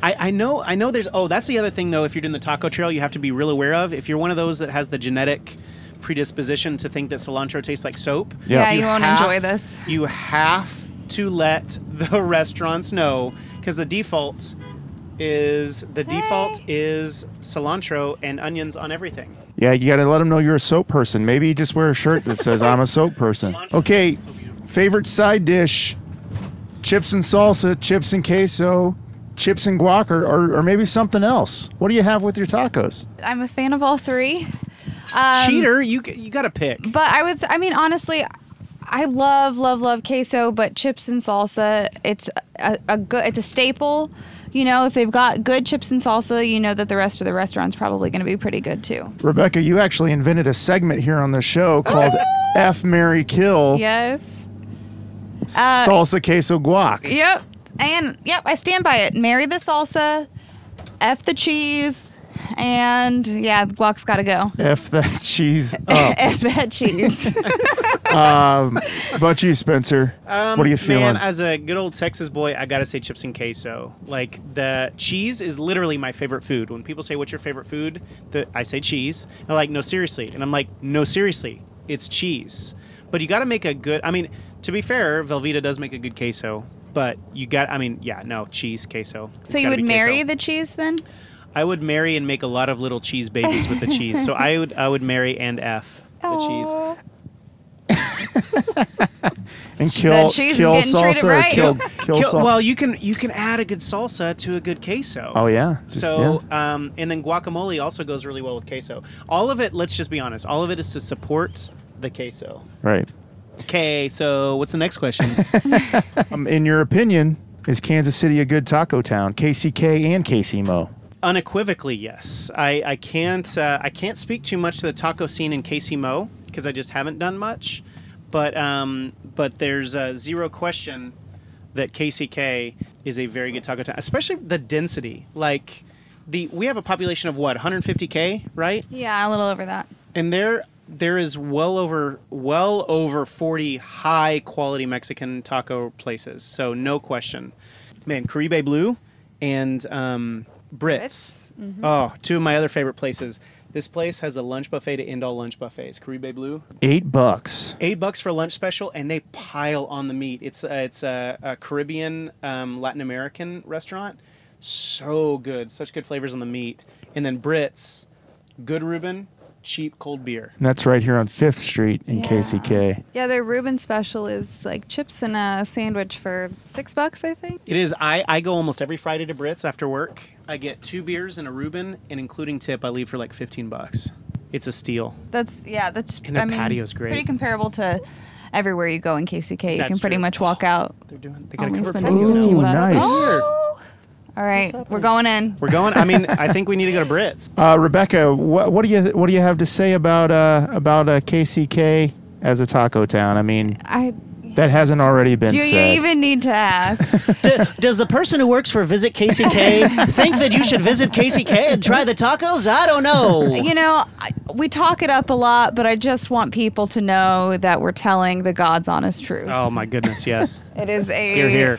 [SPEAKER 3] I, I know i know there's oh that's the other thing though if you're doing the taco trail you have to be real aware of if you're one of those that has the genetic predisposition to think that cilantro tastes like soap
[SPEAKER 4] Yeah, you won't
[SPEAKER 3] have-
[SPEAKER 4] enjoy this.
[SPEAKER 3] you have to let the restaurants know because the default is the default is cilantro and onions on everything
[SPEAKER 1] Yeah, you gotta let them know you're a soap person. Maybe just wear a shirt that says "I'm a soap person." Okay, favorite side dish: chips and salsa, chips and queso, chips and guac, or, or, or maybe something else. What do you have with your tacos?
[SPEAKER 4] I'm a fan of all three. Um,
[SPEAKER 3] cheater you g- you gotta pick
[SPEAKER 4] But I would, I mean, honestly, I love, love, love queso, but chips and salsa, it's a, a good, it's a staple. You know, if they've got good chips and salsa, you know that the rest of the restaurant's probably going to be pretty good too.
[SPEAKER 1] Rebecca, you actually invented a segment here on the show called "F Mary Kill
[SPEAKER 4] Yes. uh,
[SPEAKER 1] Salsa Queso Guac."
[SPEAKER 4] Yep. And yep, I stand by it. Marry the salsa, f the cheese, and yeah, guac's got to go.
[SPEAKER 1] F that cheese
[SPEAKER 3] Oh.
[SPEAKER 1] up.
[SPEAKER 4] F that cheese.
[SPEAKER 1] but you, Spencer, what
[SPEAKER 4] Um,
[SPEAKER 1] are you feeling?
[SPEAKER 3] Um, Man, as a good old Texas boy, I gotta say chips and queso. Like the cheese is literally my favorite food. When people say what's your favorite food, the, I say cheese. They're like, no, seriously, and I'm like, no, seriously, it's cheese. But you gotta make a good. I mean, to be fair, Velveeta does make a good queso. But you got, I mean, yeah, no, cheese, queso. It's
[SPEAKER 4] so you
[SPEAKER 3] gotta
[SPEAKER 4] would
[SPEAKER 3] be queso.
[SPEAKER 4] marry the cheese then?
[SPEAKER 3] I would marry and make a lot of little cheese babies with the cheese. So I would, I would marry and f the cheese.
[SPEAKER 4] Aw.
[SPEAKER 1] and kill
[SPEAKER 4] cheese is
[SPEAKER 1] kill
[SPEAKER 4] getting treated
[SPEAKER 1] salsa or
[SPEAKER 4] right.
[SPEAKER 1] kill kill, salsa.
[SPEAKER 3] Well, you can you can add a good salsa to a good queso.
[SPEAKER 1] oh yeah. Just-
[SPEAKER 3] So, um, and then guacamole also goes really well with queso. All of it, let's just be honest, all of it is to support the queso.
[SPEAKER 1] yeah, right.
[SPEAKER 3] Okay, so what's the next question?
[SPEAKER 1] Um, in your opinion, is Kansas City a good taco town? KCK and KCMO.
[SPEAKER 3] Unequivocally, yes. I, I can't uh, I can't speak too much to the taco scene in KCMO because I just haven't done much. But um, but there's uh, zero question that KCK is a very good taco town, especially the density. Like the we have a population of what 150k, right?
[SPEAKER 4] Yeah, a little over that.
[SPEAKER 3] and there there is well over well over 40 high quality mexican taco places so no question man caribe blue and um, brits,
[SPEAKER 2] Brits? Mhm.
[SPEAKER 3] oh two of my other favorite places this place has a lunch buffet to end all lunch buffets caribe blue
[SPEAKER 1] Eight bucks.
[SPEAKER 3] eight bucks for lunch special and they pile on the meat it's uh, it's a, a caribbean um, latin american restaurant so good such good flavors on the meat and then brits good reuben cheap cold beer
[SPEAKER 1] And that's right here on Fifth Street in KCK.
[SPEAKER 4] Yeah, their Reuben special is like chips and a sandwich for six bucks, I think.
[SPEAKER 3] It is. I, I go almost every Friday to Brits after work. I get two beers and a Reuben, and including tip, I leave for like 15 bucks. It's a steal.
[SPEAKER 4] That's yeah. That's
[SPEAKER 3] And their
[SPEAKER 4] I mean,
[SPEAKER 3] patio's great.
[SPEAKER 4] Pretty comparable to everywhere you go in KCK. You can
[SPEAKER 3] That's
[SPEAKER 4] pretty
[SPEAKER 3] true.
[SPEAKER 4] much walk out.
[SPEAKER 3] They're doing.
[SPEAKER 9] Oh,
[SPEAKER 3] They
[SPEAKER 4] only
[SPEAKER 3] cover
[SPEAKER 4] spending
[SPEAKER 3] patio now.
[SPEAKER 4] 15
[SPEAKER 3] Ooh,
[SPEAKER 4] bucks.
[SPEAKER 1] nice.
[SPEAKER 4] Oh! All right, we're going in.
[SPEAKER 3] We're going. I mean, I think we need to go to Brits.
[SPEAKER 1] Uh, Rebecca, what, what do you what do you have to say about uh, about uh, KCK as a taco town? I mean,
[SPEAKER 4] I
[SPEAKER 1] that hasn't already been
[SPEAKER 4] do you
[SPEAKER 1] said.
[SPEAKER 4] even need to ask?
[SPEAKER 9] D- does the person who works for Visit KCK think that you should visit KCK and try the tacos? I don't know.
[SPEAKER 4] You know, I, we talk it up a lot, but I just want people to know that we're telling the God's honest truth.
[SPEAKER 3] Oh my goodness, yes.
[SPEAKER 4] It is a
[SPEAKER 3] Here, here.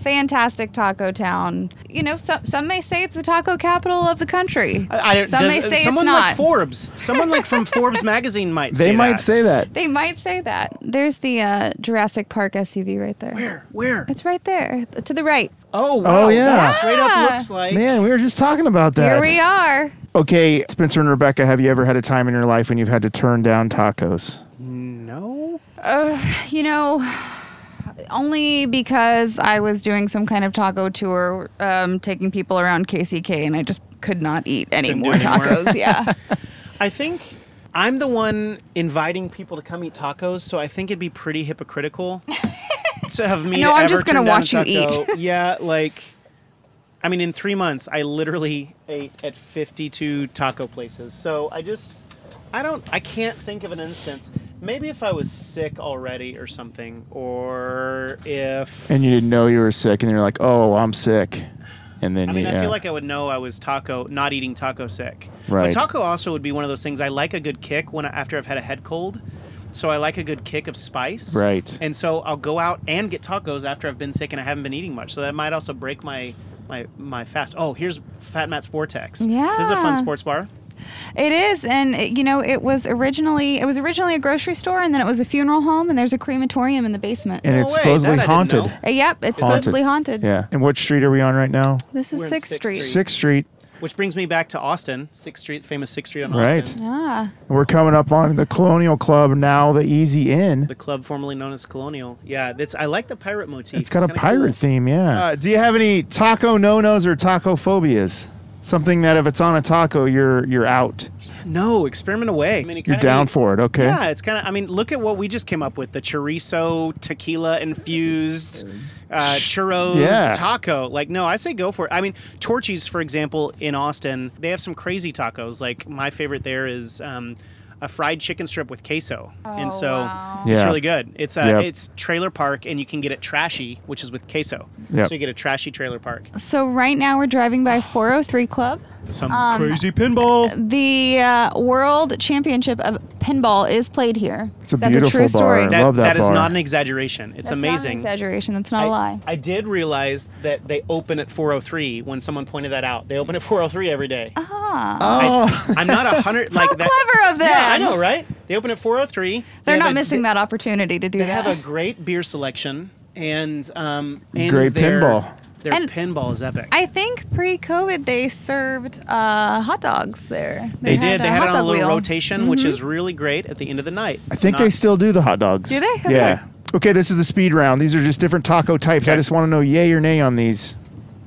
[SPEAKER 4] fantastic taco town. You know, some some may say it's the taco capital of the country.
[SPEAKER 3] I don't,
[SPEAKER 4] some
[SPEAKER 3] does-
[SPEAKER 4] may say
[SPEAKER 3] someone
[SPEAKER 4] it's
[SPEAKER 3] like
[SPEAKER 4] not.
[SPEAKER 3] Forbes, someone like from Forbes magazine might.
[SPEAKER 1] They
[SPEAKER 3] say
[SPEAKER 1] might
[SPEAKER 3] that.
[SPEAKER 1] say that.
[SPEAKER 4] they might say that. There's the uh, Jurassic Park SUV right there.
[SPEAKER 3] Where? Where?
[SPEAKER 4] It's right there, to the right.
[SPEAKER 3] Oh
[SPEAKER 1] wow, yeah. that
[SPEAKER 3] straight
[SPEAKER 4] Ah.
[SPEAKER 3] up looks like-
[SPEAKER 1] Man, we were just talking about that.
[SPEAKER 4] Here we are.
[SPEAKER 1] Okay, Spencer and Rebecca, have you ever had a time in your life when you've had to turn down tacos?
[SPEAKER 3] No.
[SPEAKER 4] Uh, you know, only because I was doing some kind of taco tour, um, taking people around KCK, and I just could not eat any
[SPEAKER 3] Couldn't do
[SPEAKER 4] more
[SPEAKER 3] it anymore.
[SPEAKER 4] tacos. yeah.
[SPEAKER 3] I think I'm the one inviting people to come eat tacos, so I think it'd be pretty hypocritical to have me.
[SPEAKER 4] No, I'm
[SPEAKER 3] ever
[SPEAKER 4] just gonna
[SPEAKER 3] turn down a
[SPEAKER 4] watch you eat.
[SPEAKER 3] taco. yeah, like, I mean, in three months, I literally ate at 52 taco places. So I just, I don't, I can't think of an instance. Maybe if I was sick already or something, or if
[SPEAKER 1] And you didn't know you were sick, and you're like, "Oh, I'm sick," and then
[SPEAKER 3] I mean,
[SPEAKER 1] you,
[SPEAKER 3] I
[SPEAKER 1] yeah.
[SPEAKER 3] feel like I would know I was taco, not eating taco sick.
[SPEAKER 1] Right.
[SPEAKER 3] But taco also would be one of those things. I like a good kick when I, after I've had a head cold, so I like a good kick of spice.
[SPEAKER 1] Right.
[SPEAKER 3] And so I'll go out and get tacos after I've been sick and I haven't been eating much. So that might also break my my my fast. Oh, here's Fat Matt's Vortex. This is a
[SPEAKER 4] Yeah.
[SPEAKER 3] fun sports bar.
[SPEAKER 4] It is, and it, you know, it was originally it was originally a grocery store, and then it was a funeral home, and there's a crematorium in the basement.
[SPEAKER 1] and it's
[SPEAKER 3] way,
[SPEAKER 1] supposedly
[SPEAKER 3] that I didn't
[SPEAKER 1] haunted.
[SPEAKER 3] know.
[SPEAKER 4] Uh, yep, it's supposedly haunted.
[SPEAKER 1] Yeah. And what street are we on right now?
[SPEAKER 4] This is
[SPEAKER 3] We're in
[SPEAKER 4] Sixth
[SPEAKER 3] Sixth
[SPEAKER 4] Street.
[SPEAKER 1] Sixth Street.
[SPEAKER 3] Which brings me back to Austin, Sixth Street, famous Sixth Street on
[SPEAKER 1] Right.
[SPEAKER 3] Austin.
[SPEAKER 4] Yeah.
[SPEAKER 1] We're coming up on the Colonial Club now, the Easy Inn.
[SPEAKER 3] The club formerly known as Colonial. Yeah, that's I like the pirate motif.
[SPEAKER 1] It's got a
[SPEAKER 3] kinda
[SPEAKER 1] pirate
[SPEAKER 3] cool.
[SPEAKER 1] theme, yeah. Uh, do you have any taco no nos or taco phobias? Something that if it's on a taco, you're you're out.
[SPEAKER 3] No, experiment away. I mean, it
[SPEAKER 1] You're
[SPEAKER 3] kinda
[SPEAKER 1] down
[SPEAKER 3] needs-
[SPEAKER 1] for it, okay?
[SPEAKER 3] Yeah, it's kind of. I mean, look at what we just came up with: the chorizo tequila infused uh, churros
[SPEAKER 1] Yeah.
[SPEAKER 3] taco. Like, no, I say go for it. I mean, Torchy's, for example, in Austin, they have some crazy tacos. Like, my favorite there is. Um, a fried chicken strip with queso,
[SPEAKER 4] Oh,
[SPEAKER 3] and so it's
[SPEAKER 1] Yeah.
[SPEAKER 3] really good. It's uh,
[SPEAKER 1] Yep.
[SPEAKER 3] it's Trailer Park, and you can get it trashy, which is with queso.
[SPEAKER 1] Yep.
[SPEAKER 3] So you get a trashy Trailer Park.
[SPEAKER 4] So right now we're driving by 403 Club.
[SPEAKER 3] Some
[SPEAKER 4] Um,
[SPEAKER 3] crazy pinball.
[SPEAKER 4] The uh, World Championship of Pinball is played here.
[SPEAKER 1] It's a
[SPEAKER 4] That's
[SPEAKER 1] beautiful
[SPEAKER 4] a true story.
[SPEAKER 1] bar. I love that
[SPEAKER 3] that is
[SPEAKER 1] bar.
[SPEAKER 3] not an exaggeration. It's
[SPEAKER 4] That's not an
[SPEAKER 3] amazing.
[SPEAKER 4] exaggeration. That's not a
[SPEAKER 3] I-
[SPEAKER 4] lie.
[SPEAKER 3] I did realize that they open at 403 when someone pointed that out. They open at 403 every day.
[SPEAKER 4] Ah.
[SPEAKER 1] Oh.
[SPEAKER 3] I, am not a hundred like
[SPEAKER 4] Uh-huh. How
[SPEAKER 3] that.
[SPEAKER 4] clever of them.
[SPEAKER 3] Yeah, I know, right? They open at 403.
[SPEAKER 4] They're
[SPEAKER 3] They
[SPEAKER 4] not
[SPEAKER 3] have a-
[SPEAKER 4] missing that opportunity to do
[SPEAKER 3] They
[SPEAKER 4] that.
[SPEAKER 3] have a great beer selection and um and
[SPEAKER 1] Great
[SPEAKER 3] their-
[SPEAKER 1] pinball.
[SPEAKER 3] Their
[SPEAKER 4] And-
[SPEAKER 3] pinball is epic.
[SPEAKER 4] I think pre-COVID they served uh, hot dogs there.
[SPEAKER 3] they, did.
[SPEAKER 4] a
[SPEAKER 3] They had it
[SPEAKER 4] hot
[SPEAKER 3] on a
[SPEAKER 4] dog
[SPEAKER 3] little
[SPEAKER 4] wheel. Mm-hmm.
[SPEAKER 3] rotation, which is really great at the end of the night.
[SPEAKER 1] I think they still do the hot dogs.
[SPEAKER 4] Do they? Okay.
[SPEAKER 1] Yeah. Okay, this is the speed round. These are just different taco types. I just want to know yay or nay on these.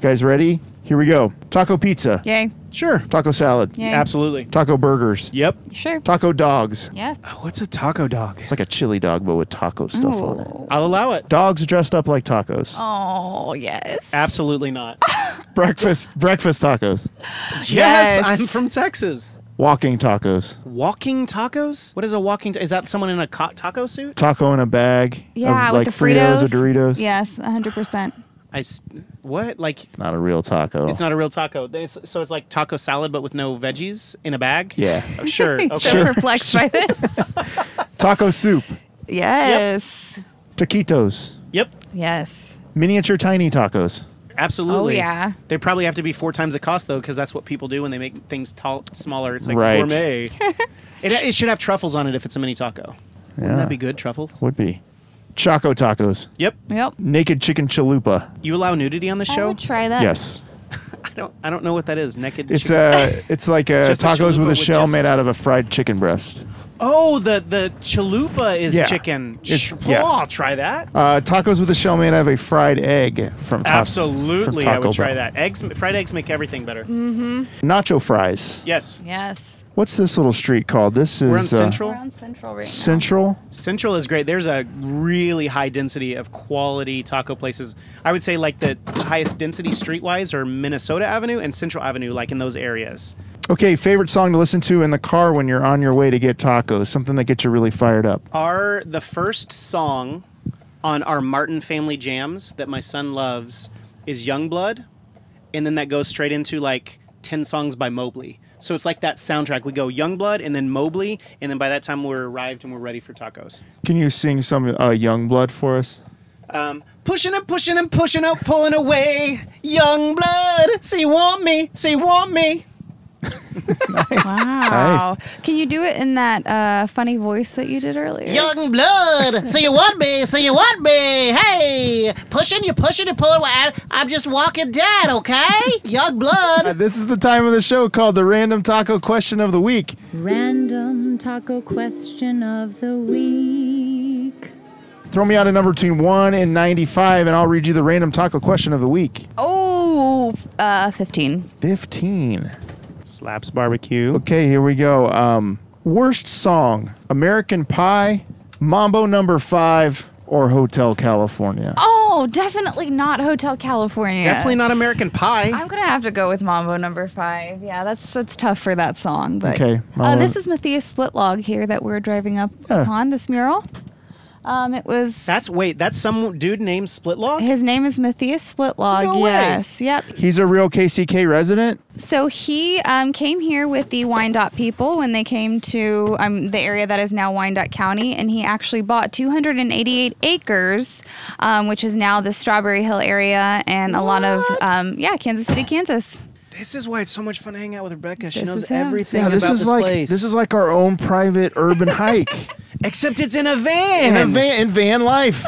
[SPEAKER 1] Guys, ready? Here we go. Taco pizza.
[SPEAKER 4] Yay.
[SPEAKER 3] Sure.
[SPEAKER 1] Taco salad.
[SPEAKER 4] Yay. Absolutely.
[SPEAKER 1] Taco burgers.
[SPEAKER 3] Yep.
[SPEAKER 4] Sure.
[SPEAKER 1] Taco dogs.
[SPEAKER 4] Yes.
[SPEAKER 3] What's a taco dog?
[SPEAKER 1] It's like a chili dog, but with taco stuff on it.
[SPEAKER 3] I'll allow it.
[SPEAKER 1] Dogs dressed up like tacos.
[SPEAKER 4] Oh, yes.
[SPEAKER 3] Absolutely not.
[SPEAKER 1] Breakfast breakfast tacos.
[SPEAKER 3] yes,
[SPEAKER 4] Yes.
[SPEAKER 3] I'm from Texas.
[SPEAKER 1] Walking tacos.
[SPEAKER 3] Walking tacos? What is a walking? ta- is that someone in a co- taco suit?
[SPEAKER 1] Taco in a bag.
[SPEAKER 4] Yeah,
[SPEAKER 1] of
[SPEAKER 4] with
[SPEAKER 1] like
[SPEAKER 4] the
[SPEAKER 1] Fritos.
[SPEAKER 4] Fritos.
[SPEAKER 1] or Doritos.
[SPEAKER 4] Yes, 100%.
[SPEAKER 3] I s- what? Like
[SPEAKER 1] Not a real taco.
[SPEAKER 3] it's not a real taco. It's, so it's like taco salad, but with no veggies in a bag.
[SPEAKER 1] Yeah.
[SPEAKER 3] Oh, sure.
[SPEAKER 4] He's
[SPEAKER 3] Okay.
[SPEAKER 4] so perplexed by this.
[SPEAKER 1] Taco soup.
[SPEAKER 4] Yes.
[SPEAKER 1] Taquitos.
[SPEAKER 3] Yep.
[SPEAKER 4] Yes.
[SPEAKER 1] Miniature tiny tacos.
[SPEAKER 3] Absolutely.
[SPEAKER 4] Oh, yeah.
[SPEAKER 3] They probably have to be four times the cost though, because that's what people do when they make things tall, smaller. It's like
[SPEAKER 1] Right.
[SPEAKER 3] gourmet. it, it should have truffles on it if it's a mini taco. Wouldn't
[SPEAKER 1] Yeah.
[SPEAKER 3] that be good? Truffles.
[SPEAKER 1] Would be. Choco tacos.
[SPEAKER 3] Yep.
[SPEAKER 4] Yep.
[SPEAKER 1] Naked chicken chalupa.
[SPEAKER 3] You allow nudity on the
[SPEAKER 4] I
[SPEAKER 3] show?
[SPEAKER 4] would try that.
[SPEAKER 1] Yes.
[SPEAKER 3] I don't. I don't know what that is. Naked.
[SPEAKER 1] It's
[SPEAKER 3] chicken-
[SPEAKER 1] uh it's like uh
[SPEAKER 3] Just a
[SPEAKER 1] tacos
[SPEAKER 3] chalupa
[SPEAKER 1] with a
[SPEAKER 3] with
[SPEAKER 1] shell
[SPEAKER 3] just-
[SPEAKER 1] made out of a fried chicken breast.
[SPEAKER 3] oh, the the chalupa is
[SPEAKER 1] Yeah.
[SPEAKER 3] chicken.
[SPEAKER 1] It's-
[SPEAKER 3] Sh-
[SPEAKER 1] yeah.
[SPEAKER 3] Oh, I'll try that.
[SPEAKER 1] Uh, tacos with a shell made out of a fried egg from Ta-
[SPEAKER 3] Absolutely,
[SPEAKER 1] from
[SPEAKER 3] I would
[SPEAKER 1] Taco
[SPEAKER 3] try
[SPEAKER 1] Bell.
[SPEAKER 3] that. Eggs, fried eggs make everything better.
[SPEAKER 1] Nacho fries.
[SPEAKER 3] Yes.
[SPEAKER 4] Yes.
[SPEAKER 1] What's this little street called? This is
[SPEAKER 3] We're on
[SPEAKER 1] uh,
[SPEAKER 3] Central.
[SPEAKER 4] We're on Central right
[SPEAKER 1] Central.
[SPEAKER 3] Central is great. There's a really high density of quality taco places. I would say like the highest density streetwise are Minnesota Avenue and Central Avenue, like in those areas.
[SPEAKER 1] Okay, favorite song to listen to in the car when you're on your way to get tacos. Something that gets you really fired up.
[SPEAKER 3] Our the first song on our Martin Family Jams that my son loves is Youngblood, and then that goes straight into like ten songs by Mobley. So it's like that soundtrack. We go Youngblood and then Mobley, and then by that time we're arrived and we're ready for tacos.
[SPEAKER 1] Can you sing some uh, Young Blood for us?
[SPEAKER 3] Um, pushing and pushing and pushing out, pulling away. Young blood, say you want me, say you want me.
[SPEAKER 4] Wow. Can you do it in that uh, funny voice that you did earlier?
[SPEAKER 9] Young blood, so you want me, so you want me. Hey, pushing, you pushing and pulling. I- I'm just walking dead, okay? Young blood.
[SPEAKER 1] Uh, This is the time of the show called the Random Taco Question of the Week.
[SPEAKER 11] Random taco question of the week.
[SPEAKER 1] Throw me out a number between 1 and 95, and I'll read you the Random Taco Question of the Week.
[SPEAKER 4] Oh, uh, 15.
[SPEAKER 1] 15.
[SPEAKER 3] Slaps barbecue.
[SPEAKER 1] Okay, here we go. Um, worst song American Pie, Mambo Number 5, or Hotel California?
[SPEAKER 4] Oh, definitely not Hotel California.
[SPEAKER 3] Definitely not American Pie.
[SPEAKER 4] I'm gonna have to go with Mambo Number Five. Yeah, that's that's tough for that song. But
[SPEAKER 1] Okay,
[SPEAKER 4] uh,
[SPEAKER 1] Mambo-
[SPEAKER 4] this is Matthias Splitlog here that we're driving up
[SPEAKER 1] Yeah.
[SPEAKER 4] upon this mural. Um, it was
[SPEAKER 3] That's wait, that's some dude named Splitlock.
[SPEAKER 4] his name is Matthias Splitlog.
[SPEAKER 3] No way.
[SPEAKER 4] yes, yep.
[SPEAKER 1] He's a real KCK resident.
[SPEAKER 4] So he um, came here with the Wyandotte people when they came to um, the area that is now Wyandotte County, and he actually bought 288 acres, um, which is now the Strawberry Hill area and a lot of um, yeah, Kansas City, Kansas.
[SPEAKER 3] This is why it's so much fun hanging out with Rebecca. She
[SPEAKER 4] This
[SPEAKER 3] knows
[SPEAKER 4] is him.
[SPEAKER 3] everything
[SPEAKER 1] Yeah, this
[SPEAKER 3] about
[SPEAKER 1] is
[SPEAKER 3] this
[SPEAKER 1] like
[SPEAKER 3] place.
[SPEAKER 1] this is like our own private urban hike.
[SPEAKER 3] except it's in a van.
[SPEAKER 1] in a van in van life.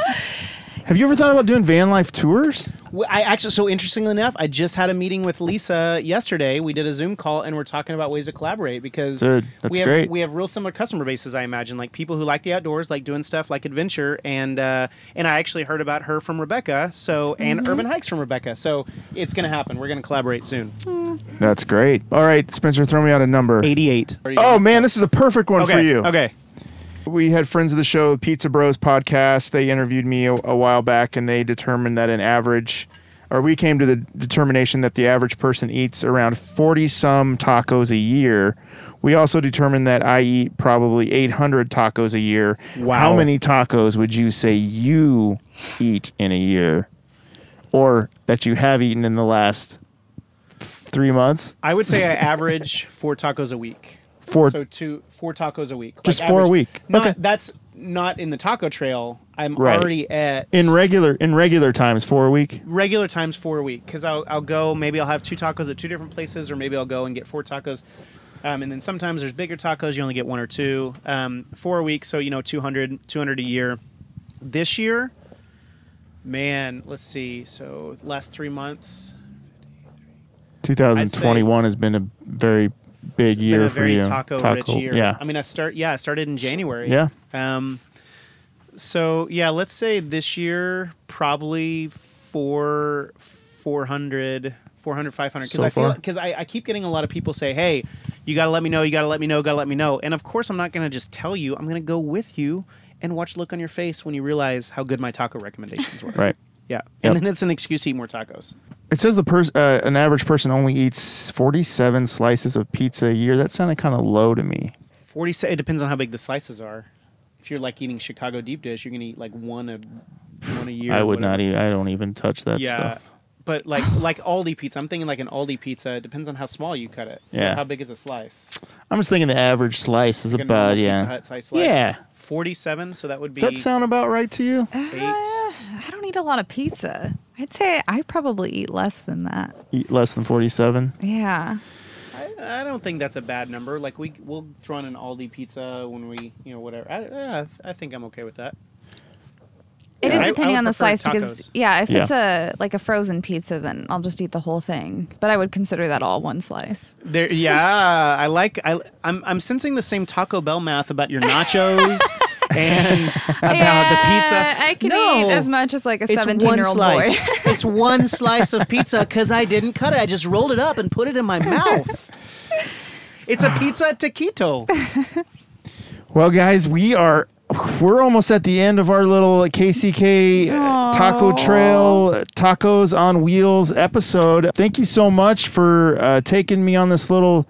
[SPEAKER 1] Have you ever thought about doing van life tours?
[SPEAKER 3] Well, I actually, so interestingly enough, I just had a meeting with Lisa yesterday. We did a Zoom call and we're talking about ways to collaborate because
[SPEAKER 1] Dude, that's
[SPEAKER 3] we have
[SPEAKER 1] great.
[SPEAKER 3] we have real similar customer bases. I imagine like people who like the outdoors, like doing stuff like adventure, and uh, and I actually heard about her from Rebecca. So and
[SPEAKER 4] Mm-hmm.
[SPEAKER 3] urban hikes from Rebecca. So it's gonna happen. We're gonna collaborate soon.
[SPEAKER 1] That's great. All right, Spencer, throw me out a number.
[SPEAKER 3] Eighty-eight.
[SPEAKER 1] Oh man, this is a perfect one
[SPEAKER 3] okay.
[SPEAKER 1] for you.
[SPEAKER 3] Okay.
[SPEAKER 1] We had friends of the show, Pizza Bros podcast. They interviewed me a, a while back, and they determined that an average, or we came to the determination that the average person eats around forty some tacos a year. We also determined that I eat probably eight hundred tacos a year.
[SPEAKER 3] Wow.
[SPEAKER 1] How many tacos would you say you eat in a year, or that you have eaten in the last f- three months?
[SPEAKER 3] I would say I average four tacos a week.
[SPEAKER 1] Four-
[SPEAKER 3] So two four tacos a week.
[SPEAKER 1] Just four a week.
[SPEAKER 3] Not,
[SPEAKER 1] Okay.
[SPEAKER 3] That's not in the taco trail. I'm
[SPEAKER 1] Right.
[SPEAKER 3] already at
[SPEAKER 1] in regular in regular times, four a week.
[SPEAKER 3] regular times four a week because I'll, I'll go maybe i'll have two tacos at two different places or maybe i'll go and get four tacos um, and then sometimes there's bigger tacos you only get one or two um, four a week so you know 200 200 a year this year man let's see so last three months
[SPEAKER 1] 2021 has been a very big
[SPEAKER 3] it's
[SPEAKER 1] year
[SPEAKER 3] been a
[SPEAKER 1] for
[SPEAKER 3] very
[SPEAKER 1] you.
[SPEAKER 3] taco, rich year
[SPEAKER 1] Yeah.
[SPEAKER 3] i mean i start yeah i started in january
[SPEAKER 1] Yeah.
[SPEAKER 3] um, So yeah, let's say this year probably four 400 400 500 because
[SPEAKER 1] So
[SPEAKER 3] I feel
[SPEAKER 1] far?
[SPEAKER 3] because I, I keep getting a lot of people say, "Hey, you got to let me know, you got to let me know, got to let me know." And of course, I'm not going to just tell you. I'm going to go with you and watch the look on your face when you realize how good my taco recommendations were.
[SPEAKER 1] Right.
[SPEAKER 3] Yeah. And
[SPEAKER 1] Yep.
[SPEAKER 3] then it's an excuse to eat more tacos.
[SPEAKER 1] It says the pers- uh, an average person only eats 47 slices of pizza a year. That sounded kind of low to me.
[SPEAKER 3] 40 se- it depends on how big the slices are. If you're like eating Chicago deep dish, you're going to eat like one a one a year.
[SPEAKER 1] I
[SPEAKER 3] or
[SPEAKER 1] would
[SPEAKER 3] whatever.
[SPEAKER 1] not even. I don't even touch that stuff.
[SPEAKER 3] But like like Aldi pizza, I'm thinking like an Aldi pizza. It depends on how small you cut it. So
[SPEAKER 1] Yeah.
[SPEAKER 3] How big is a slice?
[SPEAKER 1] I'm just thinking the average slice is
[SPEAKER 3] Like a normal
[SPEAKER 1] about yeah.
[SPEAKER 3] Pizza Hut size slice.
[SPEAKER 1] Yeah.
[SPEAKER 3] Forty-seven. So that would be.
[SPEAKER 1] Does that sound about right to you?
[SPEAKER 4] Uh, I don't eat a lot of pizza. I'd say I probably eat less than that.
[SPEAKER 1] Eat E, less than 47.
[SPEAKER 4] Yeah.
[SPEAKER 3] I, I don't think that's a bad number. Like we we'll throw in an Aldi pizza when we you know whatever. I yeah, I think I'm okay with that.
[SPEAKER 4] It
[SPEAKER 3] Yeah.
[SPEAKER 4] is
[SPEAKER 3] I- I
[SPEAKER 4] depending
[SPEAKER 3] would
[SPEAKER 4] on the
[SPEAKER 3] prefer
[SPEAKER 4] slice because
[SPEAKER 3] tacos.
[SPEAKER 4] yeah, if
[SPEAKER 1] Yeah.
[SPEAKER 4] it's a like a frozen pizza, then I'll just eat the whole thing. But I would consider that all one slice.
[SPEAKER 3] There, yeah, I like. I, I'm I'm sensing the same Taco Bell math about your nachos and about the pizza.
[SPEAKER 4] I can
[SPEAKER 9] No.
[SPEAKER 4] eat as much as like a
[SPEAKER 9] It's one
[SPEAKER 4] seventeen-year-old boy.
[SPEAKER 9] slice. it's one slice of pizza because I didn't cut it. I just rolled it up and put it in my mouth.
[SPEAKER 3] It's a pizza taquito.
[SPEAKER 1] Well, guys, we are we're almost at the end of our little KCK Taco Trail Tacos on Wheels episode. Thank you so much for uh, taking me on this little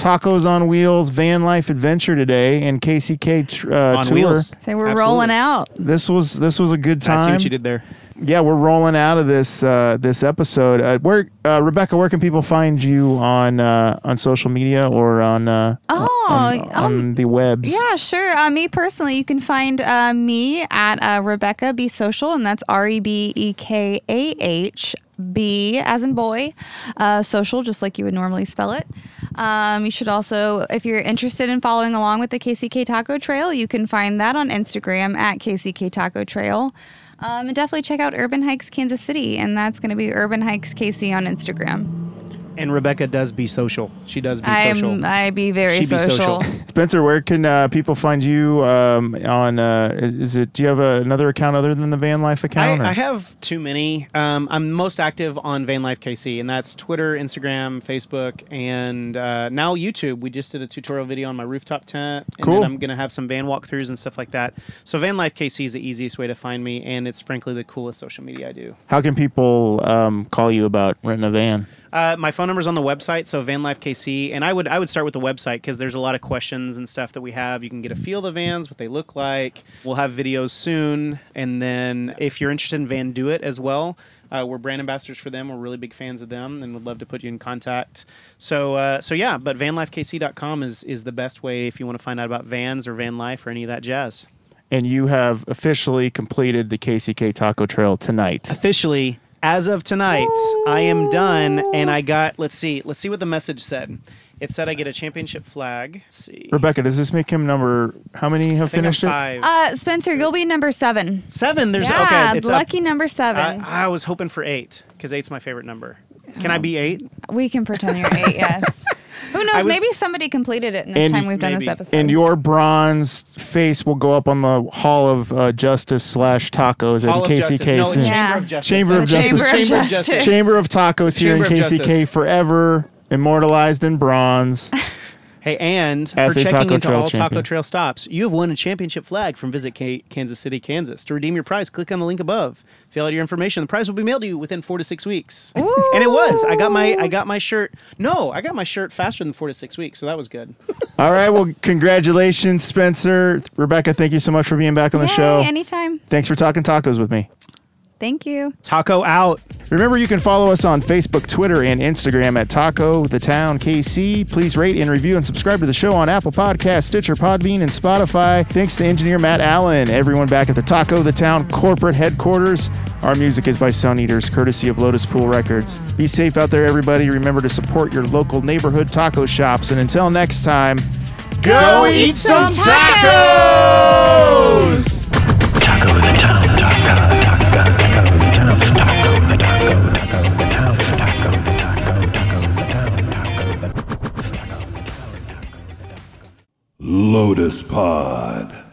[SPEAKER 1] Tacos on Wheels van life adventure today and KCK tr- uh,
[SPEAKER 3] On
[SPEAKER 1] tour.
[SPEAKER 3] wheels.
[SPEAKER 4] So we're
[SPEAKER 3] Absolutely.
[SPEAKER 4] rolling out.
[SPEAKER 1] This was this was a good time.
[SPEAKER 3] I see what you did there.
[SPEAKER 1] Yeah, we're rolling out of this uh, this episode. Uh, where uh, Rebecca, where can people find you on uh, on social media or on uh,
[SPEAKER 4] Oh,
[SPEAKER 1] on,
[SPEAKER 3] Um,
[SPEAKER 1] on the webs?
[SPEAKER 4] Yeah, sure. Uh, me personally, you can find uh, me at uh, Rebecca B Social, and that's R E B E K A H B as in boy, uh, social, just like you would normally spell it. Um, you should also, if you're interested in following along with the KCK Taco Trail, you can find that on Instagram at KCK Taco Trail. Um, and definitely check out Urban Hikes Kansas City, and that's going to be Urban Hikes KC on Instagram.
[SPEAKER 3] And Rebecca does be social. She does be social.
[SPEAKER 4] I'm, I be very
[SPEAKER 3] She be social.
[SPEAKER 4] social.
[SPEAKER 1] Spencer, where can uh, people find you um, on? Uh, is, is it? Do you have a, another account other than the Van Life account?
[SPEAKER 3] I,
[SPEAKER 1] or-
[SPEAKER 3] I have too many. Um, I'm most active on Van Life KC, and that's Twitter, Instagram, Facebook, and uh, now YouTube. We just did a tutorial video on my rooftop tent, and
[SPEAKER 1] Cool.
[SPEAKER 3] then I'm gonna have some van walkthroughs and stuff like that. So Van Life KC is the easiest way to find me, and it's frankly the coolest social media I do.
[SPEAKER 1] How can people um, call you about renting a van?
[SPEAKER 3] Uh, my phone number is on the website, so Van Life KC, and I would I would start with the website because there's a lot of questions and stuff that we have. You can get a feel of the vans, what they look like. We'll have videos soon, and then if you're interested in Van Do It as well, uh, we're brand ambassadors for them. We're really big fans of them, and would love to put you in contact. So uh, so yeah, but VanLifeKC.com is is the best way if you want to find out about vans or van life or any of that jazz.
[SPEAKER 1] And you have officially completed the KCK Taco Trail tonight.
[SPEAKER 3] officially as of tonight i am done and i got let's see let's see what the message said it said i get a championship flag let's see
[SPEAKER 1] Rebecca, does this make him number? How many have
[SPEAKER 3] I think I'm
[SPEAKER 1] finished it?
[SPEAKER 3] five
[SPEAKER 4] Uh, Spencer, you'll be number seven.
[SPEAKER 3] seven there's
[SPEAKER 4] yeah,
[SPEAKER 3] okay it's up.
[SPEAKER 4] lucky number seven.
[SPEAKER 3] I, I was hoping for eight because eight's my favorite number can i be eight
[SPEAKER 4] we can pretend you're eight. Yes. Who knows?
[SPEAKER 3] was-
[SPEAKER 4] maybe somebody completed it in this
[SPEAKER 1] And-
[SPEAKER 4] time we've done this
[SPEAKER 3] maybe.
[SPEAKER 4] episode.
[SPEAKER 1] And your bronze face will go up on the Hall of uh, Justice slash Tacos
[SPEAKER 3] Hall
[SPEAKER 1] at
[SPEAKER 3] of Justice.
[SPEAKER 1] KCK
[SPEAKER 3] No,
[SPEAKER 1] soon.
[SPEAKER 3] chamber
[SPEAKER 4] Yeah.
[SPEAKER 3] of justice
[SPEAKER 1] Chamber of
[SPEAKER 4] The Chamber
[SPEAKER 1] Justice.
[SPEAKER 4] of
[SPEAKER 3] chamber of
[SPEAKER 4] Justice.
[SPEAKER 3] justice
[SPEAKER 1] Chamber of Tacos here
[SPEAKER 3] Chamber
[SPEAKER 1] in
[SPEAKER 3] of
[SPEAKER 1] KCK
[SPEAKER 3] Justice.
[SPEAKER 1] forever, immortalized in bronze.
[SPEAKER 3] Hey, and
[SPEAKER 1] As
[SPEAKER 3] for
[SPEAKER 1] a
[SPEAKER 3] checking
[SPEAKER 1] Taco
[SPEAKER 3] into
[SPEAKER 1] Trail
[SPEAKER 3] all Taco
[SPEAKER 1] champion.
[SPEAKER 3] Trail stops, you have won a championship flag from Visit K- Kansas City, Kansas. To redeem your prize, click on the link above. Fill out your information. The prize will be mailed to you within four to six weeks. And it was. I got my I got my shirt. No, I got my shirt faster than four to six weeks, so that was good.
[SPEAKER 1] All right. Well, congratulations, Spencer. Rebecca, thank you so much for being back on the
[SPEAKER 4] Yay,
[SPEAKER 1] show.
[SPEAKER 4] Anytime.
[SPEAKER 1] Thanks for talking tacos with me.
[SPEAKER 4] Thank you.
[SPEAKER 3] Taco out.
[SPEAKER 1] Remember, you can follow us on Facebook, Twitter, and Instagram at Taco the Town KC. Please rate and review and subscribe to the show on Apple Podcasts, Stitcher, Podbean, and Spotify. Thanks to engineer Matt Allen, everyone back at the Taco the Town corporate headquarters. Our music is by Sun Eaters, courtesy of Lotus Pool Records. Be safe out there, everybody. Remember to support your local neighborhood taco shops. And until next time, go eat some tacos!
[SPEAKER 2] Taco the town, taco, taco, taco the town, taco the taco, taco the town, taco the taco, taco the town, taco the taco the town.
[SPEAKER 7] Lotus Pod.